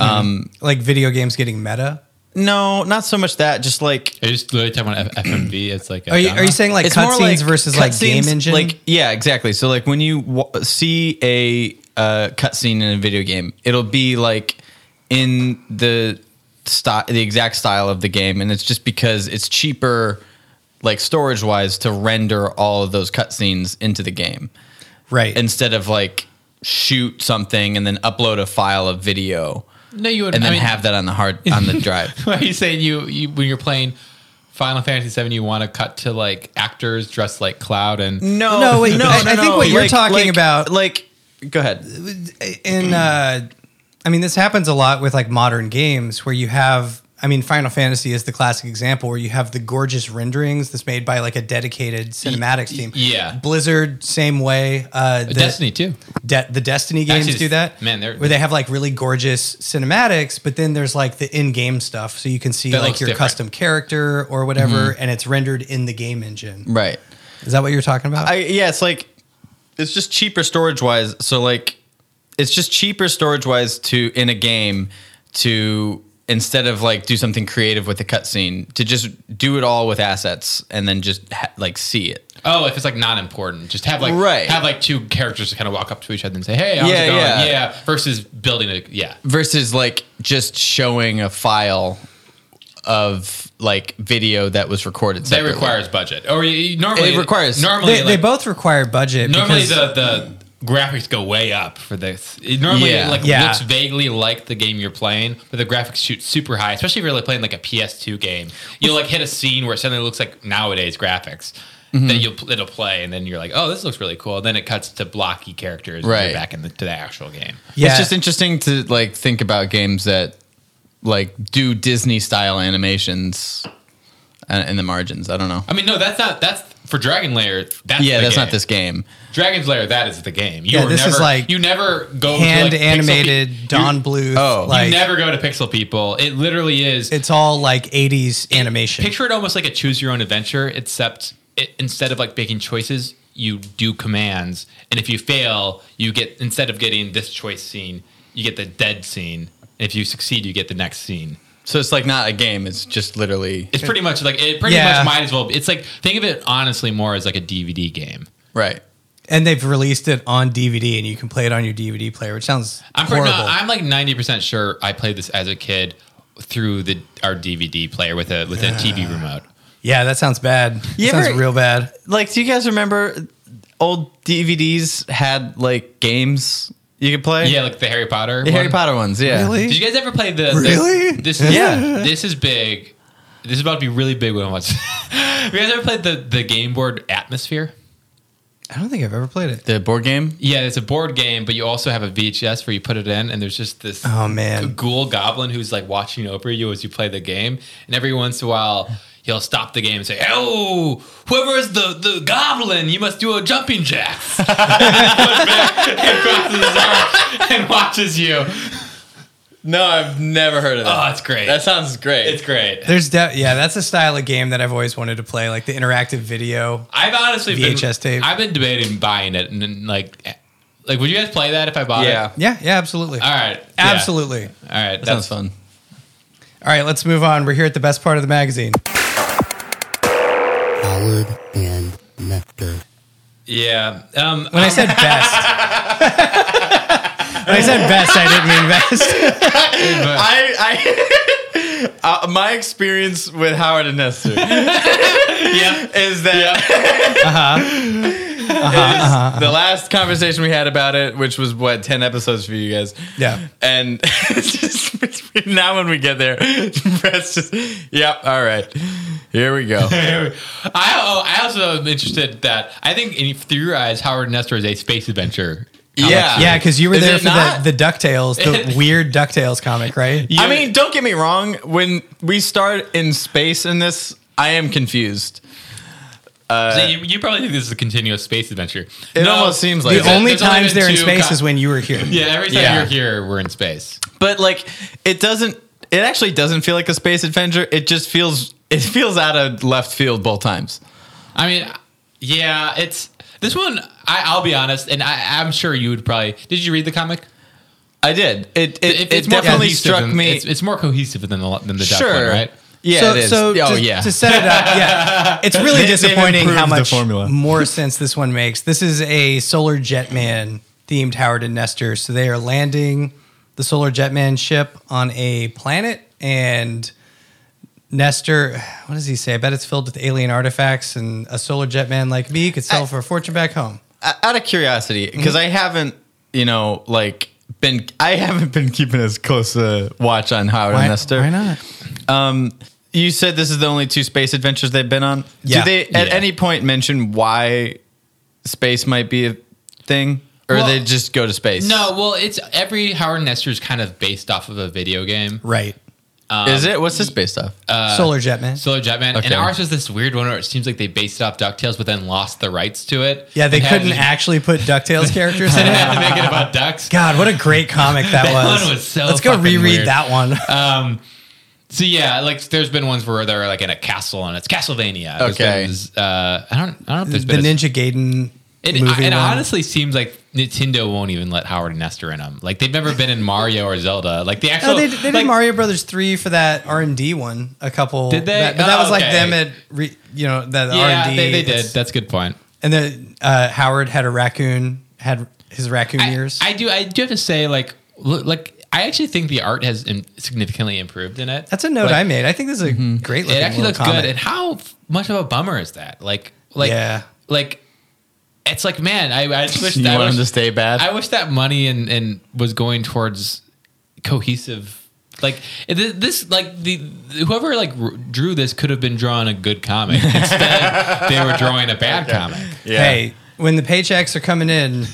[SPEAKER 3] Um,
[SPEAKER 7] Like video games getting meta.
[SPEAKER 3] No, not so much that. Just like
[SPEAKER 2] I just literally talking about F- FMV. It's like a
[SPEAKER 7] Are you,
[SPEAKER 2] genre.
[SPEAKER 7] are you saying
[SPEAKER 3] Uh-huh.
[SPEAKER 7] like
[SPEAKER 3] it's more like
[SPEAKER 7] cutscenes versus like game
[SPEAKER 3] cutscenes,
[SPEAKER 7] engine?
[SPEAKER 3] Like yeah, exactly. So like when you w- see a uh, cutscene in a video game, it'll be like in the style, the exact style of the game, and it's just because it's cheaper, like storage wise, to render all of those cutscenes into the game
[SPEAKER 7] right.
[SPEAKER 3] instead of like shoot something and then upload a file of video
[SPEAKER 2] no, you would.
[SPEAKER 3] and then
[SPEAKER 2] I mean,
[SPEAKER 3] have that on the
[SPEAKER 7] <laughs>
[SPEAKER 3] hard on the drive.
[SPEAKER 2] <laughs> Why are you saying you, you when you're playing Final Fantasy VII, you want to cut to like actors dressed like Cloud and
[SPEAKER 3] No,
[SPEAKER 7] No,
[SPEAKER 3] <laughs>
[SPEAKER 7] wait, I- I think what you're talking about-
[SPEAKER 3] like, go ahead.
[SPEAKER 2] Mm-hmm.
[SPEAKER 7] in uh I mean this happens a lot with like modern games where you have I mean Final Fantasy is the classic example where you have the gorgeous renderings that's made by like a dedicated cinematics team.
[SPEAKER 2] yeah.
[SPEAKER 7] Blizzard same way. Uh the,
[SPEAKER 2] Destiny too.
[SPEAKER 7] De- the Destiny games
[SPEAKER 2] Actually,
[SPEAKER 7] do that.
[SPEAKER 2] man, they're-
[SPEAKER 7] where they have like really gorgeous cinematics, but then there's like the in-game stuff so you can see
[SPEAKER 2] That
[SPEAKER 7] like
[SPEAKER 2] looks
[SPEAKER 7] your
[SPEAKER 2] different. Mm-hmm.
[SPEAKER 7] custom character or whatever and it's rendered in the game engine.
[SPEAKER 3] Right.
[SPEAKER 7] Is that what you're talking about?
[SPEAKER 3] I yeah, it's like it's just cheaper storage wise. So like it's just cheaper storage wise to in a game to instead of like do something creative with a cutscene to just do it all with assets and then just ha- like see it.
[SPEAKER 2] Oh, if it's like not important, just have like
[SPEAKER 3] Right.
[SPEAKER 2] have like two characters to kind of walk up to each other and say, "Hey, how's
[SPEAKER 3] Yeah,
[SPEAKER 2] it going?"
[SPEAKER 3] yeah.
[SPEAKER 2] Yeah. versus building a yeah.
[SPEAKER 3] versus like just showing a file of like video that was recorded.
[SPEAKER 2] That
[SPEAKER 3] Separately.
[SPEAKER 2] requires budget, or you- you normally
[SPEAKER 3] It requires-
[SPEAKER 2] normally
[SPEAKER 7] they, they
[SPEAKER 2] like,
[SPEAKER 7] both require budget.
[SPEAKER 2] normally the
[SPEAKER 7] because-
[SPEAKER 2] the graphics go way up for this. It normally
[SPEAKER 3] Yeah.
[SPEAKER 2] it like
[SPEAKER 7] Yeah.
[SPEAKER 2] looks vaguely like the game you're playing, but the graphics shoot super high, especially if you're like playing like a PS2 game. You'll like hit a scene where it suddenly looks like nowadays graphics.
[SPEAKER 3] Mm-hmm.
[SPEAKER 2] That you'll it'll play, and then you're like, oh, this looks really cool. And then it cuts to blocky characters, and you're
[SPEAKER 3] Right.
[SPEAKER 2] Back into the, to the actual game.
[SPEAKER 7] yeah.
[SPEAKER 3] It's just interesting to like think about games that like do Disney style animations uh, in the margins. I don't know.
[SPEAKER 2] I mean, no, that's not that's for Dragon Lair. That's
[SPEAKER 3] yeah,
[SPEAKER 2] the
[SPEAKER 3] that's
[SPEAKER 2] game.
[SPEAKER 3] not this game.
[SPEAKER 2] Dragon's Lair. That is the game. You
[SPEAKER 7] Yeah,
[SPEAKER 2] are
[SPEAKER 7] this
[SPEAKER 2] never,
[SPEAKER 7] is like
[SPEAKER 2] you never go
[SPEAKER 7] hand
[SPEAKER 2] to Oh, like Pixel
[SPEAKER 7] animated
[SPEAKER 2] Pe-
[SPEAKER 7] Don
[SPEAKER 2] You,
[SPEAKER 7] Bluth.
[SPEAKER 3] oh. You
[SPEAKER 7] like
[SPEAKER 2] you never go to Pixel People. It literally is.
[SPEAKER 7] it's all like '80s animation.
[SPEAKER 2] picture it almost like a choose your own adventure, except it, instead of like making choices, you do commands, and if you fail, you get instead of getting this choice scene, you get the dead scene. And if you succeed, you get the next scene.
[SPEAKER 3] So it's like not a game. It's just literally
[SPEAKER 2] It's pretty much like it. Pretty
[SPEAKER 7] Yeah.
[SPEAKER 2] much might as well. It's like think of it honestly more as like a DVD game.
[SPEAKER 3] right.
[SPEAKER 7] and they've released it on DVD, and you can play it on your DVD player, which sounds
[SPEAKER 2] I'm pretty,
[SPEAKER 7] horrible.
[SPEAKER 2] no, I'm like 90% sure I played this as a kid through the our DVD player with a with a TV remote.
[SPEAKER 7] yeah, that sounds bad. That
[SPEAKER 3] You
[SPEAKER 7] sounds
[SPEAKER 3] ever-
[SPEAKER 7] real bad.
[SPEAKER 3] Like, do you guys remember old DVDs had like games you could play?
[SPEAKER 2] Yeah, like the Harry Potter.
[SPEAKER 3] the Harry
[SPEAKER 2] one.
[SPEAKER 3] Potter ones. Yeah.
[SPEAKER 7] Really?
[SPEAKER 2] Did you guys ever play the? the-
[SPEAKER 7] Really?
[SPEAKER 2] this
[SPEAKER 3] Yeah.
[SPEAKER 2] yeah. This is big. This is about to be really big when I watch. <laughs> you guys ever played the the game board Atmosphere?
[SPEAKER 7] I don't think I've ever played it.
[SPEAKER 3] The board game.
[SPEAKER 2] Yeah, it's a board game, but you also have a VHS where you put it in, and there's just this
[SPEAKER 7] Oh man,
[SPEAKER 2] ghoul goblin who's like watching over you as you play the game, and every once in a while he'll stop the game and say, "Oh, whoever is the the goblin, you must do a jumping jacks." <laughs> and then he goes back and crosses his arm and watches you.
[SPEAKER 3] No, I've never heard of
[SPEAKER 2] Oh, it's great.
[SPEAKER 3] sounds great.
[SPEAKER 2] it's great.
[SPEAKER 7] there's de- yeah, that's a style of game that I've always wanted to play, like the interactive video.
[SPEAKER 2] I've honestly
[SPEAKER 7] VHS
[SPEAKER 2] been,
[SPEAKER 7] tape.
[SPEAKER 2] I've been debating buying it, and then like, eh, like, would you guys play that if I bought
[SPEAKER 3] yeah.
[SPEAKER 2] it?
[SPEAKER 7] Yeah, yeah, absolutely,
[SPEAKER 2] All right. Yeah.
[SPEAKER 7] absolutely.
[SPEAKER 2] All right. That
[SPEAKER 3] Sounds fun.
[SPEAKER 7] All right, let's move on. We're here at the best part of the magazine.
[SPEAKER 4] Howard and Nestor.
[SPEAKER 2] Yeah. Um, <laughs>
[SPEAKER 7] When I said best, <laughs> when I said best, I didn't mean best.
[SPEAKER 3] I, I uh, my experience with Howard and Nestor
[SPEAKER 2] yeah.
[SPEAKER 3] is that <laughs>
[SPEAKER 7] Uh-huh.
[SPEAKER 3] is the last conversation we had about it, which was what ten episodes for you guys.
[SPEAKER 7] Yeah.
[SPEAKER 3] and <laughs> it's just, it's- now when we get there, <laughs> Brett's just yep. All right, here we
[SPEAKER 7] <laughs>
[SPEAKER 3] go.
[SPEAKER 2] I, oh, I also am interested that I think in, through your eyes, Howard Nestor is a space adventure.
[SPEAKER 3] yeah,
[SPEAKER 7] Yeah, because you were
[SPEAKER 3] Is
[SPEAKER 7] there
[SPEAKER 3] it
[SPEAKER 7] for
[SPEAKER 3] not?
[SPEAKER 7] the, the
[SPEAKER 3] <laughs>
[SPEAKER 7] DuckTales, the weird DuckTales comic, right?
[SPEAKER 3] I mean, don't get me wrong. When we start in space in this, I am confused.
[SPEAKER 2] So you, you probably think this is a continuous space adventure.
[SPEAKER 3] It almost seems like
[SPEAKER 7] The
[SPEAKER 3] it.
[SPEAKER 2] There's
[SPEAKER 7] only
[SPEAKER 2] only
[SPEAKER 7] times
[SPEAKER 2] been
[SPEAKER 7] they're in
[SPEAKER 2] two
[SPEAKER 7] space
[SPEAKER 2] co-
[SPEAKER 7] is when you were here.
[SPEAKER 2] Yeah, every time
[SPEAKER 3] Yeah.
[SPEAKER 2] you're here, we're in space.
[SPEAKER 3] but like it doesn't it actually doesn't feel like a space adventure it just feels it feels out of left field both times
[SPEAKER 2] I mean, yeah, it's this one. I, I'll be honest, and I, I'm sure you would probably. Did you read the comic?
[SPEAKER 3] I did. It it,
[SPEAKER 2] It-
[SPEAKER 3] it definitely
[SPEAKER 2] cohesive
[SPEAKER 3] struck
[SPEAKER 2] than-
[SPEAKER 3] me.
[SPEAKER 2] It's, it's more cohesive than the than the duck
[SPEAKER 3] sure,
[SPEAKER 2] one, right?
[SPEAKER 3] Yeah,
[SPEAKER 7] so,
[SPEAKER 3] it is.
[SPEAKER 7] so
[SPEAKER 3] oh
[SPEAKER 7] to,
[SPEAKER 3] yeah.
[SPEAKER 7] to set
[SPEAKER 3] <laughs>
[SPEAKER 7] it up, yeah, it's really
[SPEAKER 8] they've
[SPEAKER 7] disappointing
[SPEAKER 8] improved
[SPEAKER 7] how
[SPEAKER 8] the
[SPEAKER 7] much <laughs>
[SPEAKER 8] formula.
[SPEAKER 7] more sense this one makes. This is a Solar Jetman themed Howard and Nestor. So they are landing the Solar Jetman ship on a planet, and Nestor, what does he say? I bet it's filled with alien artifacts, and a Solar Jetman like me could sell for a fortune back home.
[SPEAKER 3] out of curiosity, because I haven't, you know, like been, I haven't been keeping as close a watch on Howard
[SPEAKER 7] Why-
[SPEAKER 3] and Nestor.
[SPEAKER 7] why not?
[SPEAKER 3] Um, you said this is the only two space adventures they've been on.
[SPEAKER 7] Yeah.
[SPEAKER 3] Do they at
[SPEAKER 2] Yeah.
[SPEAKER 3] any point mention why space might be a thing, or
[SPEAKER 2] Well-
[SPEAKER 3] they just go to space?
[SPEAKER 2] No, well, it's every Howard and Nestor is kind of based off of a video game.
[SPEAKER 7] Right,
[SPEAKER 3] is
[SPEAKER 2] Um,
[SPEAKER 3] it? What's this based off?
[SPEAKER 2] Uh,
[SPEAKER 7] Solar Jetman.
[SPEAKER 2] Solar Jetman, and
[SPEAKER 3] Okay.
[SPEAKER 2] ours was this weird one where it seems like they based it off Ducktales, but then lost the rights to it.
[SPEAKER 7] yeah, they
[SPEAKER 2] And had
[SPEAKER 7] couldn't
[SPEAKER 2] to-
[SPEAKER 7] actually put Ducktales characters
[SPEAKER 2] <laughs>
[SPEAKER 7] in
[SPEAKER 2] They
[SPEAKER 7] it.
[SPEAKER 2] had to make
[SPEAKER 7] <laughs>
[SPEAKER 2] it about ducks.
[SPEAKER 7] God, what a great comic that,
[SPEAKER 2] Uh, That
[SPEAKER 7] was.
[SPEAKER 2] one was so
[SPEAKER 7] Let's go
[SPEAKER 2] fucking
[SPEAKER 7] reread
[SPEAKER 2] weird.
[SPEAKER 7] that one.
[SPEAKER 2] Um, so yeah, like there's been ones where they're like in a castle and it's Castlevania. There's
[SPEAKER 3] Okay.
[SPEAKER 2] been, uh, I don't, I don't know if there's
[SPEAKER 7] the
[SPEAKER 2] been. a-
[SPEAKER 7] Ninja Gaiden
[SPEAKER 2] it,
[SPEAKER 7] movie.
[SPEAKER 2] it
[SPEAKER 7] one.
[SPEAKER 2] honestly seems like Nintendo won't even let Howard and Nestor in them. Like they've never been in Mario or Zelda. Like the actual.
[SPEAKER 7] no, Oh, they, they did
[SPEAKER 2] like,
[SPEAKER 7] Mario Brothers three for that R and D one. A couple
[SPEAKER 2] Did they?
[SPEAKER 7] That, but that
[SPEAKER 2] Oh,
[SPEAKER 7] was like
[SPEAKER 2] okay.
[SPEAKER 7] them at re, you know the R
[SPEAKER 2] Yeah,
[SPEAKER 7] and D.
[SPEAKER 2] they, they did. That's a good point.
[SPEAKER 7] And then uh, Howard had a raccoon. Had his raccoon
[SPEAKER 2] I,
[SPEAKER 7] ears.
[SPEAKER 2] I do. I do have to say, like, l- like I actually think the art has in, significantly improved in it.
[SPEAKER 7] That's a note
[SPEAKER 2] Like, Mm-hmm.
[SPEAKER 7] I made. I think this is a great looking.
[SPEAKER 2] It actually
[SPEAKER 7] little
[SPEAKER 2] looks
[SPEAKER 7] comic.
[SPEAKER 2] good. And how f- much of a bummer is that? Like, like,
[SPEAKER 7] Yeah.
[SPEAKER 2] like. It's like, man, I, I just
[SPEAKER 7] <laughs>
[SPEAKER 2] wish
[SPEAKER 3] you
[SPEAKER 2] that
[SPEAKER 3] want
[SPEAKER 2] was
[SPEAKER 3] them to stay bad?
[SPEAKER 2] I wish that money and and was going towards cohesive. Like th- this, like the whoever like r- drew this could have been drawing a good
[SPEAKER 7] <laughs>
[SPEAKER 2] comic. Instead, they were drawing a bad comic.
[SPEAKER 7] Hey, when the paychecks are coming in,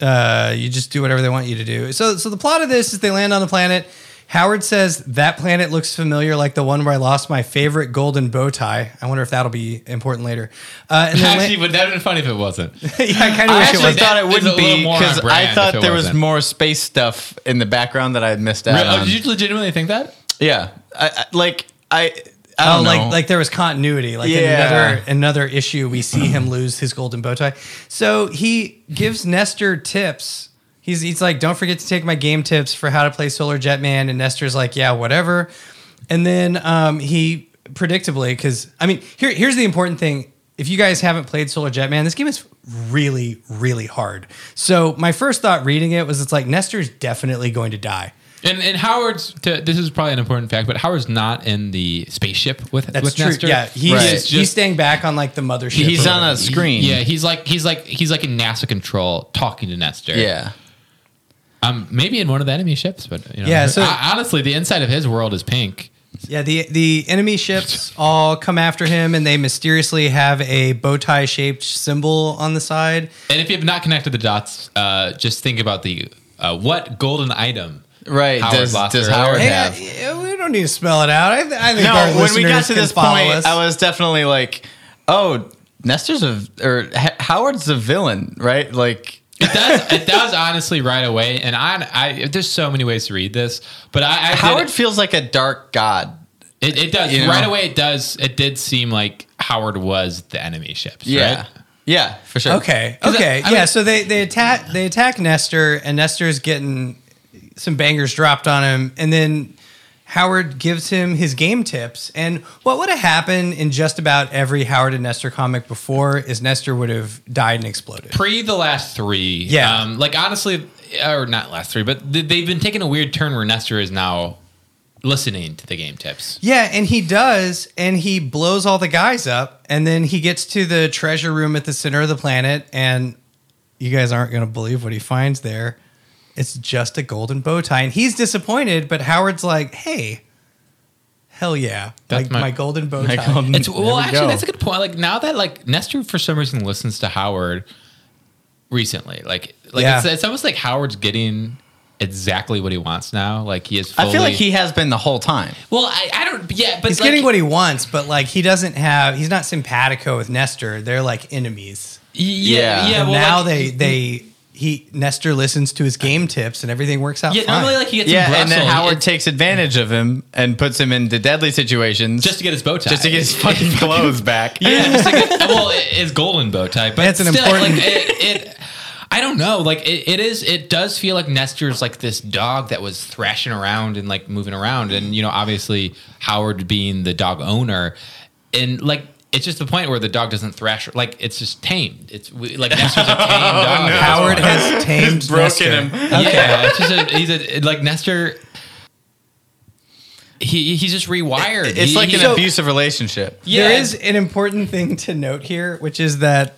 [SPEAKER 7] uh, you just do whatever they want you to do. So, so the plot of this is they land on the planet. Howard says that planet looks familiar, like the one where I lost my favorite golden bow tie. I wonder if that'll be important later. Uh,
[SPEAKER 2] <laughs>
[SPEAKER 7] and then
[SPEAKER 2] Actually, would that have been funny if it wasn't?
[SPEAKER 7] <laughs> yeah, I kind of
[SPEAKER 3] I
[SPEAKER 7] wish it
[SPEAKER 3] actually
[SPEAKER 7] was.
[SPEAKER 3] thought
[SPEAKER 2] That
[SPEAKER 3] it
[SPEAKER 2] is a
[SPEAKER 3] wouldn't
[SPEAKER 2] little
[SPEAKER 3] be
[SPEAKER 2] more on
[SPEAKER 3] because
[SPEAKER 2] brand
[SPEAKER 3] I
[SPEAKER 2] if
[SPEAKER 3] thought
[SPEAKER 2] it
[SPEAKER 3] there was
[SPEAKER 2] wasn't.
[SPEAKER 3] more space stuff in the background that I missed out
[SPEAKER 2] Oh,
[SPEAKER 7] Um,
[SPEAKER 3] on.
[SPEAKER 2] did you legitimately think that?
[SPEAKER 3] yeah, I, I, like I, I
[SPEAKER 7] Oh,
[SPEAKER 3] don't know.
[SPEAKER 7] like like there was continuity. Like in
[SPEAKER 3] Yeah.
[SPEAKER 7] another another issue, we see him lose his golden bow tie. So he gives Nestor tips. He's he's like, don't forget to take my game tips for how to play Solar Jetman. And Nestor's like, yeah, whatever. And then um, he predictably, because I mean, here here's the important thing. If you guys haven't played Solar Jetman, this game is really really hard. So my first thought reading it was, it's like Nestor's definitely going to die.
[SPEAKER 2] And and Howard's. To, this is probably an important fact, but Howard's not in the spaceship with
[SPEAKER 7] That's
[SPEAKER 2] with
[SPEAKER 7] true.
[SPEAKER 2] Nestor.
[SPEAKER 7] Yeah, he's
[SPEAKER 3] Right.
[SPEAKER 7] he's staying back on like the mothership.
[SPEAKER 3] He's
[SPEAKER 7] or
[SPEAKER 3] on a screen.
[SPEAKER 2] Yeah, he's like he's like he's like in NASA control talking to Nestor.
[SPEAKER 3] yeah.
[SPEAKER 2] Um, maybe in one of the enemy ships, but you know,
[SPEAKER 7] Yeah, so-
[SPEAKER 2] I- honestly, the inside of his world is pink.
[SPEAKER 7] Yeah, the the enemy ships all come after him, and they mysteriously have a bow tie shaped symbol on the side.
[SPEAKER 2] And if you have not connected the dots, uh, just think about the uh, what golden item.
[SPEAKER 3] Right.
[SPEAKER 2] Howard
[SPEAKER 3] does
[SPEAKER 2] lost
[SPEAKER 3] does
[SPEAKER 2] her
[SPEAKER 3] Howard
[SPEAKER 2] earlier.
[SPEAKER 7] Hey,
[SPEAKER 3] have?
[SPEAKER 7] I- we don't need to spell it out. I, I think our
[SPEAKER 3] No, when we got
[SPEAKER 7] listeners
[SPEAKER 3] to
[SPEAKER 7] can
[SPEAKER 3] this point,
[SPEAKER 7] follow us.
[SPEAKER 3] I was definitely like, oh, Nestor's a or H- Howard's a villain, right? Like,
[SPEAKER 2] It
[SPEAKER 3] <laughs>
[SPEAKER 2] does. it does honestly right away. And I, I, there's so many ways to read this, but I, I did-
[SPEAKER 3] Howard feels like a dark god.
[SPEAKER 2] it, it does
[SPEAKER 3] you
[SPEAKER 2] right
[SPEAKER 3] know.
[SPEAKER 2] away. It does. It did seem like Howard was the enemy ships.
[SPEAKER 3] Yeah.
[SPEAKER 2] right?
[SPEAKER 3] Yeah, for sure.
[SPEAKER 7] okay,
[SPEAKER 2] 'Cause I-
[SPEAKER 7] okay,
[SPEAKER 2] I
[SPEAKER 7] yeah.
[SPEAKER 2] mean-
[SPEAKER 7] so they they attack they attack Nestor, and Nestor's getting some bangers dropped on him, and then. Howard gives him his game tips, and what would have happened in just about every Howard and Nestor comic before is Nestor would have died and exploded.
[SPEAKER 2] pre the last three.
[SPEAKER 7] Yeah.
[SPEAKER 2] Um, like honestly, or not last three, but th- they've been taking a weird turn where Nestor is now listening to the game tips.
[SPEAKER 7] Yeah, and he does, and he blows all the guys up, and then he gets to the treasure room at the center of the planet, and you guys aren't going to believe what he finds there. It's just a golden bow tie, and he's disappointed, but Howard's like, "Hey, hell yeah,
[SPEAKER 2] That's
[SPEAKER 7] like my,
[SPEAKER 2] my-
[SPEAKER 7] golden bow tie."
[SPEAKER 3] Like, um,
[SPEAKER 2] It's well,
[SPEAKER 3] there we
[SPEAKER 2] actually,
[SPEAKER 3] go.
[SPEAKER 2] that's a good point. Like now that like Nestor for some reason listens to Howard recently, like like
[SPEAKER 7] Yeah.
[SPEAKER 2] it's, it's almost like Howard's getting exactly what he wants now. Like he is. Fully,
[SPEAKER 3] I feel like he has been the whole time.
[SPEAKER 2] Well, I, I don't. Yeah, but
[SPEAKER 7] He's
[SPEAKER 2] like,
[SPEAKER 7] getting what he wants, but like he doesn't have. He's not simpatico with Nestor. They're like enemies.
[SPEAKER 2] Yeah, yeah.
[SPEAKER 3] Yeah.
[SPEAKER 7] and
[SPEAKER 2] well,
[SPEAKER 7] now
[SPEAKER 2] like,
[SPEAKER 7] they they he Nestor listens to his game tips, and everything works out.
[SPEAKER 2] Yeah,
[SPEAKER 7] fine.
[SPEAKER 2] normally like he gets
[SPEAKER 3] Yeah,
[SPEAKER 2] in
[SPEAKER 3] and then
[SPEAKER 2] Brussels,
[SPEAKER 3] Howard
[SPEAKER 2] it-
[SPEAKER 3] takes advantage of him and puts him into deadly situations
[SPEAKER 2] just to get his bow tie,
[SPEAKER 3] just to get his fucking clothes back.
[SPEAKER 2] Yeah, just like, well, it- it's golden bow tie, but
[SPEAKER 7] That's an
[SPEAKER 2] still,
[SPEAKER 7] important-
[SPEAKER 2] Like, it, it, I don't know. Like it, it is. It does feel like Nestor's like this dog that was thrashing around and like moving around, and you know, obviously Howard being the dog owner, and like it's just the point where the dog doesn't thrash. Like it's just tamed. It's we- like Nestor's
[SPEAKER 7] <laughs>
[SPEAKER 2] a tame dog. at this
[SPEAKER 7] Oh, Howard
[SPEAKER 2] point.
[SPEAKER 7] has
[SPEAKER 3] <laughs>
[SPEAKER 7] tamed
[SPEAKER 3] broken
[SPEAKER 7] Nestor.
[SPEAKER 3] him.
[SPEAKER 2] Yeah, it's just a, he's a like Nestor. He he's just rewired.
[SPEAKER 3] It's
[SPEAKER 2] He-
[SPEAKER 3] like
[SPEAKER 2] he-
[SPEAKER 3] an
[SPEAKER 7] So-
[SPEAKER 3] abusive relationship.
[SPEAKER 2] Yeah.
[SPEAKER 7] There is an important thing to note here, which is that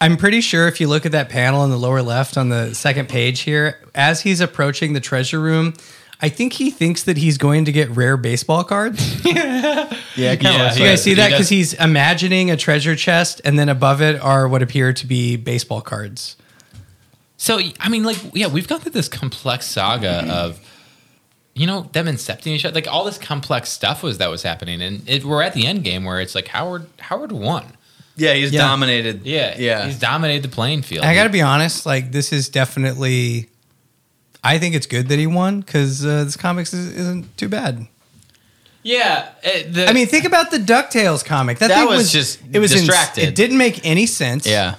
[SPEAKER 7] I'm pretty sure if you look at that panel in the lower left on the second page here, as he's approaching the treasure room, I think he thinks that he's going to get rare baseball cards.
[SPEAKER 3] Yeah,
[SPEAKER 2] Yeah, looks
[SPEAKER 7] Do
[SPEAKER 2] like
[SPEAKER 7] you guys see
[SPEAKER 2] He
[SPEAKER 7] that?
[SPEAKER 2] does.
[SPEAKER 7] Because he's imagining a treasure chest, and then above it are what appear to be baseball cards.
[SPEAKER 2] So I mean, like, yeah, we've gone through this complex
[SPEAKER 7] Mm-hmm.
[SPEAKER 2] saga of, you know, them incepting each other. Like all this complex stuff was that was happening, and it, we're at the end game where it's like Howard Howard won.
[SPEAKER 3] yeah, he's
[SPEAKER 7] Yeah.
[SPEAKER 3] dominated.
[SPEAKER 2] Yeah,
[SPEAKER 3] yeah.
[SPEAKER 2] he's dominated the playing field.
[SPEAKER 7] I got to be honest, like, this is definitely. I think it's good that he won because uh, this comics is, isn't too bad.
[SPEAKER 2] yeah, it- the-
[SPEAKER 7] I mean, think about the Ducktales comic. That,
[SPEAKER 3] That
[SPEAKER 7] thing
[SPEAKER 3] was
[SPEAKER 7] was,
[SPEAKER 3] just
[SPEAKER 7] it was ins-
[SPEAKER 3] distracted.
[SPEAKER 7] it didn't make any sense.
[SPEAKER 3] yeah.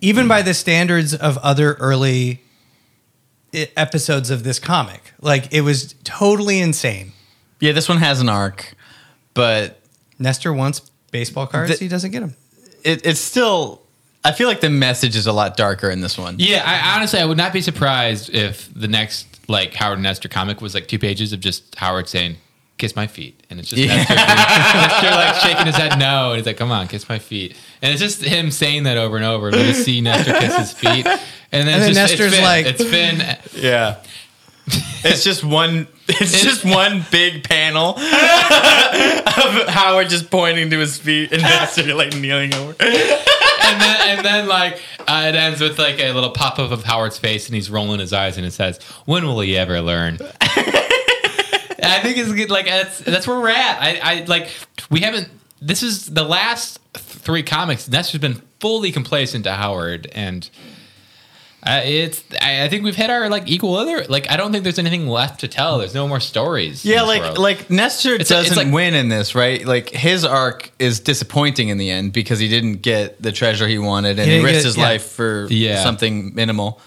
[SPEAKER 7] even by the standards of other early i- episodes of this comic. Like it was totally insane.
[SPEAKER 3] Yeah, this one has an arc, but
[SPEAKER 7] Nestor wants baseball cards.
[SPEAKER 3] The-
[SPEAKER 7] he doesn't get them.
[SPEAKER 3] it, it's still. I feel like the message is a lot darker in this one.
[SPEAKER 2] yeah. I honestly, I would not be surprised if the next like Howard and Nestor comic was like two pages of just Howard saying. Kiss my feet, and it's just
[SPEAKER 3] Yeah.
[SPEAKER 2] Nestor, Nestor like shaking his head no, and he's like, "Come on, kiss my feet," and it's just him saying that over and over. We just see Nestor kiss his feet, and then,
[SPEAKER 7] And
[SPEAKER 2] it's
[SPEAKER 7] then
[SPEAKER 2] just,
[SPEAKER 7] Nestor's
[SPEAKER 2] it's Finn.
[SPEAKER 7] like-
[SPEAKER 2] "It's Finn."
[SPEAKER 3] <laughs> Yeah. It's just one. It's just one big panel <laughs> of Howard just pointing to his feet and Nestor like kneeling over.
[SPEAKER 2] and then and then like uh, it ends with like a little pop up of Howard's face, and he's rolling his eyes, and it says, "When will he ever learn?" I think it's good. Like that's that's where we're at. I, I like we haven't. This is the last three comics. Nestor's been fully complacent to Howard, and uh, it's. I, I think we've hit our like equal other. Like I don't think there's anything left to tell. There's no more stories. in
[SPEAKER 3] Yeah,
[SPEAKER 2] this
[SPEAKER 3] like
[SPEAKER 2] world.
[SPEAKER 3] like Nestor
[SPEAKER 2] It's like- it's
[SPEAKER 3] doesn't
[SPEAKER 2] like-
[SPEAKER 3] win in this, right? Like his arc is disappointing in the end because he didn't get the treasure he wanted and he,
[SPEAKER 7] He didn't
[SPEAKER 3] risked
[SPEAKER 7] get-
[SPEAKER 3] his
[SPEAKER 7] yeah.
[SPEAKER 3] life for
[SPEAKER 2] Yeah.
[SPEAKER 3] something minimal.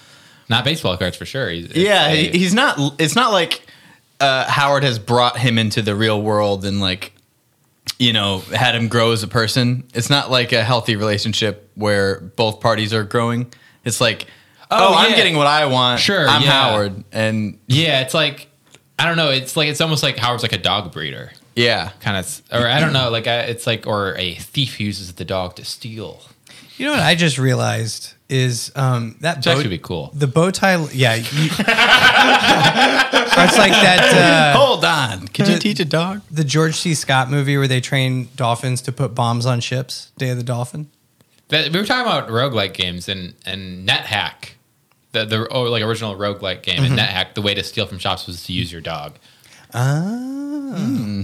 [SPEAKER 2] not baseball cards for sure. He's,
[SPEAKER 3] Yeah,
[SPEAKER 2] it's a-
[SPEAKER 3] he, he's not. It's not like uh, Howard has brought him into the real world and like you know had him grow as a person. It's not like a healthy relationship where both parties are growing. It's like, oh,
[SPEAKER 2] Oh,
[SPEAKER 3] I'm
[SPEAKER 2] yeah.
[SPEAKER 3] getting what I want.
[SPEAKER 2] Sure,
[SPEAKER 3] I'm
[SPEAKER 2] yeah.
[SPEAKER 3] Howard, and
[SPEAKER 2] Yeah, it's like I don't know. It's like it's almost like Howard's like a dog breeder,
[SPEAKER 3] yeah,
[SPEAKER 2] kind of, or I don't know. Like I, it's like or a thief uses the dog to steal.
[SPEAKER 7] You know what I just realized is um, that
[SPEAKER 2] That should be cool.
[SPEAKER 7] The bow tie, yeah. You, <laughs> it's like that <laughs> uh,
[SPEAKER 3] hold on. Could you teach a dog?
[SPEAKER 7] the George C. Scott movie where they train dolphins to put bombs on ships. Day of the Dolphin.
[SPEAKER 2] That, we were talking about roguelike games and and NetHack, the the oh, like original roguelike game
[SPEAKER 3] Mm-hmm.
[SPEAKER 2] and NetHack. The way to steal from shops was to use your dog.
[SPEAKER 7] Hmm.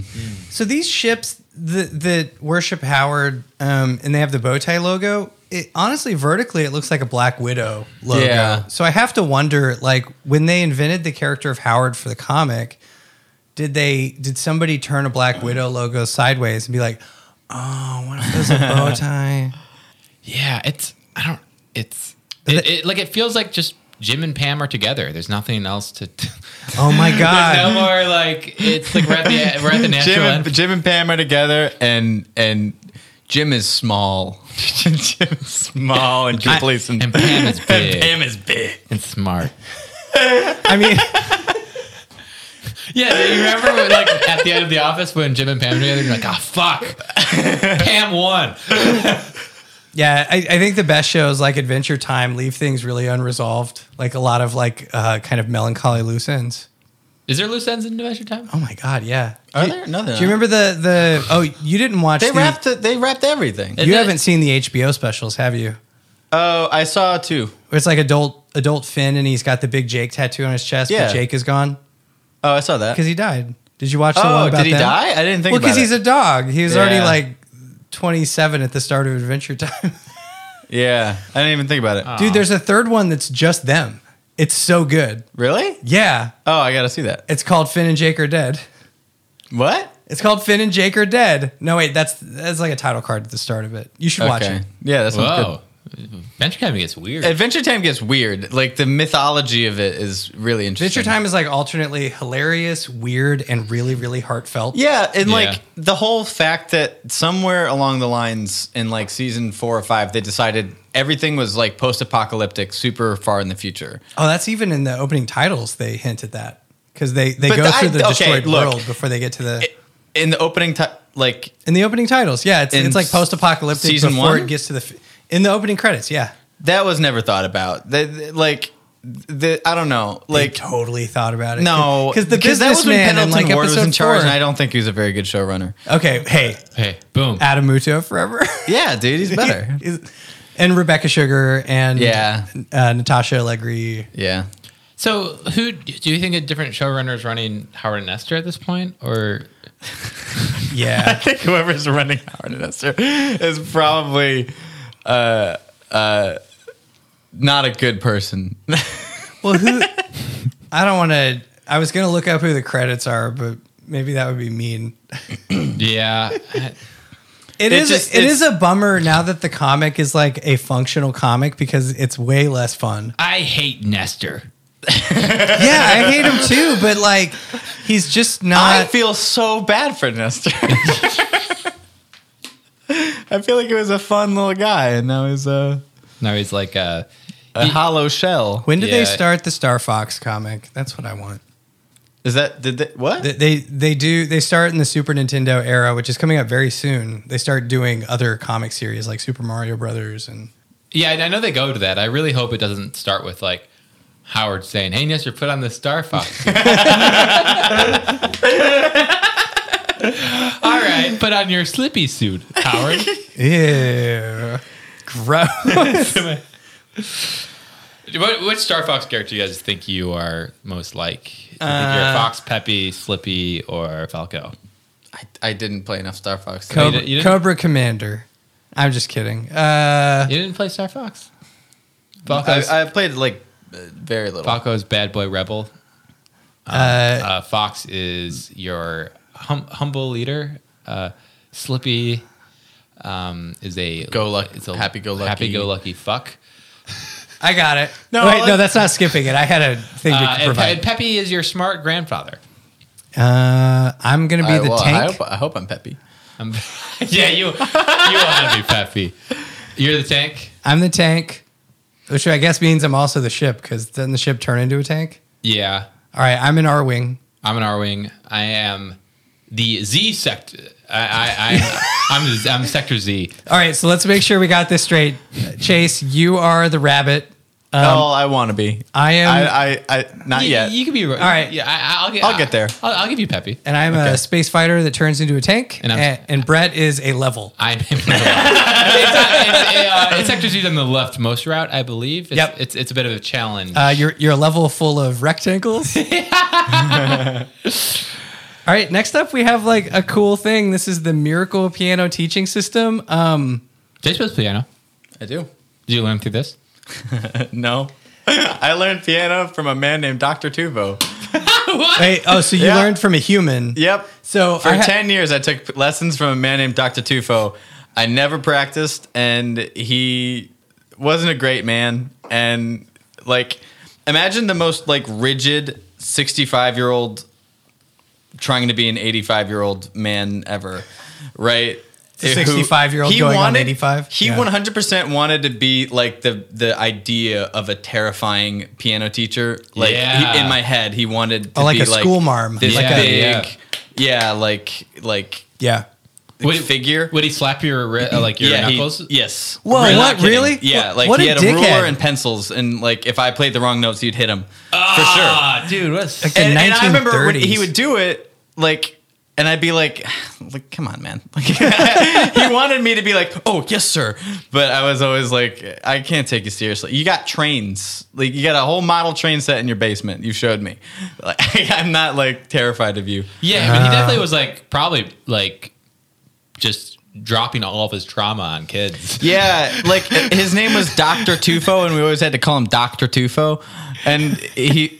[SPEAKER 7] So these ships that, that worship Howard um, and they have the bow tie logo, it, honestly, vertically, it looks like a Black Widow logo.
[SPEAKER 3] Yeah.
[SPEAKER 7] So I have to wonder, like, when they invented the character of Howard for the comic, did they did somebody turn a Black Widow logo sideways and be like, oh, what if there's a bow tie?
[SPEAKER 2] Yeah, it's I don't. It's it, it, like it feels like just Jim and Pam are together. There's nothing else to.
[SPEAKER 3] <laughs>
[SPEAKER 7] Oh my
[SPEAKER 2] There's <laughs> no
[SPEAKER 7] god!
[SPEAKER 2] more like it's like we're at the we're at the natural
[SPEAKER 3] <laughs> Jim
[SPEAKER 2] end.
[SPEAKER 3] and, Jim and Pam are together, and and Jim is <laughs> small. Jim is small and Jim plays some-
[SPEAKER 2] and Pam
[SPEAKER 3] <laughs>
[SPEAKER 2] is big.
[SPEAKER 3] Pam is big.
[SPEAKER 2] and smart.
[SPEAKER 7] I mean, <laughs>
[SPEAKER 2] Yeah, you remember when, like at the end of the office when Jim and Pam were together, you're like, oh fuck, Pam won.
[SPEAKER 7] yeah, I, I think the best shows like Adventure Time leave things really unresolved, like a lot of like uh, kind of melancholy loose ends.
[SPEAKER 2] Is there loose ends in Adventure Time?
[SPEAKER 7] Oh my god, yeah.
[SPEAKER 3] Are
[SPEAKER 7] Do-
[SPEAKER 3] there? No, they're
[SPEAKER 7] Do you
[SPEAKER 3] not.
[SPEAKER 7] remember the the? Oh, you didn't watch.
[SPEAKER 3] They
[SPEAKER 7] the,
[SPEAKER 3] wrapped it, they wrapped everything.
[SPEAKER 7] You haven't seen the HBO specials, have you?
[SPEAKER 3] Oh, I saw two.
[SPEAKER 7] Where It's like adult adult Finn, and he's got the big Jake tattoo on his chest.
[SPEAKER 3] Yeah.
[SPEAKER 7] but Jake is gone
[SPEAKER 3] Oh, I saw that.
[SPEAKER 7] because he died. Did you watch the one
[SPEAKER 3] Oh,
[SPEAKER 7] about
[SPEAKER 3] did he
[SPEAKER 7] them?
[SPEAKER 3] die? I didn't think.
[SPEAKER 7] Well,
[SPEAKER 3] because
[SPEAKER 7] because he's a dog. He was already
[SPEAKER 3] Yeah.
[SPEAKER 7] like. 27 at the start of Adventure Time. <laughs>
[SPEAKER 3] yeah. I didn't even think about it.
[SPEAKER 7] Dude, there's a third one that's just them. It's so good.
[SPEAKER 3] Really?
[SPEAKER 7] Yeah.
[SPEAKER 3] Oh, I gotta see that.
[SPEAKER 7] It's called Finn and Jake are dead.
[SPEAKER 3] What?
[SPEAKER 7] It's called Finn and Jake are dead. No, wait, that's that's like a title card at the start of it. You should watch it.
[SPEAKER 3] Yeah, that sounds
[SPEAKER 2] Whoa, Adventure Time gets weird.
[SPEAKER 3] Adventure Time gets weird. Like the mythology of it is really interesting.
[SPEAKER 7] Adventure Time is like alternately hilarious, weird, and really, really heartfelt.
[SPEAKER 3] Yeah, and
[SPEAKER 2] Yeah.
[SPEAKER 3] like the whole fact that somewhere along the lines in like season four or five, they decided everything was like post-apocalyptic, super far in the future.
[SPEAKER 7] Oh, that's even in the opening titles. They hint at that because they they
[SPEAKER 3] But
[SPEAKER 7] go
[SPEAKER 3] the-
[SPEAKER 7] through
[SPEAKER 3] I-
[SPEAKER 7] the
[SPEAKER 3] okay,
[SPEAKER 7] destroyed
[SPEAKER 3] look.
[SPEAKER 7] world before they get to the
[SPEAKER 3] In the opening, ti- like
[SPEAKER 7] in the opening titles. Yeah, it's
[SPEAKER 3] In
[SPEAKER 7] it's like post apocalyptic
[SPEAKER 3] season
[SPEAKER 7] before
[SPEAKER 3] one?
[SPEAKER 7] it gets to the f- in the opening credits. Yeah,
[SPEAKER 3] that was never thought about. That like the I don't know,
[SPEAKER 7] like
[SPEAKER 3] like.
[SPEAKER 7] totally thought about it. <laughs>
[SPEAKER 3] No,
[SPEAKER 7] because the businessman in like
[SPEAKER 3] Ward
[SPEAKER 7] episode
[SPEAKER 3] was in charge,
[SPEAKER 7] four.
[SPEAKER 3] and I don't think he was a very good showrunner.
[SPEAKER 7] okay, hey,
[SPEAKER 2] hey, boom.
[SPEAKER 7] Adam Muto forever.
[SPEAKER 3] <laughs> Yeah, dude, he's better. <laughs>
[SPEAKER 7] He's- and Rebecca Sugar and
[SPEAKER 3] Yeah.
[SPEAKER 7] uh, Natasha Allegri.
[SPEAKER 3] yeah,
[SPEAKER 2] So, who do you think a different showrunner is running Howard and Esther at this point, or
[SPEAKER 7] Yeah,
[SPEAKER 3] I think whoever's running <laughs> Howard and Esther is probably uh, uh, not a good person.
[SPEAKER 7] Well, who? I don't want to. I was gonna look up who the credits are, but maybe that would be mean.
[SPEAKER 2] yeah, I-
[SPEAKER 7] It
[SPEAKER 3] It
[SPEAKER 7] is.
[SPEAKER 3] just-
[SPEAKER 7] it
[SPEAKER 3] it's-
[SPEAKER 7] is a bummer now that the comic is like a functional comic because it's way less fun.
[SPEAKER 2] I hate Nestor.
[SPEAKER 7] yeah, <laughs> I hate him too, but like, he's just
[SPEAKER 3] I
[SPEAKER 7] not.
[SPEAKER 3] feel so bad for <laughs> Nestor. I feel like he was a fun little guy, and now he's a,
[SPEAKER 2] No, he's like, uh,
[SPEAKER 3] a hollow shell.
[SPEAKER 7] when did they
[SPEAKER 2] Yeah.
[SPEAKER 7] start the Star Fox comic? That's what I want.
[SPEAKER 3] Is that did they, what?
[SPEAKER 7] They, they they do they start in the Super Nintendo era, which is coming up very soon. They start doing other comic series like Super Mario Brothers and
[SPEAKER 2] yeah, I know they go to that. I really hope it doesn't start with like Howard saying, "Hey, Nestor, put on the Star Fox." <laughs> All right, put on your slippy suit, Howard.
[SPEAKER 7] ew, gross.
[SPEAKER 2] What, what Star Fox character you guys think you are most like? Do you think
[SPEAKER 3] Uh,
[SPEAKER 2] you're Fox, Peppy, Slippy, or Falco?
[SPEAKER 3] I, I didn't play enough Star Fox.
[SPEAKER 7] Cobra,
[SPEAKER 2] you didn't-
[SPEAKER 7] Cobra Commander. I'm just kidding. Uh,
[SPEAKER 2] You didn't play Star Fox. Falco's,
[SPEAKER 3] I, I played like uh, very little.
[SPEAKER 2] Falco's bad boy rebel. Um, uh, Fox is your hum, humble leader. Uh, Slippy um, is a
[SPEAKER 3] Go luck-
[SPEAKER 2] is a
[SPEAKER 3] happy-go-lucky-
[SPEAKER 2] happy go lucky fuck.
[SPEAKER 7] I got it. No,
[SPEAKER 3] No,
[SPEAKER 7] wait, no,
[SPEAKER 3] like-
[SPEAKER 7] that's not skipping it. I had a thing to
[SPEAKER 2] Uh, and, Pe- and
[SPEAKER 7] provide.
[SPEAKER 2] Peppy is your smart grandfather.
[SPEAKER 7] Uh, I'm gonna be
[SPEAKER 3] I,
[SPEAKER 7] the
[SPEAKER 3] well, I
[SPEAKER 7] tank.
[SPEAKER 3] hope, I hope I'm peppy.
[SPEAKER 2] Um, yeah, you you want to be Peppy. You're the tank.
[SPEAKER 7] I'm the tank, which I guess means I'm also the ship because doesn't the ship turn into a tank?
[SPEAKER 2] Yeah.
[SPEAKER 7] All right, I'm in our wing.
[SPEAKER 2] I'm an R-wing. I am the Z sector. I, I, I I'm the, I'm Sector Z.
[SPEAKER 7] All right, so let's make sure we got this straight. Chase, you are the rabbit.
[SPEAKER 3] oh, I want to be.
[SPEAKER 7] Um, I am,
[SPEAKER 3] I, I, I not
[SPEAKER 2] You-
[SPEAKER 3] yet.
[SPEAKER 2] You, can be right.
[SPEAKER 7] All right.
[SPEAKER 2] Yeah, I, I'll get.
[SPEAKER 3] I'll get there.
[SPEAKER 2] I'll, I'll give you Peppy.
[SPEAKER 7] and I'm a
[SPEAKER 3] okay.
[SPEAKER 7] space fighter that turns into a tank, and,
[SPEAKER 2] And I'm-
[SPEAKER 7] and Brett is a level.
[SPEAKER 2] I'm. <laughs> it's, uh, it's Sector Z on the leftmost route, I believe. It's,
[SPEAKER 7] Yep.
[SPEAKER 2] It's it's a bit of a challenge.
[SPEAKER 7] Uh, you're you're a level full
[SPEAKER 3] <laughs>
[SPEAKER 7] of rectangles. All right, next up we have like a cool thing. This is the Miracle Piano Teaching System. Um,
[SPEAKER 2] Did you suppose piano?
[SPEAKER 3] I do.
[SPEAKER 2] Did you learn through this?
[SPEAKER 3] No. <laughs> I learned piano from a man named Dr. Tuvo.
[SPEAKER 7] wait, oh, so you
[SPEAKER 3] Yeah.
[SPEAKER 7] learned from a human?
[SPEAKER 3] Yep.
[SPEAKER 7] Mm-hmm. So
[SPEAKER 3] For
[SPEAKER 7] I ha-
[SPEAKER 3] 10 years, I took p- lessons from a man named Dr. Tufo. I never practiced, and he wasn't a great man. And, like, imagine the most, like, rigid 65 year old trying to be an 85 year old man ever, right?
[SPEAKER 7] a
[SPEAKER 3] Who-
[SPEAKER 7] 65-year-old
[SPEAKER 3] he
[SPEAKER 7] going on
[SPEAKER 3] wanted-
[SPEAKER 7] 85?
[SPEAKER 3] He
[SPEAKER 7] Yeah.
[SPEAKER 3] 100% wanted to be like the the idea of a terrifying piano teacher. Like he-
[SPEAKER 2] Yeah.
[SPEAKER 3] in my head, he wanted to
[SPEAKER 7] Oh, like
[SPEAKER 3] be
[SPEAKER 7] a school marm.
[SPEAKER 3] this
[SPEAKER 2] Like a-
[SPEAKER 3] big,
[SPEAKER 2] Yeah.
[SPEAKER 3] yeah. like like
[SPEAKER 7] Yeah.
[SPEAKER 2] Would he-
[SPEAKER 3] figure.
[SPEAKER 2] Would he slap your ri- uh, like your
[SPEAKER 3] yeah, he-
[SPEAKER 2] knuckles?
[SPEAKER 3] yes.
[SPEAKER 7] Whoa,
[SPEAKER 3] Really?
[SPEAKER 7] what,
[SPEAKER 3] Not kidding.
[SPEAKER 7] really?
[SPEAKER 3] Yeah,
[SPEAKER 7] What-
[SPEAKER 3] like
[SPEAKER 7] what
[SPEAKER 3] he
[SPEAKER 7] a
[SPEAKER 3] had a
[SPEAKER 7] dickhead.
[SPEAKER 3] ruler and pencils, and like if I played the wrong notes, he'd hit him
[SPEAKER 2] Ah, dude, what's
[SPEAKER 7] Like the
[SPEAKER 3] and, and I remember when
[SPEAKER 7] 1930s.
[SPEAKER 3] he would do it, like, and I'd be like, <sighs> like, come on, man. <laughs> Like, he wanted me to be like, oh yes, sir, but I was always like, I can't take you seriously. You got trains, like you got a whole model train set in your basement. You showed me. <laughs> Like, I'm not like terrified of you.
[SPEAKER 2] Yeah, but he definitely was like probably like just dropping all of his trauma on kids.
[SPEAKER 3] Yeah, like his name was Doctor Tufo, and we always had to call him Doctor Tufo, and he.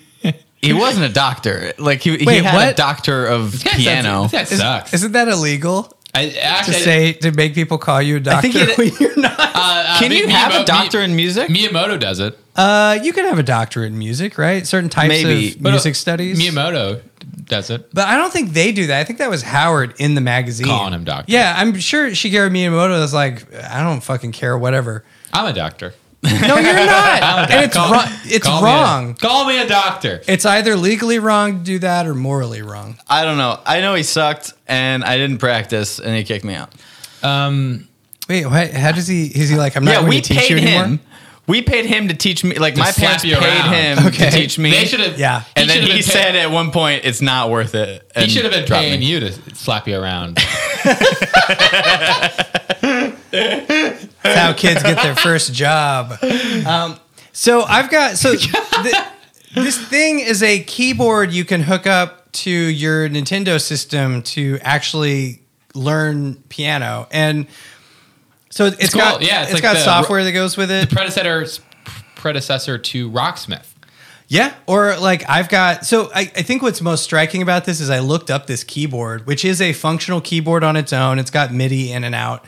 [SPEAKER 3] He wasn't a doctor. Like he, he
[SPEAKER 7] Wait,
[SPEAKER 3] had
[SPEAKER 7] what?
[SPEAKER 3] a doctor of
[SPEAKER 2] Yeah,
[SPEAKER 3] piano.
[SPEAKER 2] That sucks.
[SPEAKER 7] Isn't that illegal?
[SPEAKER 2] I actually
[SPEAKER 7] to say to make people call you a doctor
[SPEAKER 3] think it-
[SPEAKER 7] when you're
[SPEAKER 3] <laughs>
[SPEAKER 7] not.
[SPEAKER 2] uh, uh,
[SPEAKER 3] Can
[SPEAKER 2] Mi-
[SPEAKER 3] you have
[SPEAKER 2] Miyamoto-
[SPEAKER 3] a doctor in music?
[SPEAKER 2] Miyamoto does it.
[SPEAKER 7] Uh, you can have a doctorate in music, right? Certain types
[SPEAKER 3] Maybe.
[SPEAKER 7] of
[SPEAKER 2] But, uh,
[SPEAKER 7] music studies.
[SPEAKER 2] Miyamoto does it.
[SPEAKER 7] But I don't think they do that. I think that was Howard in the magazine
[SPEAKER 2] Calling him doctor.
[SPEAKER 7] Yeah, I'm sure Shigeru Miyamoto is like, I don't fucking care, whatever.
[SPEAKER 2] I'm a doctor.
[SPEAKER 7] No, you're
[SPEAKER 2] I'm a
[SPEAKER 7] not.
[SPEAKER 2] doc-
[SPEAKER 7] and it's
[SPEAKER 2] call-
[SPEAKER 7] wrong. It's
[SPEAKER 2] call me a-
[SPEAKER 7] wrong.
[SPEAKER 2] call me a doctor.
[SPEAKER 7] It's either legally wrong to do that or morally wrong.
[SPEAKER 3] I don't know. I know he sucked and I didn't practice and he kicked me out.
[SPEAKER 2] Um,
[SPEAKER 7] Wait, what, how does he? Is he like, I'm not
[SPEAKER 3] yeah,
[SPEAKER 7] going
[SPEAKER 3] we
[SPEAKER 7] to teach
[SPEAKER 3] paid
[SPEAKER 7] you
[SPEAKER 3] him.
[SPEAKER 7] anymore?
[SPEAKER 3] We paid him to teach me. Like my
[SPEAKER 2] slap
[SPEAKER 3] parents
[SPEAKER 2] you
[SPEAKER 3] paid
[SPEAKER 2] around.
[SPEAKER 3] him
[SPEAKER 7] Okay.
[SPEAKER 3] to teach me.
[SPEAKER 2] they should have.
[SPEAKER 7] Yeah.
[SPEAKER 3] and then he said at one point, "It's not worth it."
[SPEAKER 2] he
[SPEAKER 3] and
[SPEAKER 2] should have been
[SPEAKER 3] dropped
[SPEAKER 2] paying
[SPEAKER 3] me.
[SPEAKER 2] you to slap you around.
[SPEAKER 7] That's how kids get their first job. Um, so I've got so th- this thing is a keyboard you can hook up to your Nintendo system to actually learn piano, and so it's
[SPEAKER 2] cool.
[SPEAKER 7] got
[SPEAKER 2] Yeah, it's
[SPEAKER 7] it's
[SPEAKER 2] like
[SPEAKER 7] got
[SPEAKER 2] the-
[SPEAKER 7] software that goes with it.
[SPEAKER 2] predecessor predecessor to Rocksmith.
[SPEAKER 7] Yeah, or like I've got. So I, I think what's most striking about this is I looked up this keyboard, which is a functional keyboard on its own. It's got MIDI in and out,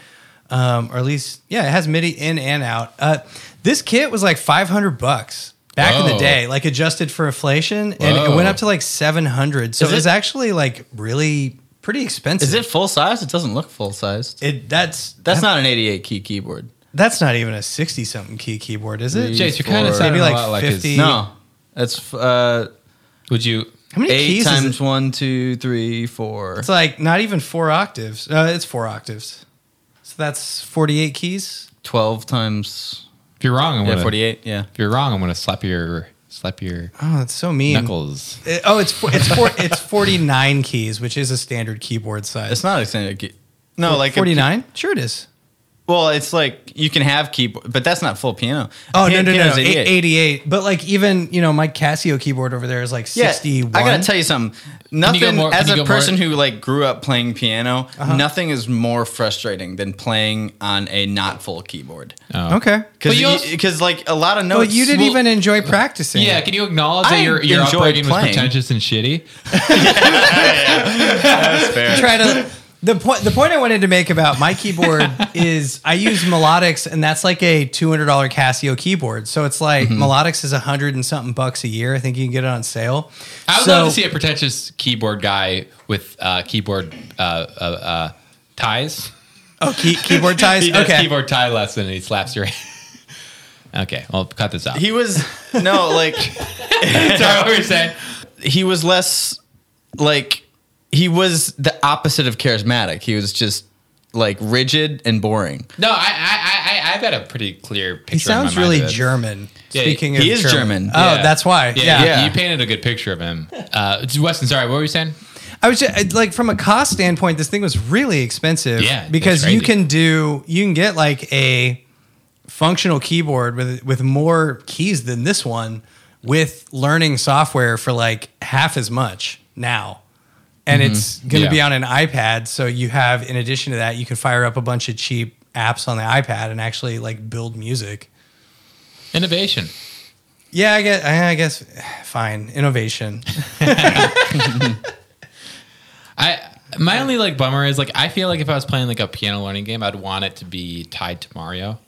[SPEAKER 7] um, or at least yeah, it has MIDI in and out. Uh, this kit was like five hundred bucks back in
[SPEAKER 2] Whoa.
[SPEAKER 3] Oh.
[SPEAKER 7] the day, like adjusted for inflation, and it went
[SPEAKER 2] Whoa.
[SPEAKER 7] up to like seven hundred. So
[SPEAKER 3] Is
[SPEAKER 7] it was
[SPEAKER 3] it-
[SPEAKER 7] actually like really pretty expensive.
[SPEAKER 3] Is it full size? It doesn't look full sized.
[SPEAKER 7] It that's
[SPEAKER 3] That's not an 88 key keyboard.
[SPEAKER 7] that's not even a sixty something key keyboard, is it?
[SPEAKER 2] Jace, you're kind of
[SPEAKER 3] Maybe
[SPEAKER 2] sounding
[SPEAKER 7] like
[SPEAKER 2] a lot like
[SPEAKER 7] 50.
[SPEAKER 2] his.
[SPEAKER 3] No, that's uh,
[SPEAKER 2] Would you?
[SPEAKER 7] How many
[SPEAKER 3] eight
[SPEAKER 7] keys is
[SPEAKER 3] times
[SPEAKER 7] it?
[SPEAKER 3] one, two, three, four.
[SPEAKER 7] It's like not even four octaves. Uh, it's four octaves. So that's 48 keys.
[SPEAKER 3] Twelve times
[SPEAKER 2] If you're wrong, I'm
[SPEAKER 3] yeah,
[SPEAKER 2] gonna.
[SPEAKER 3] forty-eight. Yeah,
[SPEAKER 2] If you're wrong, I'm gonna slap your slap your
[SPEAKER 7] Oh, that's so mean.
[SPEAKER 2] knuckles.
[SPEAKER 7] Uh, oh, it's four, it's four, it's 49 keys, which is a standard keyboard size.
[SPEAKER 3] it's not extended key. No, like a-
[SPEAKER 7] 49? sure it is.
[SPEAKER 3] well, it's like you can have keyboard, but that's not full piano.
[SPEAKER 7] Oh, no,
[SPEAKER 3] Pian-
[SPEAKER 7] no, no.
[SPEAKER 3] piano's
[SPEAKER 7] no. 88. 88. But like even, you know, my Casio keyboard over there is like 61.
[SPEAKER 3] I gotta tell you something. Nothing
[SPEAKER 2] go more-
[SPEAKER 3] as
[SPEAKER 2] can you
[SPEAKER 3] a
[SPEAKER 2] go more-
[SPEAKER 3] person who like grew up playing piano,
[SPEAKER 7] Uh-huh.
[SPEAKER 3] nothing is more frustrating than playing on a not full keyboard.
[SPEAKER 2] Oh.
[SPEAKER 7] Okay.
[SPEAKER 2] But you
[SPEAKER 3] Because
[SPEAKER 2] also-
[SPEAKER 3] because like a lot of
[SPEAKER 7] Well,
[SPEAKER 3] notes.
[SPEAKER 7] you didn't
[SPEAKER 3] will-
[SPEAKER 7] even enjoy practicing.
[SPEAKER 2] Yeah, can you acknowledge that
[SPEAKER 3] I
[SPEAKER 2] your your
[SPEAKER 3] enjoyed
[SPEAKER 2] upbringing was
[SPEAKER 3] playing.
[SPEAKER 2] pretentious and shitty?
[SPEAKER 3] That's fair.
[SPEAKER 7] try
[SPEAKER 2] <laughs>
[SPEAKER 7] to the point the point I wanted to make about my keyboard is I use Melodics and that's like a two hundred dollar Casio keyboard. So it's like
[SPEAKER 2] Mm-hmm.
[SPEAKER 7] Melodics is a hundred and something bucks a year. I think you can get it on sale.
[SPEAKER 2] I would
[SPEAKER 7] So-
[SPEAKER 2] love to see a pretentious keyboard guy with uh, keyboard uh, uh, uh, ties.
[SPEAKER 7] oh
[SPEAKER 2] <laughs>
[SPEAKER 7] key, keyboard ties.
[SPEAKER 2] He does
[SPEAKER 7] okay.
[SPEAKER 2] keyboard tie lesson and he slaps your. <laughs> okay, I'll cut this out.
[SPEAKER 3] He
[SPEAKER 7] <laughs>
[SPEAKER 3] was no like
[SPEAKER 2] <laughs> Sorry, what were you saying?
[SPEAKER 3] he was less like he was the opposite of charismatic. He was just like rigid and boring.
[SPEAKER 2] No, I I I- I I've got a pretty clear picture.
[SPEAKER 7] He sounds
[SPEAKER 2] in my mind
[SPEAKER 7] really
[SPEAKER 2] of it.
[SPEAKER 7] German.
[SPEAKER 2] Yeah,
[SPEAKER 7] Speaking of
[SPEAKER 3] he is German.
[SPEAKER 7] Oh,
[SPEAKER 2] Yeah.
[SPEAKER 7] that's why. Yeah.
[SPEAKER 2] Yeah,
[SPEAKER 3] Yeah.
[SPEAKER 2] you painted a good picture of him. Uh, Weston, sorry, what were you saying?
[SPEAKER 7] I was just, like from a cost standpoint, this thing was really expensive.
[SPEAKER 2] Yeah, that's
[SPEAKER 7] Because you
[SPEAKER 2] crazy.
[SPEAKER 7] can do you can get like a functional keyboard with with more keys than this one with learning software for like half as much now. And it's going to
[SPEAKER 2] Mm-hmm. Yeah.
[SPEAKER 7] be on an iPad, so you have in addition to that, you can fire up a bunch of cheap apps on the iPad and actually like build music.
[SPEAKER 2] Innovation.
[SPEAKER 7] Yeah, I guess I guess <sighs> fine, innovation.
[SPEAKER 2] I my only like bummer is like I feel like if I was playing like a piano learning game, I'd want it to be tied to Mario.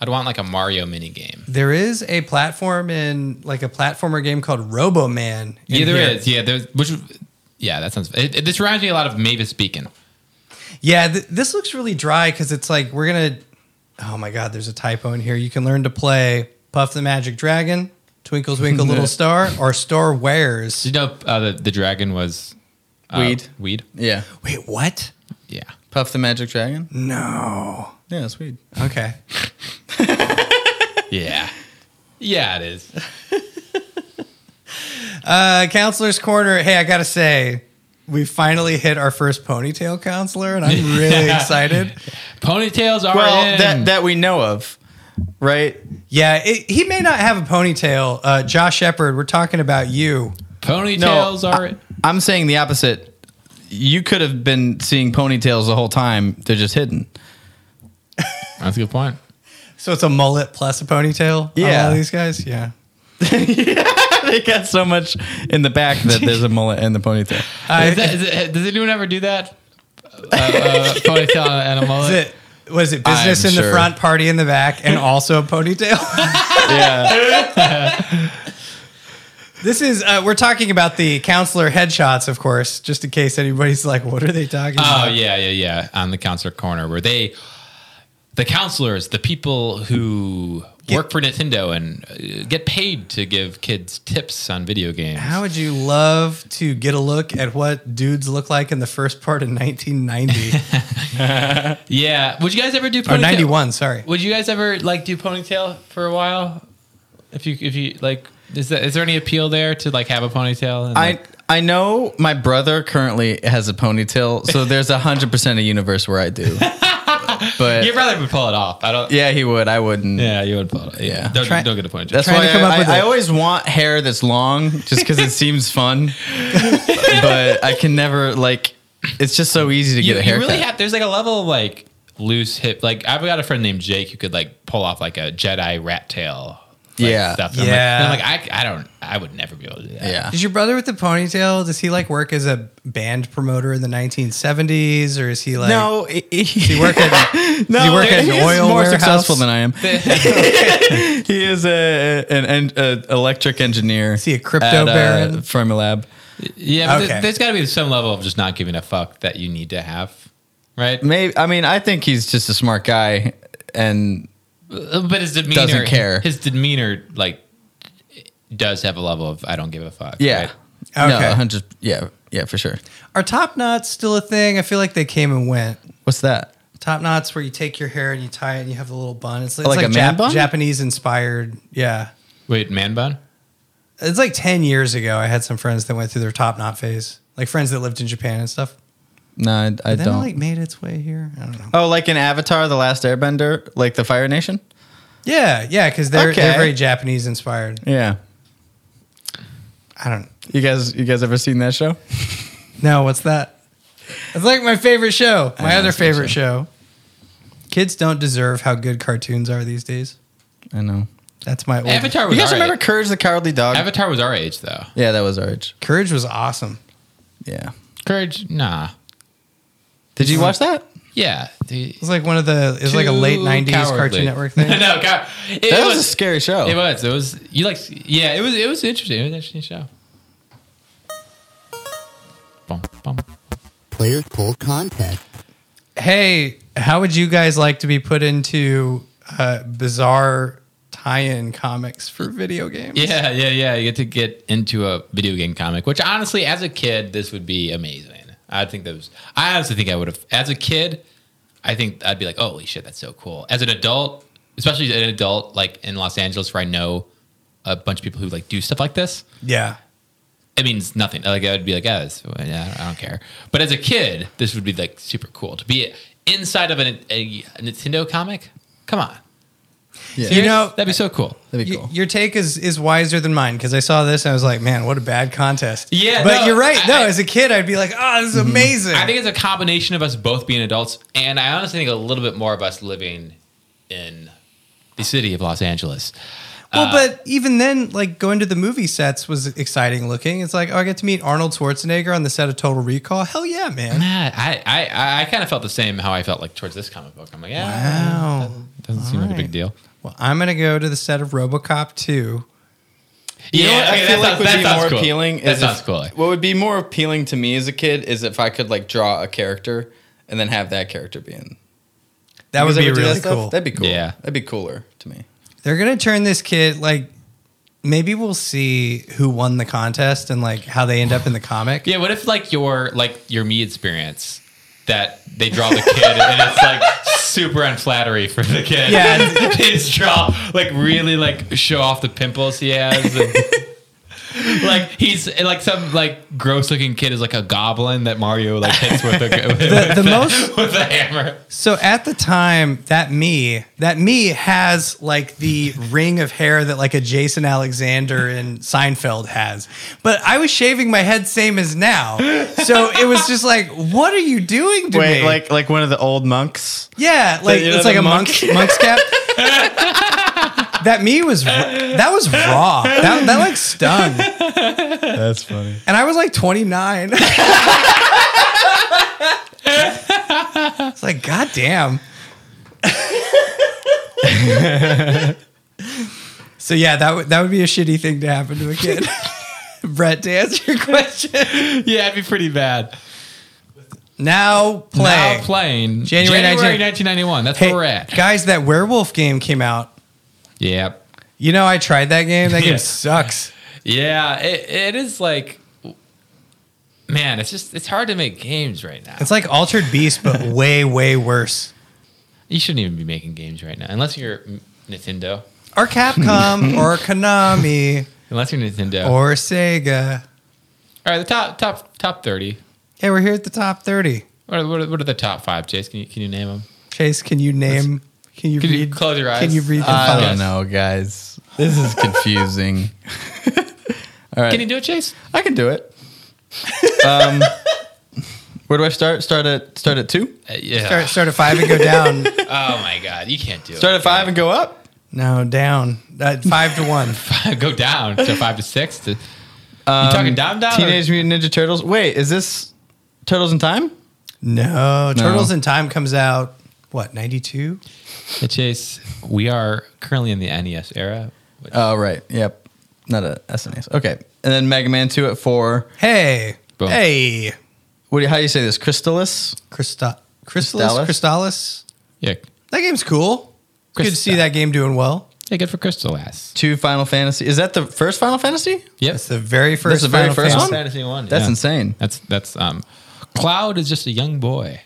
[SPEAKER 2] I'd want like a Mario mini game.
[SPEAKER 7] There is a platform in like a platformer game called Roboman. in
[SPEAKER 2] Yeah, there
[SPEAKER 7] here.
[SPEAKER 2] is. Yeah, there's which. Yeah, that sounds. It, it- this reminds me a lot of Mavis Beacon.
[SPEAKER 7] Yeah, th- this looks really dry because it's like we're gonna. Oh my God, there's a typo in here. You can learn to play Puff the Magic Dragon,
[SPEAKER 2] <laughs>
[SPEAKER 7] Twinkle Twinkle Little Star, or Star Wares.
[SPEAKER 2] Did you know uh, the the dragon was uh,
[SPEAKER 3] Weed.
[SPEAKER 2] Weed.
[SPEAKER 3] Yeah.
[SPEAKER 7] Wait, what?
[SPEAKER 3] <laughs>
[SPEAKER 2] Yeah.
[SPEAKER 3] Puff the Magic Dragon?
[SPEAKER 7] No.
[SPEAKER 3] Yeah, that's weird.
[SPEAKER 7] Okay.
[SPEAKER 2] Yeah. Yeah, it is.
[SPEAKER 7] Uh, counselor's Corner. Hey, I gotta say, we finally hit our first ponytail counselor,
[SPEAKER 2] <laughs>
[SPEAKER 7] and I'm really excited.
[SPEAKER 2] Ponytails are
[SPEAKER 3] Well,
[SPEAKER 2] in.
[SPEAKER 3] that that we know of, right?
[SPEAKER 7] Yeah, it, he may not have a ponytail. Uh, Josh Shepard, we're talking about you.
[SPEAKER 2] Ponytails are in.
[SPEAKER 3] I'm saying the opposite. You could have been seeing ponytails the whole time. They're just hidden.
[SPEAKER 2] That's a good point.
[SPEAKER 7] So it's a mullet plus a ponytail.
[SPEAKER 3] Yeah.
[SPEAKER 7] on all these guys. Yeah.
[SPEAKER 3] <laughs> they got so
[SPEAKER 2] Uh,
[SPEAKER 3] much in the back that there's a mullet and the ponytail.
[SPEAKER 7] I,
[SPEAKER 2] Is that- Uh, is it- does anyone ever do that? <laughs> a ponytail and a mullet.
[SPEAKER 7] Is it- was it business
[SPEAKER 3] I'm
[SPEAKER 7] in the
[SPEAKER 3] sure.
[SPEAKER 7] front, party in the back,
[SPEAKER 3] <laughs>
[SPEAKER 7] and also a ponytail?
[SPEAKER 3] yeah.
[SPEAKER 7] <laughs> this is uh, we're talking about the counselor headshots, of course, just in case anybody's like, "What are they talking
[SPEAKER 3] Uh,
[SPEAKER 2] Oh
[SPEAKER 7] about?"
[SPEAKER 2] yeah, yeah, yeah. On the counselor corner, where they, the counselors, the people who work for Nintendo and uh, get paid to give kids tips on video games.
[SPEAKER 7] How would you love to get a look at what dudes look like in the first part
[SPEAKER 3] <laughs>
[SPEAKER 7] of 1990
[SPEAKER 2] yeah. Would you guys ever do
[SPEAKER 7] or
[SPEAKER 2] ponytail?
[SPEAKER 7] 91? Sorry.
[SPEAKER 2] Would you guys ever like do ponytail for a while? If you if you like, is that is there any appeal there to like have a ponytail? And,
[SPEAKER 3] <laughs> I
[SPEAKER 2] like-
[SPEAKER 3] I know my brother currently has a ponytail, so there's a hundred percent a universe where I <laughs> do. But
[SPEAKER 2] your brother would pull it off. I don't.
[SPEAKER 3] yeah, he would. I wouldn't.
[SPEAKER 2] Yeah, you would pull it.
[SPEAKER 3] Yeah.
[SPEAKER 2] Don't,
[SPEAKER 7] Try-
[SPEAKER 2] don't get a ponytail.
[SPEAKER 3] That's
[SPEAKER 7] Trying
[SPEAKER 3] why
[SPEAKER 7] to come
[SPEAKER 3] I,
[SPEAKER 7] up with
[SPEAKER 3] I, I
[SPEAKER 7] a-
[SPEAKER 3] always want hair that's long, just because it seems
[SPEAKER 7] <laughs>
[SPEAKER 3] fun. but I can never like. It's just so easy to get
[SPEAKER 2] you,
[SPEAKER 3] a
[SPEAKER 2] you
[SPEAKER 3] haircut.
[SPEAKER 2] really have there's like a level of like loose hip like i've got a friend named jake who could like pull off like a jedi rat tail like,
[SPEAKER 3] Yeah.
[SPEAKER 2] stuff And I'm
[SPEAKER 7] Yeah.
[SPEAKER 2] like, and I'm like, i i don't i would never be able to do that
[SPEAKER 3] yeah.
[SPEAKER 7] Does your brother with the ponytail? Does he like work as a band promoter in the 1970s, or is he
[SPEAKER 2] <laughs>
[SPEAKER 7] like
[SPEAKER 3] No, he,
[SPEAKER 7] Does he work at, does he work at an
[SPEAKER 3] he's
[SPEAKER 7] oil
[SPEAKER 3] more
[SPEAKER 7] warehouse?
[SPEAKER 3] successful than I am. <laughs> he is a an, an a electric engineer. uh, Is
[SPEAKER 7] he a crypto baron?
[SPEAKER 3] Fermilab.
[SPEAKER 2] yeah but th-
[SPEAKER 7] Okay.
[SPEAKER 2] there's got to be some level of just not giving a fuck that you need to have right
[SPEAKER 3] Maybe I mean I think he's just a smart guy, and
[SPEAKER 2] Uh, but his demeanor
[SPEAKER 3] Doesn't care.
[SPEAKER 2] his demeanor like does have a level of i don't give a fuck
[SPEAKER 3] yeah,
[SPEAKER 2] right?
[SPEAKER 3] no,
[SPEAKER 7] Okay.
[SPEAKER 3] a hundred, yeah, yeah, for sure.
[SPEAKER 7] Are top knots still a thing? I feel like they came and went.
[SPEAKER 3] What's that?
[SPEAKER 7] Top knots where you take your hair and you tie it and you have the little bun. It's like,
[SPEAKER 3] Like
[SPEAKER 7] it's
[SPEAKER 3] a man bun?
[SPEAKER 7] Japanese inspired. Yeah.
[SPEAKER 2] wait man bun
[SPEAKER 7] It's like 10 years ago. I had some friends that went through their top knot phase, like friends that lived in Japan and stuff.
[SPEAKER 3] No, I, I
[SPEAKER 7] Then it
[SPEAKER 3] don't.
[SPEAKER 7] like made its way here. I don't know.
[SPEAKER 3] oh, like in Avatar: The Last Airbender, like the Fire Nation.
[SPEAKER 7] Yeah. Yeah. Cause they're, they're
[SPEAKER 3] Okay.
[SPEAKER 7] very Japanese inspired.
[SPEAKER 3] Yeah,
[SPEAKER 7] I don't
[SPEAKER 3] you guys, you guys ever seen that show?
[SPEAKER 7] No, what's that? It's like my favorite show. My other favorite show. Kids don't deserve how good cartoons are these days.
[SPEAKER 3] I know.
[SPEAKER 7] That's my old
[SPEAKER 2] avatar was
[SPEAKER 3] You guys
[SPEAKER 2] our
[SPEAKER 3] remember
[SPEAKER 2] age.
[SPEAKER 3] Courage the Cowardly Dog?
[SPEAKER 2] avatar was our age though
[SPEAKER 3] yeah, that was our age.
[SPEAKER 7] Courage was awesome.
[SPEAKER 3] Yeah.
[SPEAKER 2] courage nah
[SPEAKER 3] Did you watch that?
[SPEAKER 2] yeah the,
[SPEAKER 7] It was like one of the it was like a late
[SPEAKER 2] Too
[SPEAKER 7] '90s
[SPEAKER 2] cowardly. <laughs>
[SPEAKER 7] Cartoon Network thing.
[SPEAKER 2] no, cow- it,
[SPEAKER 3] That was,
[SPEAKER 2] was,
[SPEAKER 3] a scary show.
[SPEAKER 2] it was. It was. You like? Yeah, it was. It was interesting. It was an interesting show. Bum, bum.
[SPEAKER 4] Player pull contact.
[SPEAKER 7] Hey, how would you guys like to be put into uh, bizarre tie-in comics for video games?
[SPEAKER 2] Yeah, yeah, yeah. You get to get into a video game comic, which honestly, as a kid, this would be amazing. I think that was. I honestly think I would have. As a kid, I think I'd be like, "Holy shit, that's so cool!" As an adult, especially as an adult, like in Los Angeles, where I know a bunch of people who like do stuff like this.
[SPEAKER 7] yeah.
[SPEAKER 2] it means nothing. Like I'd be like, oh, this, yeah, I don't care. But as a kid, this would be like super cool to be inside of an, a, Nintendo comic. Come on,
[SPEAKER 3] Yeah.
[SPEAKER 7] You know,
[SPEAKER 2] that'd be so cool.
[SPEAKER 3] That'd be
[SPEAKER 7] Y-
[SPEAKER 3] cool.
[SPEAKER 7] your take is is wiser than mine because I saw this and I was like, man, what a bad contest.
[SPEAKER 2] Yeah,
[SPEAKER 7] but
[SPEAKER 2] no,
[SPEAKER 7] you're right. No,
[SPEAKER 2] I- I-
[SPEAKER 7] as a kid, I'd be like, oh, this is amazing.
[SPEAKER 2] I think it's a combination of us both being adults, and I honestly think a little bit more of us living in the city of Los Angeles.
[SPEAKER 7] Well,
[SPEAKER 2] uh,
[SPEAKER 7] but even then, like going to the movie sets was exciting looking. It's like, oh, I get to meet Arnold Schwarzenegger on the set of Total Recall. Hell yeah,
[SPEAKER 2] <laughs>
[SPEAKER 7] man.
[SPEAKER 2] Nah, I I, I, I kind of felt the same how I felt like towards this comic book. I'm like, yeah,
[SPEAKER 7] Wow.
[SPEAKER 2] doesn't seem like a big deal.
[SPEAKER 7] Well, I'm going to go to the set of Robocop 2.
[SPEAKER 3] You know what
[SPEAKER 2] okay,
[SPEAKER 3] I
[SPEAKER 2] that
[SPEAKER 3] feel like
[SPEAKER 2] sounds-
[SPEAKER 3] would
[SPEAKER 2] that
[SPEAKER 3] be
[SPEAKER 2] sounds
[SPEAKER 3] more
[SPEAKER 2] cool.
[SPEAKER 3] appealing.
[SPEAKER 2] That
[SPEAKER 3] is
[SPEAKER 2] sounds
[SPEAKER 3] if-
[SPEAKER 2] cool.
[SPEAKER 3] What would be more appealing to me as a kid is if I could like draw a character and then have that character be in.
[SPEAKER 7] That
[SPEAKER 3] You
[SPEAKER 7] would
[SPEAKER 3] guys
[SPEAKER 7] be
[SPEAKER 3] ever do that
[SPEAKER 7] really
[SPEAKER 3] stuff?
[SPEAKER 7] cool.
[SPEAKER 3] That'd be cool.
[SPEAKER 2] Yeah.
[SPEAKER 3] that'd be cooler to me.
[SPEAKER 7] They're going to turn this kid, like, maybe we'll see who won the contest and, like, how they end up in the comic.
[SPEAKER 2] Yeah, what if like your like your me experience that they draw the kid and it's like super unflattering for <laughs> the kid.
[SPEAKER 7] Yeah.
[SPEAKER 2] they just draw like really like show off the pimples he has. And, <laughs> like he's and, like some like gross looking kid is like a goblin that Mario like hits with a <laughs> with,
[SPEAKER 7] The, the
[SPEAKER 2] <laughs>
[SPEAKER 7] most
[SPEAKER 2] with a hammer.
[SPEAKER 7] so at the time that me that me has like the ring of hair that like a Jason Alexander in Seinfeld has, but I was shaving my head same as now, so it was just like, what are you doing to me?
[SPEAKER 3] like one of the old monks.
[SPEAKER 7] yeah, like
[SPEAKER 3] you know,
[SPEAKER 7] it's like
[SPEAKER 3] the
[SPEAKER 7] a
[SPEAKER 3] monk?
[SPEAKER 7] monk's
[SPEAKER 3] <laughs>
[SPEAKER 7] monk's cap. that me was that was raw. That that like stung,
[SPEAKER 3] That's funny.
[SPEAKER 7] and I was like twenty nine. It's like, goddamn. <laughs> so yeah, that would that would be a shitty thing to happen to a kid. <laughs> Brett, to answer your question,
[SPEAKER 2] yeah, it'd be pretty bad.
[SPEAKER 7] now play.
[SPEAKER 2] Now playing
[SPEAKER 7] January 19
[SPEAKER 2] 1991. That's
[SPEAKER 7] Hey,
[SPEAKER 2] where we're at.
[SPEAKER 7] guys, that werewolf game came out.
[SPEAKER 2] Yeah.
[SPEAKER 7] You know, I tried that game. That game
[SPEAKER 2] Yeah.
[SPEAKER 7] sucks.
[SPEAKER 2] Yeah, it, it is like, man, it's just it's hard to make games right now.
[SPEAKER 7] It's like Altered Beast, <laughs> but way, way worse.
[SPEAKER 2] you shouldn't even be making games right now unless you're Nintendo.
[SPEAKER 7] Or <laughs> Capcom, or Konami,
[SPEAKER 2] Unless you're Nintendo. All
[SPEAKER 7] or Sega.
[SPEAKER 2] right, the top top top thirty.
[SPEAKER 7] Hey, we're here at the top thirty.
[SPEAKER 2] What are, what are, what are the top five, Chase? Can you can you name them?
[SPEAKER 7] Chase, can you name? Can you
[SPEAKER 2] Can you
[SPEAKER 7] read?
[SPEAKER 2] close your eyes? Uh,
[SPEAKER 7] Can you read the
[SPEAKER 3] I
[SPEAKER 7] five?
[SPEAKER 3] don't know, guys. This is
[SPEAKER 2] <laughs>
[SPEAKER 3] confusing. All right.
[SPEAKER 2] Can you do it, Chase?
[SPEAKER 3] I can do it. Um, <laughs> where do I start? Start at start at two.
[SPEAKER 2] Uh, yeah.
[SPEAKER 7] Start, start at five and go down.
[SPEAKER 2] Oh my God, you can't do
[SPEAKER 3] Start at five and go up.
[SPEAKER 7] <laughs> no, down. Uh, five to one.
[SPEAKER 2] it. <laughs> Go down to five to six. To, you
[SPEAKER 3] Um,
[SPEAKER 2] talking down down? or-
[SPEAKER 3] Teenage Mutant Ninja Turtles. Wait, is this Turtles in Time?
[SPEAKER 7] No, Turtles in Time comes out. What ninety two?
[SPEAKER 2] Hey, Chase, we are currently in the NES era. which-
[SPEAKER 3] Oh right. Yep. Not a SNES. Okay. And then Mega Man two at four.
[SPEAKER 7] Hey,
[SPEAKER 2] Boom.
[SPEAKER 7] hey,
[SPEAKER 3] What? Do you, how do you say this? Crystallis.
[SPEAKER 7] Christa-
[SPEAKER 3] Crystallis?
[SPEAKER 7] Crystallis, Crystallis.
[SPEAKER 2] yeah.
[SPEAKER 7] That game's cool. It's Good to see
[SPEAKER 2] Crystal-
[SPEAKER 7] that game doing well.
[SPEAKER 2] Yeah, good for Crystal Ass.
[SPEAKER 3] Two Final Fantasy. Is that the first Final Fantasy?
[SPEAKER 2] Yep.
[SPEAKER 7] That's the very first.
[SPEAKER 3] the very
[SPEAKER 7] Final
[SPEAKER 3] first
[SPEAKER 7] Fantasy.
[SPEAKER 2] Fantasy one.
[SPEAKER 3] That's
[SPEAKER 2] yeah.
[SPEAKER 3] insane.
[SPEAKER 2] That's that's um, Cloud is just a young boy.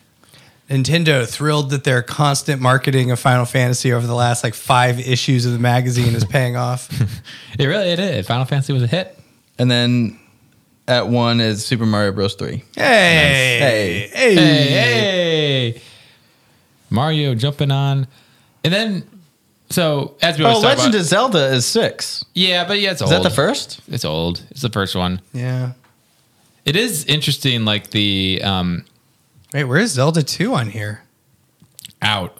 [SPEAKER 7] Nintendo thrilled that their constant marketing of Final Fantasy over the last like five issues of the magazine is
[SPEAKER 2] <laughs>
[SPEAKER 7] paying off.
[SPEAKER 2] It really it is. Final Fantasy was a hit.
[SPEAKER 3] And then at one is Super Mario Bros. three.
[SPEAKER 7] Hey, hey,
[SPEAKER 2] Hey, hey, Mario jumping on, and then so as we always
[SPEAKER 3] Oh,
[SPEAKER 2] talk
[SPEAKER 3] Legend
[SPEAKER 2] about,
[SPEAKER 3] of Zelda is six.
[SPEAKER 2] yeah, but yeah, it's
[SPEAKER 3] Is
[SPEAKER 2] old.
[SPEAKER 3] that the first?
[SPEAKER 2] It's old. It's the first one.
[SPEAKER 7] yeah.
[SPEAKER 2] It is interesting, like the um
[SPEAKER 7] Wait, where is Zelda two on here?
[SPEAKER 2] out.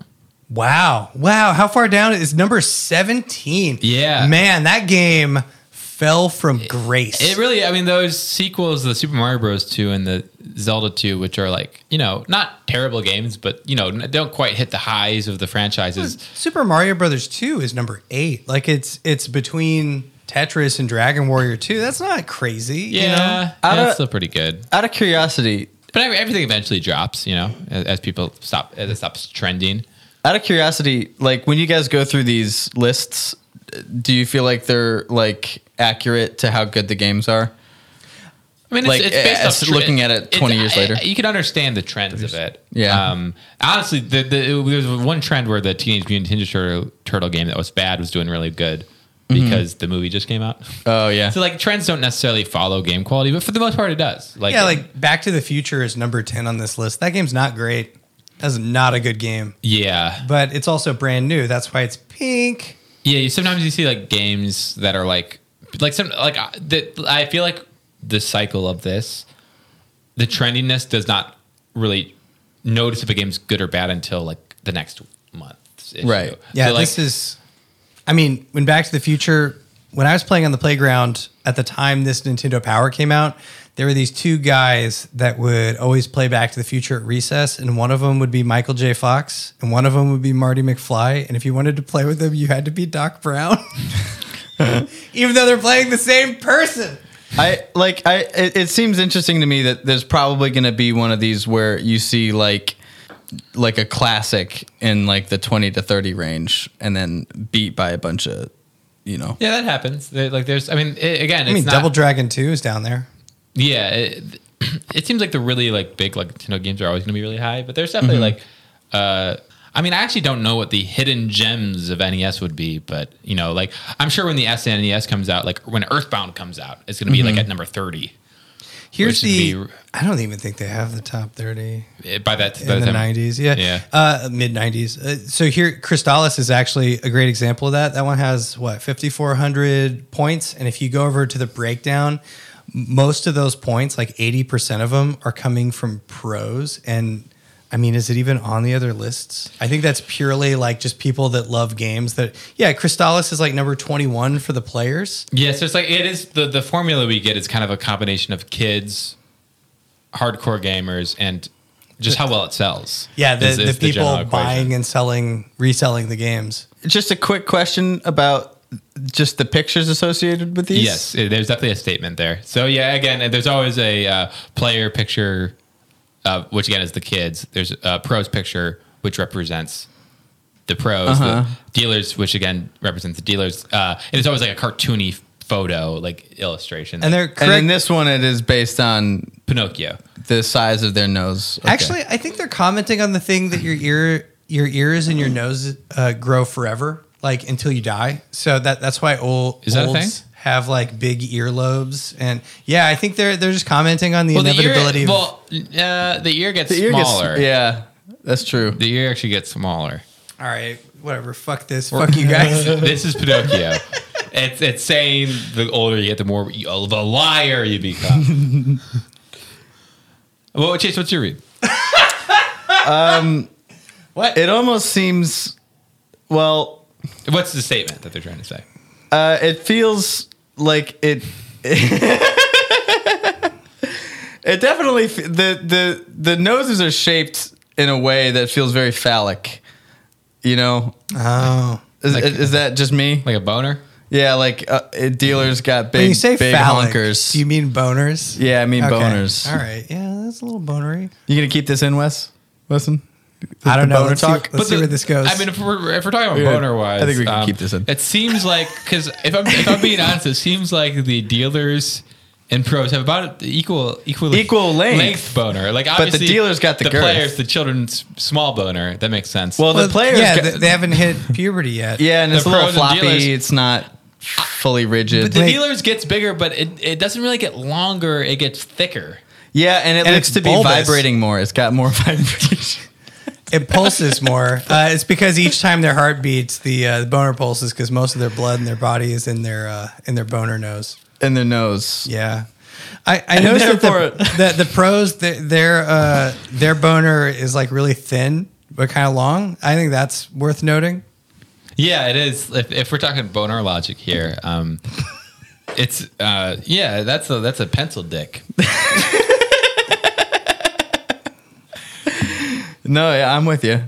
[SPEAKER 7] Wow. Wow. How far down is number 17?
[SPEAKER 2] Yeah.
[SPEAKER 7] Man, that game fell from grace.
[SPEAKER 2] It really, I mean, those sequels, the Super Mario Bros. two and the Zelda two, which are like you know not terrible games, but you know n- don't quite hit the highs of the franchises.
[SPEAKER 7] Super Mario Brothers 2 is number 8. Like it's it's between Tetris and Dragon Warrior 2. That's not crazy,
[SPEAKER 2] Yeah,
[SPEAKER 7] you know.
[SPEAKER 2] yeah,
[SPEAKER 3] Out
[SPEAKER 2] it's
[SPEAKER 3] of-
[SPEAKER 2] still pretty good.
[SPEAKER 3] Out of curiosity,
[SPEAKER 2] But every- everything eventually drops, you know, as, as people stop, as it stops trending.
[SPEAKER 3] out of curiosity, like when you guys go through these lists, do you feel like they're like accurate to how good the games are?
[SPEAKER 2] I mean,
[SPEAKER 3] Like, as looking at it 20 years later.
[SPEAKER 2] you can understand the trends of it.
[SPEAKER 3] Yeah.
[SPEAKER 2] Um, honestly, the, the, there was one trend where the Teenage Mutant Ninja Turtle, Turtle game that was bad was doing really good
[SPEAKER 3] Mm-hmm.
[SPEAKER 2] because the movie just came out. <laughs>
[SPEAKER 3] Oh yeah.
[SPEAKER 2] So like trends don't necessarily follow game quality, but for the most part, it does. Like
[SPEAKER 7] Yeah, like Back to the Future is number 10 on this list. That game's not great. That's not a good game,
[SPEAKER 2] yeah,
[SPEAKER 7] but it's also brand new. That's why it's pink.
[SPEAKER 2] yeah. You, sometimes you see like games that are like like some like uh, that. I feel like the cycle of this, the trendiness does not really notice if a game's good or bad until like the next month.
[SPEAKER 3] Right.
[SPEAKER 7] Yeah,
[SPEAKER 2] So, like,
[SPEAKER 7] this is. I mean, when Back to the Future, when I was playing on the playground at the time this Nintendo Power came out, there were these two guys that would always play Back to the Future at recess, and one of them would be Michael J. Fox, and one of them would be Marty McFly. And if you wanted to play with them, you had to be Doc Brown, <laughs> even though they're playing the same person.
[SPEAKER 3] I like I it, it seems interesting to me that there's probably going to be one of these where you see like like a classic in like the 20 to 30 range and then beat by a bunch of you know.
[SPEAKER 2] yeah, that happens. There- Like there's, I mean, it, again, it's
[SPEAKER 7] I mean,
[SPEAKER 2] not,
[SPEAKER 7] Double Dragon Two is down there.
[SPEAKER 2] yeah it, it seems like the really like big like Nintendo games are always going to be really high but there's definitely like uh
[SPEAKER 7] Mm-hmm.
[SPEAKER 2] I mean, I actually don't know what the hidden gems of NES would be, but you know, like I'm sure when the SNES E comes out, like when Earthbound comes out, it's going to be
[SPEAKER 7] Mm-hmm.
[SPEAKER 2] like at number 30.
[SPEAKER 7] Here's
[SPEAKER 2] Which
[SPEAKER 7] the.
[SPEAKER 2] would be-
[SPEAKER 7] I don't even think they have the top thirty.
[SPEAKER 2] Eh, By that, by
[SPEAKER 7] in the
[SPEAKER 2] time-
[SPEAKER 7] nineties, yeah,
[SPEAKER 2] Yeah.
[SPEAKER 7] uh, mid nineties. Uh, so here, Crystallis is actually a great example of that. That one has what fifty four hundred points, and if you go over to the breakdown, m- most of those points, like eighty percent of them, are coming from pros. And I mean, is it even on the other lists? I think that's purely like just people that love games. That yeah, Crystallis is like number twenty one for the players.
[SPEAKER 2] Yeah, so it's like it is the the formula we get is kind of a combination of kids, hardcore gamers, and just how well it sells.
[SPEAKER 7] Yeah, the,
[SPEAKER 2] is- is
[SPEAKER 7] the people
[SPEAKER 2] general equation.
[SPEAKER 7] buying and selling, reselling the games.
[SPEAKER 3] Just a quick question about just the pictures associated with these.
[SPEAKER 2] Yes, it- there's definitely a statement there. So yeah, again, there's always a uh, player picture, uh, which again is the kids. There's a pros picture, which represents the pros. The dealers, which again represents the dealers. Uh, and it's always like a cartoony photo, like illustration.
[SPEAKER 7] And they're
[SPEAKER 3] And
[SPEAKER 7] correct.
[SPEAKER 3] in this one, it is based on
[SPEAKER 2] Pinocchio.
[SPEAKER 3] the size of their nose. Okay.
[SPEAKER 7] Actually, I think they're commenting on the thing that your ear, your ears and your nose uh, grow forever, like until you die. So that that's why old
[SPEAKER 2] Is that a
[SPEAKER 7] olds
[SPEAKER 2] thing?
[SPEAKER 7] have like big earlobes, and yeah, I think they're they're just commenting on the
[SPEAKER 2] Well, the
[SPEAKER 7] inevitability.
[SPEAKER 2] ear,
[SPEAKER 7] of,
[SPEAKER 2] well, uh, the ear gets
[SPEAKER 3] the ear gets-
[SPEAKER 2] smaller.
[SPEAKER 3] yeah, that's true.
[SPEAKER 2] The ear actually gets smaller.
[SPEAKER 7] all right, whatever. Fuck this. Fuck you
[SPEAKER 2] <laughs>
[SPEAKER 7] guys.
[SPEAKER 2] this is
[SPEAKER 3] <laughs>
[SPEAKER 2] Pinocchio. It's it's saying the older you get, the more you, oh, the liar you become.
[SPEAKER 3] <laughs>
[SPEAKER 2] well, Chase, what's your read?
[SPEAKER 3] It almost seems, well,
[SPEAKER 2] What's the statement that they're trying to say?
[SPEAKER 3] uh, it feels like it. <laughs> it definitely f- the the the noses are shaped in a way that feels very phallic. You know,
[SPEAKER 7] oh,
[SPEAKER 3] is, is that just me?
[SPEAKER 2] Like a boner?
[SPEAKER 3] Yeah, like uh, it- dealers got big
[SPEAKER 7] when you say
[SPEAKER 3] big
[SPEAKER 7] phallic,
[SPEAKER 3] honkers.
[SPEAKER 7] do you mean boners?
[SPEAKER 3] yeah, I mean
[SPEAKER 7] Okay.
[SPEAKER 3] boners.
[SPEAKER 7] All right, yeah, that's a little bonery.
[SPEAKER 3] You gonna keep this in, Wes? Listen,
[SPEAKER 7] I don't know.
[SPEAKER 3] boner
[SPEAKER 7] Let's see,
[SPEAKER 3] talk?
[SPEAKER 7] let's see
[SPEAKER 2] the-
[SPEAKER 7] where this goes.
[SPEAKER 2] I mean, if we're, if we're talking about
[SPEAKER 3] Yeah.
[SPEAKER 2] boner wise,
[SPEAKER 3] I think we can keep this in.
[SPEAKER 2] It seems like because if I'm if I'm being honest, it seems like the dealers and pros have about equal equal
[SPEAKER 3] Equal length.
[SPEAKER 2] boner. Like
[SPEAKER 3] the
[SPEAKER 2] obviously,
[SPEAKER 3] dealers got the
[SPEAKER 2] the
[SPEAKER 3] girth.
[SPEAKER 2] players, the children's small boner. That makes sense.
[SPEAKER 3] Well, the players.
[SPEAKER 7] yeah,
[SPEAKER 3] got-
[SPEAKER 7] they, they haven't hit puberty yet.
[SPEAKER 3] yeah, and
[SPEAKER 2] the
[SPEAKER 3] it's a little
[SPEAKER 2] pros and
[SPEAKER 3] floppy.
[SPEAKER 2] dealers-
[SPEAKER 3] It's not fully rigid.
[SPEAKER 2] But the
[SPEAKER 7] Like-
[SPEAKER 2] dealers gets bigger, but it, it doesn't really get longer. It gets thicker.
[SPEAKER 3] Yeah, and it
[SPEAKER 7] And
[SPEAKER 3] looks
[SPEAKER 7] it's
[SPEAKER 3] to be
[SPEAKER 7] bulbous.
[SPEAKER 3] vibrating more. It's got more <laughs> vibration.
[SPEAKER 7] it pulses more. Uh, it's because each time their heart beats, the, uh, the boner pulses because most of their blood in their body is in their uh, in their boner nose.
[SPEAKER 3] in the nose.
[SPEAKER 7] Yeah, I, I noticed that the, the the pros their their, uh, their boner is like really thin but kind of long. I think that's worth noting.
[SPEAKER 2] Yeah, it is. If, if we're talking boner logic here, <laughs> um, it's uh, yeah, that's a that's a pencil dick.
[SPEAKER 3] No, yeah, I'm with you.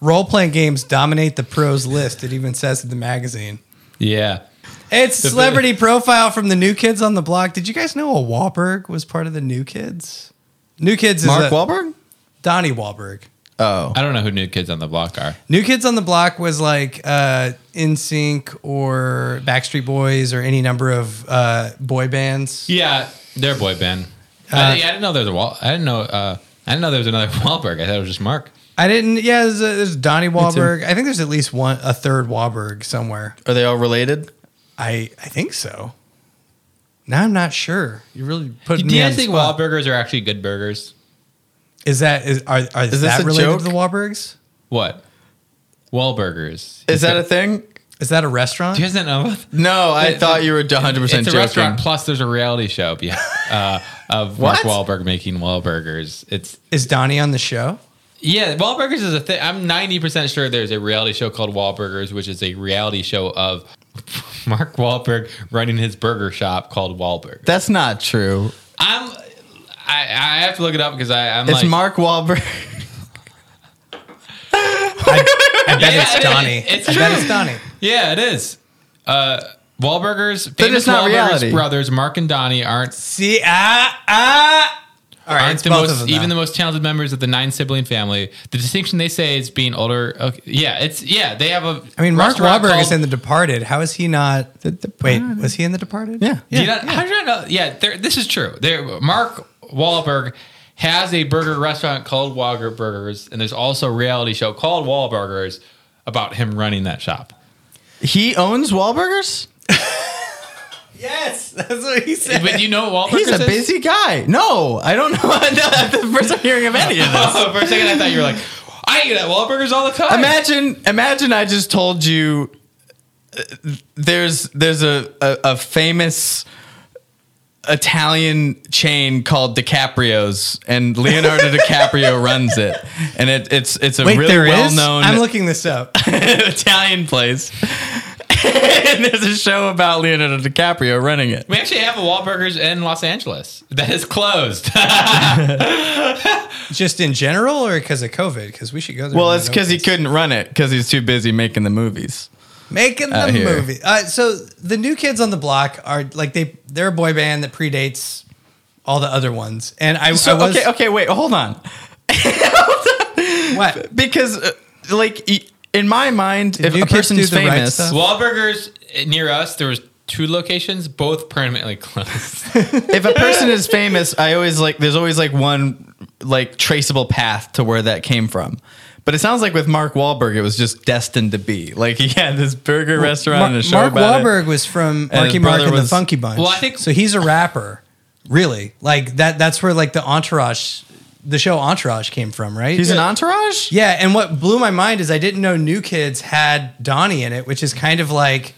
[SPEAKER 7] Role playing games dominate the pros list. It even says in the magazine.
[SPEAKER 2] Yeah,
[SPEAKER 7] It's celebrity profile from the New Kids on the Block. Did you guys know a Wahlberg was part of the New Kids? New Kids
[SPEAKER 3] Mark
[SPEAKER 7] is a,
[SPEAKER 3] Wahlberg?
[SPEAKER 7] Donnie Wahlberg.
[SPEAKER 3] Oh.
[SPEAKER 2] I don't know who New Kids on the Block are.
[SPEAKER 7] New Kids on the Block was like uh, In Sync or Backstreet Boys or any number of uh, boy bands.
[SPEAKER 2] Yeah, Uh, they're a boy band. I, I didn't know there was a wall. I didn't know. Uh, I didn't know there was another <laughs> Wahlberg. I thought it was just Mark.
[SPEAKER 7] I didn't. Yeah, there's, a, there's Donnie Wahlberg. I think there's at least one a third Wahlberg somewhere.
[SPEAKER 3] Are they all related?
[SPEAKER 7] I I think so. Now I'm not sure. You really put
[SPEAKER 2] Do
[SPEAKER 7] me
[SPEAKER 2] you
[SPEAKER 7] on
[SPEAKER 2] guys
[SPEAKER 7] the
[SPEAKER 2] think
[SPEAKER 7] spot.
[SPEAKER 2] Wahlburgers are actually good burgers?
[SPEAKER 7] Is that is are, are is
[SPEAKER 3] this
[SPEAKER 7] that
[SPEAKER 3] a
[SPEAKER 7] related
[SPEAKER 3] joke?
[SPEAKER 7] to the Wahlbergs?
[SPEAKER 2] What? Wahlburgers.
[SPEAKER 3] Is that a thing?
[SPEAKER 7] Is that a restaurant?
[SPEAKER 2] Do you guys not know about
[SPEAKER 3] No, I thought you were 100%
[SPEAKER 2] It's a
[SPEAKER 3] joking.
[SPEAKER 2] restaurant. Plus, there's a reality show be- <laughs> uh, of Mark Wahlberg making Wahlburgers. It's
[SPEAKER 7] Is Donnie on the show?
[SPEAKER 2] yeah, Wahlburgers is a thing. I'm 90 percent sure there's a reality show called Wahlburgers, which is a reality show of <laughs> Mark Wahlberg running his burger shop called Wahlburg.
[SPEAKER 3] That's not true.
[SPEAKER 2] I'm I, I have to look it up because I, I'm
[SPEAKER 3] It's
[SPEAKER 2] like
[SPEAKER 3] Mark Wahlberg. <laughs>
[SPEAKER 7] I bet
[SPEAKER 2] Yeah, it-
[SPEAKER 7] it's Donnie.
[SPEAKER 2] <laughs> it's
[SPEAKER 7] I bet
[SPEAKER 2] true.
[SPEAKER 7] it's Donnie.
[SPEAKER 2] yeah, it is. Uh, Wahlburgers, famous
[SPEAKER 3] it's not
[SPEAKER 2] Wahlburgers
[SPEAKER 3] reality.
[SPEAKER 2] brothers Mark and Donnie aren't
[SPEAKER 7] See ah ah. All right,
[SPEAKER 2] aren't
[SPEAKER 7] it's
[SPEAKER 2] the
[SPEAKER 7] both
[SPEAKER 2] most
[SPEAKER 7] of them
[SPEAKER 2] even
[SPEAKER 7] now.
[SPEAKER 2] the most talented members of the nine sibling family. The distinction they say is being older. Okay, yeah, it's yeah. They have a.
[SPEAKER 7] I mean, Mark
[SPEAKER 2] restaurant
[SPEAKER 7] Wahlberg
[SPEAKER 2] called-
[SPEAKER 7] is in The Departed. How is he not? wait, was he in The Departed?
[SPEAKER 3] Yeah.
[SPEAKER 2] Do you not- How did I know? Yeah, there- this is true. There, Mark Wahlberg has a burger restaurant called Wahlberg Burgers, and there's also a reality show called Wahlburgers about him running that shop.
[SPEAKER 3] He owns Wahlburgers?
[SPEAKER 7] Yes, that's what he said.
[SPEAKER 2] But you know
[SPEAKER 7] <laughs>
[SPEAKER 2] what Wahlburgers
[SPEAKER 3] He's a
[SPEAKER 2] is?
[SPEAKER 3] busy guy. No, I don't know. <laughs> That's the first I'm hearing of any of
[SPEAKER 2] <laughs>
[SPEAKER 3] this.
[SPEAKER 2] Oh, for a second, I thought you were like, I eat at Wahlburgers all the time.
[SPEAKER 3] imagine imagine i just told you uh, there's there's a, a, a famous Italian chain called DiCaprio's, and <laughs> Leonardo DiCaprio runs it, and it, it's it's a
[SPEAKER 7] wait,
[SPEAKER 3] really <laughs>
[SPEAKER 7] there is?
[SPEAKER 3] well known
[SPEAKER 7] I'm looking this up.
[SPEAKER 3] Italian place. and there's a show about Leonardo DiCaprio running it.
[SPEAKER 2] We actually have a Wahlburgers in Los Angeles that is closed. <laughs>
[SPEAKER 7] <laughs> Just in general, or because of COVID? Because we should go there.
[SPEAKER 3] Well,
[SPEAKER 7] when
[SPEAKER 3] it's
[SPEAKER 7] it
[SPEAKER 3] because he
[SPEAKER 7] opens.
[SPEAKER 3] couldn't run it because he's too busy making the movies.
[SPEAKER 7] making the
[SPEAKER 3] out here.
[SPEAKER 7] movie. Uh, so the new kids on the block are like they they're a boy band that predates all the other ones. And I,
[SPEAKER 3] So
[SPEAKER 7] I was
[SPEAKER 3] okay, okay, wait, hold on.
[SPEAKER 7] what
[SPEAKER 3] Because uh, like y- in my mind, if
[SPEAKER 7] New
[SPEAKER 3] a
[SPEAKER 7] Kids
[SPEAKER 3] person's
[SPEAKER 7] do the right
[SPEAKER 3] famous,
[SPEAKER 7] stuff?
[SPEAKER 2] Wahlburgers near us, there was two locations, both permanently closed. <laughs>
[SPEAKER 3] if a person <laughs> is famous, I always like there's always like one like traceable path to where that came from. But it sounds like with Mark Wahlberg, it was just destined to be. Like he had this burger restaurant and a show
[SPEAKER 7] Mark
[SPEAKER 3] about
[SPEAKER 7] Wahlberg
[SPEAKER 3] it.
[SPEAKER 7] was from
[SPEAKER 3] And
[SPEAKER 7] Marky
[SPEAKER 3] his
[SPEAKER 7] Mark
[SPEAKER 3] brother
[SPEAKER 7] and the
[SPEAKER 3] was-
[SPEAKER 7] Funky Bunch.
[SPEAKER 2] Well, I think-
[SPEAKER 7] so. He's a rapper, really. Like that. That's where like the entourage, the show Entourage came from, right?
[SPEAKER 3] He's an entourage.
[SPEAKER 7] Yeah, and what blew my mind is I didn't know New Kids had Donnie in it, which is kind of like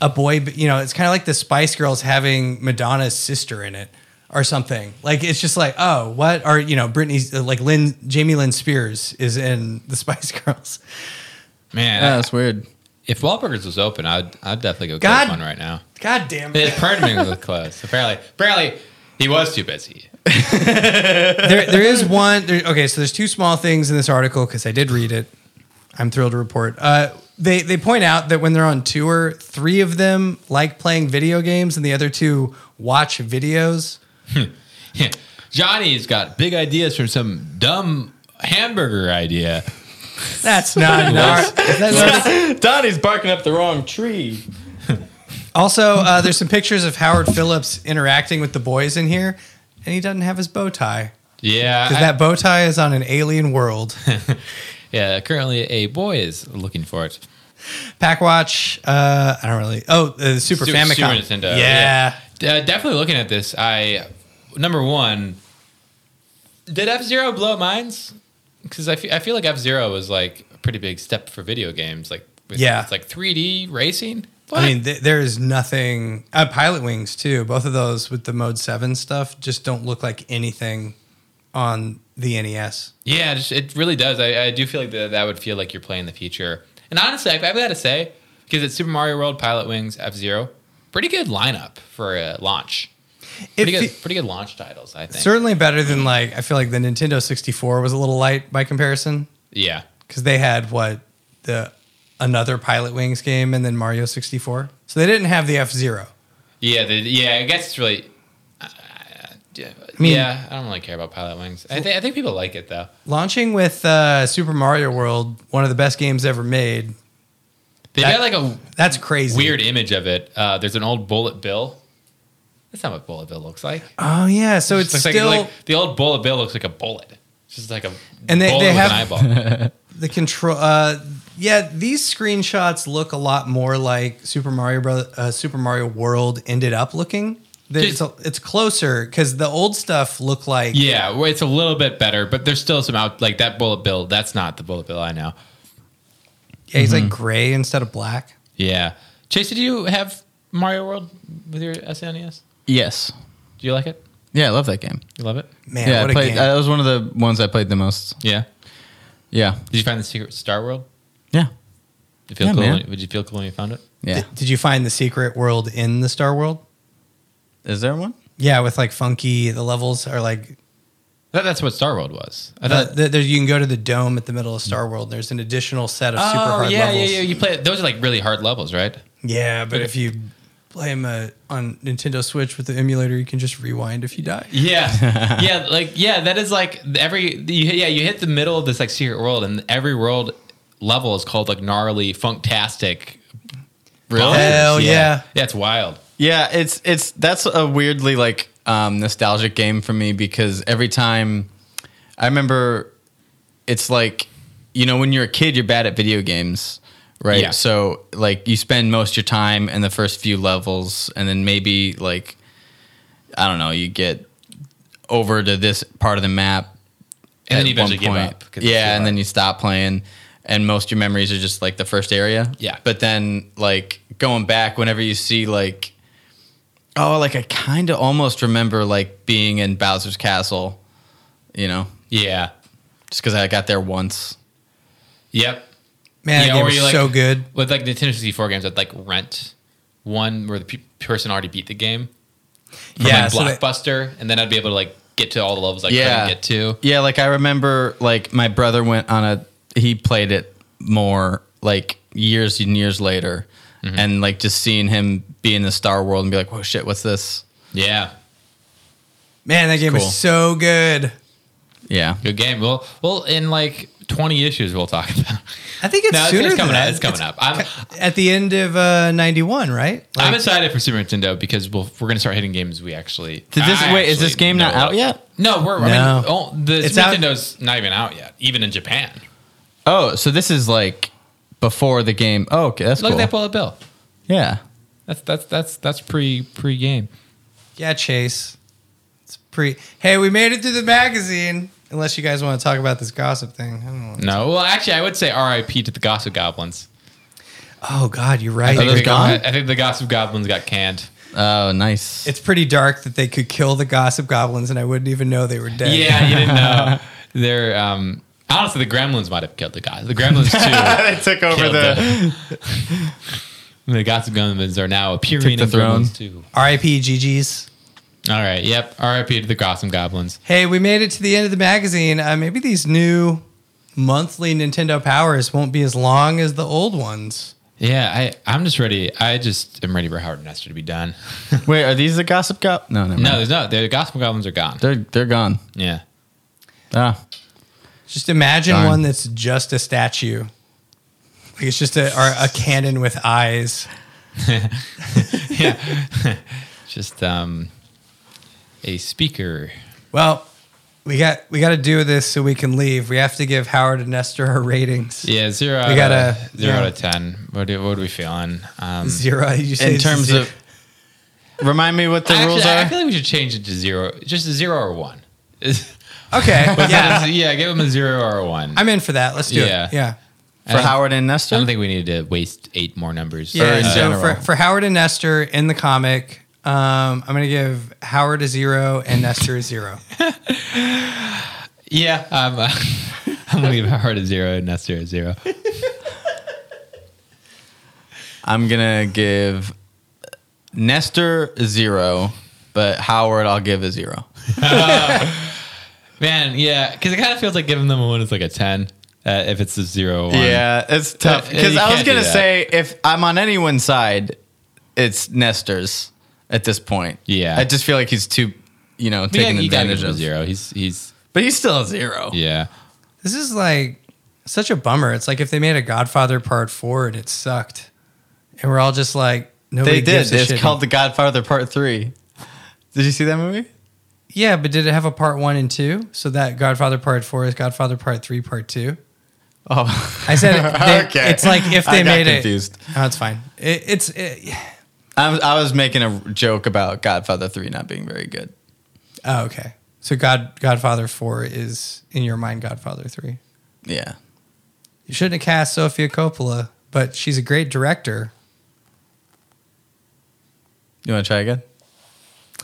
[SPEAKER 7] a boy, you know, it's kind of like the Spice Girls having Madonna's sister in it or something. Like it's just like, oh, what are, you know, Britney's like Lynn Jamie Lynn Spears is in <laughs> the Spice Girls.
[SPEAKER 2] Man,
[SPEAKER 3] Yeah, Oh, that's weird.
[SPEAKER 2] if Wahlburgers was open, I'd I'd definitely go
[SPEAKER 7] God-
[SPEAKER 2] get one right now.
[SPEAKER 7] God damn it.
[SPEAKER 2] It permanently was closed. Apparently, apparently, he was too busy. <laughs>
[SPEAKER 7] there, there <laughs> is one. There, okay, so there's two small things in this article because I did read it. I'm thrilled to report. Uh, they they point out that when they're on tour, three of them like playing video games, and the other two watch videos.
[SPEAKER 2] Johnny's got big ideas from some dumb hamburger
[SPEAKER 7] <laughs>
[SPEAKER 2] idea.
[SPEAKER 7] That's not an art. that's not-
[SPEAKER 3] Donnie's barking up the wrong tree.
[SPEAKER 7] also, uh, there's some pictures of Howard Phillips interacting with the boys in here, and he doesn't have his bow tie.
[SPEAKER 2] Yeah,
[SPEAKER 7] 'Cause
[SPEAKER 2] I-
[SPEAKER 7] that bow tie is on an alien <laughs> world.
[SPEAKER 2] yeah. Currently, a boy is looking for it.
[SPEAKER 7] Packwatch, uh, I don't really. Oh, uh, Super
[SPEAKER 2] Su-
[SPEAKER 7] Famicom.
[SPEAKER 2] Super Nintendo,
[SPEAKER 7] yeah.
[SPEAKER 2] Uh, definitely looking at this, I number one, did F Zero blow minds? Because I fe- I feel like F Zero was like a pretty big step for video games. Like it's,
[SPEAKER 7] Yeah.
[SPEAKER 2] it's like 3D racing.
[SPEAKER 7] I mean, th- there is nothing. Uh, Pilot Wings too. Both of those with the Mode Seven stuff just don't look like anything on the E NES.
[SPEAKER 2] Yeah, just, it really does. I, I do feel like that that would feel like you're playing the future. And honestly, I've, I've got to say, because it's Super Mario World, Pilot Wings, F Zero, pretty good lineup for a launch.
[SPEAKER 7] It
[SPEAKER 2] Pretty good,
[SPEAKER 7] fe-
[SPEAKER 2] pretty good launch titles, I think.
[SPEAKER 7] certainly better than like I feel like the Nintendo sixty four was a little light by comparison
[SPEAKER 2] yeah,
[SPEAKER 7] because they had what the another Pilot Wings game and then Mario sixty four. So they didn't have the F Zero.
[SPEAKER 2] yeah, the, yeah. I guess it's really. uh, yeah,
[SPEAKER 7] mean-
[SPEAKER 2] yeah, I don't really care about Pilot Wings. I, th- I think people like it though.
[SPEAKER 7] Launching with uh, Super Mario World, one of the best games ever made.
[SPEAKER 2] They
[SPEAKER 7] That-
[SPEAKER 2] got like a
[SPEAKER 7] That's crazy.
[SPEAKER 2] weird image of it. Uh, there's an old Bullet Bill. That's not what Bullet Bill looks like.
[SPEAKER 7] Oh yeah, so
[SPEAKER 2] It
[SPEAKER 7] it's
[SPEAKER 2] looks like-
[SPEAKER 7] still
[SPEAKER 2] like, the old Bullet Bill looks like a bullet. It's just like a
[SPEAKER 7] And they-
[SPEAKER 2] bullet
[SPEAKER 7] they
[SPEAKER 2] with
[SPEAKER 7] have-
[SPEAKER 2] an eyeball.
[SPEAKER 7] <laughs> the control uh yeah these screenshots look a lot more like super mario Bro- uh, super mario world ended up looking That it's, a, it's closer because the old stuff look like
[SPEAKER 2] Yeah, well, it's a little bit better, but there's still some out like that bullet bill. That's not the bullet bill I know.
[SPEAKER 7] yeah, he's
[SPEAKER 2] Mm-hmm.
[SPEAKER 7] like gray instead of black
[SPEAKER 2] Yeah, Chase, did you have Mario World with your SNES?
[SPEAKER 3] Yes.
[SPEAKER 2] Do you like it?
[SPEAKER 3] Yeah, I love that game.
[SPEAKER 2] You love it?
[SPEAKER 7] man
[SPEAKER 3] yeah,
[SPEAKER 7] what
[SPEAKER 3] I
[SPEAKER 7] a
[SPEAKER 3] played. uh,
[SPEAKER 7] game
[SPEAKER 3] That was one of the ones I played the most.
[SPEAKER 2] Yeah.
[SPEAKER 3] Yeah.
[SPEAKER 2] Did you find the secret Star World?
[SPEAKER 3] Yeah.
[SPEAKER 2] Did you feel
[SPEAKER 3] Yeah,
[SPEAKER 2] cool?
[SPEAKER 3] man.
[SPEAKER 2] When, would you feel cool when you found it?
[SPEAKER 3] Yeah.
[SPEAKER 7] Did- did you find the secret world in the star world
[SPEAKER 3] Is there one?
[SPEAKER 7] yeah with like funky the levels are like
[SPEAKER 2] I thought that's what Star World was. I
[SPEAKER 7] uh,
[SPEAKER 2] thought.
[SPEAKER 7] th- there, you can go to the dome at the middle of star world and there's an additional set of super hard
[SPEAKER 2] Oh, yeah,
[SPEAKER 7] levels
[SPEAKER 2] yeah, yeah. You play it. Those are like really hard levels, right?
[SPEAKER 7] Yeah, but if you play them uh, on nintendo switch with the emulator you can just rewind if you die
[SPEAKER 2] <laughs> Yeah, yeah, like yeah. That is like every you, yeah. You hit the middle of this like secret world, and every world level is called like gnarly, funktastic. Really?
[SPEAKER 7] Hell yeah.
[SPEAKER 2] yeah! It's wild.
[SPEAKER 3] Yeah, it's it's that's a weirdly like um, nostalgic game for me because every time I remember, it's like you know when you're a kid you're bad at video games, right?
[SPEAKER 2] Yeah.
[SPEAKER 3] So like you spend most of your time in the first few levels, and then maybe like I don't know, you get over to this part of the map,
[SPEAKER 2] and then
[SPEAKER 3] at
[SPEAKER 2] you eventually give up. 'cause it's too
[SPEAKER 3] Yeah, and then
[SPEAKER 2] hard.
[SPEAKER 3] you stop playing, and most of your memories are just like the first area.
[SPEAKER 2] Yeah.
[SPEAKER 3] But then, like going back, whenever you see like, oh, like I kind of almost remember like being in Bowser's Castle, you know,
[SPEAKER 2] yeah,
[SPEAKER 3] just because I got there once.
[SPEAKER 2] yep.
[SPEAKER 7] Man, that game was so good.
[SPEAKER 2] With like Nintendo 64 games, I'd like rent one where the pe- person already beat the game from
[SPEAKER 7] Yeah,
[SPEAKER 2] like
[SPEAKER 7] so they-
[SPEAKER 2] Blockbuster, and then I'd be able to like get to all the levels I
[SPEAKER 3] Yeah.
[SPEAKER 2] couldn't get to.
[SPEAKER 3] Yeah, like I remember like my brother went on a he played it more like years and years later
[SPEAKER 2] Mm-hmm.
[SPEAKER 3] and like just seeing him be in the Star World and be like, "Whoa shit, what's this?"
[SPEAKER 2] Yeah,
[SPEAKER 7] Man, that game
[SPEAKER 3] Cool.
[SPEAKER 7] was so good.
[SPEAKER 3] Yeah.
[SPEAKER 2] good game. Well, well, in like 20 issues, we'll talk about. it. <laughs>
[SPEAKER 7] I think it's
[SPEAKER 2] No, it's,
[SPEAKER 7] sooner
[SPEAKER 2] it's coming
[SPEAKER 7] than
[SPEAKER 2] up.
[SPEAKER 7] that.
[SPEAKER 2] It's coming up. I'm,
[SPEAKER 7] at the end of uh, 91, right?
[SPEAKER 2] I'm
[SPEAKER 7] Like-
[SPEAKER 2] excited for Super Nintendo because we'll, we're going to start hitting games we actually.
[SPEAKER 3] Did this,
[SPEAKER 2] I
[SPEAKER 3] wait, is this
[SPEAKER 2] actually
[SPEAKER 3] game not
[SPEAKER 2] know
[SPEAKER 3] out
[SPEAKER 2] of.
[SPEAKER 3] yet?
[SPEAKER 2] No, we're. I
[SPEAKER 7] No.
[SPEAKER 2] mean, oh, the
[SPEAKER 7] It's
[SPEAKER 2] Super
[SPEAKER 7] out-
[SPEAKER 2] Nintendo's not even out yet, even in Japan.
[SPEAKER 3] Oh, so this is like before the game. Oh, okay, that's
[SPEAKER 2] Look
[SPEAKER 3] cool.
[SPEAKER 2] at that bullet bill.
[SPEAKER 3] Yeah.
[SPEAKER 2] That's that's that's that's pre pre game.
[SPEAKER 7] yeah, Chase. It's pretty. Hey, we made it through the magazine. Unless you guys want to talk about this gossip thing. I don't know.
[SPEAKER 2] No, well, actually, I would say R.I.P. to the Gossip Goblins.
[SPEAKER 7] Oh, God, you're right.
[SPEAKER 2] I think,
[SPEAKER 3] those
[SPEAKER 2] they got-
[SPEAKER 3] gone?
[SPEAKER 2] I think the Gossip Goblins got canned.
[SPEAKER 3] Oh, nice.
[SPEAKER 7] It's pretty dark that they could kill the gossip goblins and I wouldn't even know they were dead.
[SPEAKER 2] Yeah, you didn't know. <laughs> They're um, honestly the Gremlins might have killed the guys. The Gremlins too.
[SPEAKER 3] <laughs> they took over
[SPEAKER 2] killed the. The Gossip Goblins are now appearing
[SPEAKER 3] the
[SPEAKER 2] in
[SPEAKER 3] throne.
[SPEAKER 2] Gremlins too.
[SPEAKER 7] R.I.P. GG's.
[SPEAKER 2] All right. Yep. R.I.P. to the Gossip Goblins.
[SPEAKER 7] Hey, we made it to the end of the magazine. Uh, maybe these new monthly Nintendo powers won't be as long as the old ones.
[SPEAKER 2] Yeah, I I'm just ready. I just am ready for Howard and Nestor to be done.
[SPEAKER 3] Wait, are these the Gossip Goblins? No, never
[SPEAKER 2] no,
[SPEAKER 3] mind.
[SPEAKER 2] there's no. The Gossip Goblins are gone.
[SPEAKER 3] They're they're gone.
[SPEAKER 2] Yeah.
[SPEAKER 3] Ah.
[SPEAKER 7] Just imagine
[SPEAKER 3] Darn.
[SPEAKER 7] one that's just a statue. Like it's just a, or a cannon with eyes.
[SPEAKER 2] Just um, a speaker.
[SPEAKER 7] Well, we got we got to do this so we can leave. We have to give Howard and Nestor our ratings.
[SPEAKER 2] Yeah, zero.
[SPEAKER 7] We
[SPEAKER 2] out
[SPEAKER 7] gotta-
[SPEAKER 2] of, zero
[SPEAKER 7] yeah.
[SPEAKER 2] out of ten. What do, what are we feeling? Um,
[SPEAKER 7] Zero. You say
[SPEAKER 3] In terms
[SPEAKER 7] zero.
[SPEAKER 3] of Remind me what the
[SPEAKER 2] actually,
[SPEAKER 3] rules
[SPEAKER 2] I
[SPEAKER 3] are.
[SPEAKER 2] feel like we should change it to zero, just a zero or one. <laughs>
[SPEAKER 7] okay,
[SPEAKER 2] yeah,
[SPEAKER 7] yeah,
[SPEAKER 2] yeah, give them a zero or a one.
[SPEAKER 7] I'm in for that. Let's do
[SPEAKER 2] Yeah.
[SPEAKER 7] it. Yeah,
[SPEAKER 2] I
[SPEAKER 3] For
[SPEAKER 2] don't-
[SPEAKER 3] Howard and Nestor?
[SPEAKER 2] I don't think we need to waste eight more numbers.
[SPEAKER 7] yeah.
[SPEAKER 3] in
[SPEAKER 7] so
[SPEAKER 3] general.
[SPEAKER 7] for for Howard and Nestor in the comic, um, I'm gonna give Howard a zero and Nestor
[SPEAKER 3] <laughs>
[SPEAKER 7] a zero.
[SPEAKER 2] yeah. I'm, <laughs> uh, I'm gonna give Howard a zero and Nestor a zero.
[SPEAKER 3] I'm gonna give Nestor a zero, but Howard I'll give a zero.
[SPEAKER 2] Man, yeah, because it kind of feels like giving them a one is like a ten. Uh, if it's a zero, or one.
[SPEAKER 3] Yeah, it's tough
[SPEAKER 2] Yeah,
[SPEAKER 3] because
[SPEAKER 2] you
[SPEAKER 3] I was
[SPEAKER 2] can't do
[SPEAKER 3] gonna
[SPEAKER 2] that.
[SPEAKER 3] say if I'm on anyone's side, it's Nestor's at this point.
[SPEAKER 2] Yeah.
[SPEAKER 3] I just feel like he's too, you know,
[SPEAKER 2] But yeah,
[SPEAKER 3] taking
[SPEAKER 2] you gotta give
[SPEAKER 3] advantage
[SPEAKER 2] him a
[SPEAKER 3] of.
[SPEAKER 2] zero. He's he's
[SPEAKER 3] But he's still a zero.
[SPEAKER 2] yeah.
[SPEAKER 7] This is like such a bummer. It's like if they made a Godfather Part Four and it sucked, and we're all just like nobody
[SPEAKER 3] They did.
[SPEAKER 7] gives a
[SPEAKER 3] It's
[SPEAKER 7] shit.
[SPEAKER 3] called The Godfather Part Three. Did you see that movie?
[SPEAKER 7] yeah, but did it have a Part One and Two? So that Godfather Part Four is Godfather Part Three, Part Two.
[SPEAKER 3] Oh, <laughs>
[SPEAKER 7] I said it- they- it's like if they
[SPEAKER 3] I got
[SPEAKER 7] made
[SPEAKER 3] confused.
[SPEAKER 7] it. No, it's fine. It, it's it,
[SPEAKER 3] I was, I was making a joke about Godfather Three not being very good.
[SPEAKER 7] oh okay. So God Godfather Four is in your mind Godfather Three.
[SPEAKER 3] Yeah.
[SPEAKER 7] You shouldn't have cast Sofia Coppola, but she's a great director.
[SPEAKER 3] You want to try again?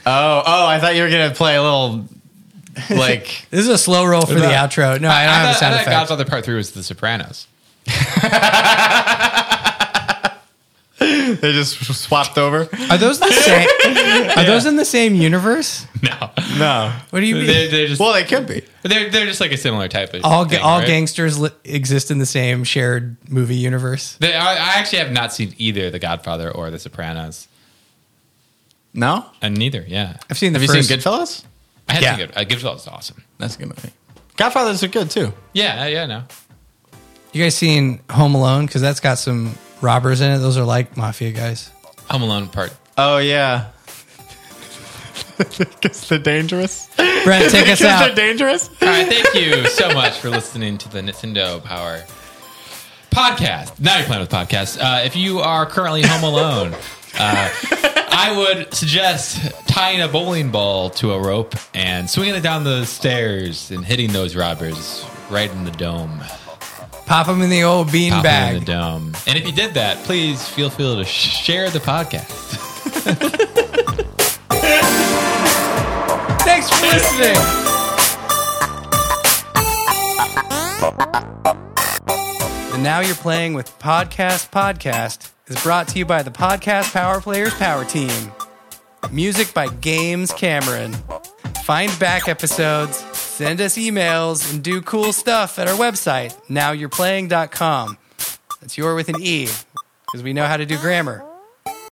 [SPEAKER 3] Oh, oh! I thought you were gonna play a little,
[SPEAKER 7] <laughs>
[SPEAKER 3] like
[SPEAKER 7] This is a slow roll for the
[SPEAKER 2] about-
[SPEAKER 7] outro. No, I don't have a
[SPEAKER 2] thought- <laughs>
[SPEAKER 7] sound
[SPEAKER 2] I thought
[SPEAKER 7] effect.
[SPEAKER 2] Godfather Part Three was The
[SPEAKER 7] <laughs>
[SPEAKER 2] Sopranos.
[SPEAKER 3] they just swapped over.
[SPEAKER 7] Are those the same?
[SPEAKER 2] <laughs>
[SPEAKER 7] Are those in the same universe?
[SPEAKER 2] No,
[SPEAKER 3] No,
[SPEAKER 7] What do you mean?
[SPEAKER 2] they're, they're just
[SPEAKER 3] well, they could be.
[SPEAKER 2] they're, they're just like a similar type of
[SPEAKER 7] all ga-
[SPEAKER 2] thing,
[SPEAKER 7] all
[SPEAKER 2] right?
[SPEAKER 7] gangsters li- exist in the same shared movie universe.
[SPEAKER 2] They, I, I actually have not seen either The Godfather or The Sopranos,
[SPEAKER 3] No,
[SPEAKER 2] and neither. Yeah,
[SPEAKER 7] I've seen the
[SPEAKER 3] have you
[SPEAKER 7] first.
[SPEAKER 3] seen Goodfellas?
[SPEAKER 2] I had
[SPEAKER 7] Yeah.
[SPEAKER 2] seen good. Uh, Goodfellas is awesome.
[SPEAKER 3] That's a good movie. Godfathers are good too.
[SPEAKER 2] Yeah, uh, yeah, no.
[SPEAKER 7] you guys seen Home Alone? Because that's got some robbers in it. Those are like mafia guys.
[SPEAKER 2] Home Alone Part.
[SPEAKER 3] Oh yeah, <laughs> because they're dangerous.
[SPEAKER 2] <laughs>
[SPEAKER 7] Brent, take
[SPEAKER 3] Because
[SPEAKER 7] us
[SPEAKER 3] they're
[SPEAKER 7] out.
[SPEAKER 3] dangerous.
[SPEAKER 2] All right, thank you so much for listening to the Nintendo Power podcast. Now you're playing with podcasts. Uh, if you are currently home alone. Uh, I would suggest tying a bowling ball to a rope and swinging it down the stairs and hitting those robbers right in the dome.
[SPEAKER 7] Pop them in the old bean
[SPEAKER 2] Pop them in
[SPEAKER 7] bag.
[SPEAKER 2] the dome. And if you did that, please feel free to share the podcast.
[SPEAKER 7] Thanks for listening. The Now You're Playing with Podcast Podcast is brought to you by the Podcast Power Players Power Team. Music by Games Cameron. Find back episodes, send us emails, and do cool stuff at our website, nowyou'replaying.com. That's your with an E, because we know how to do grammar.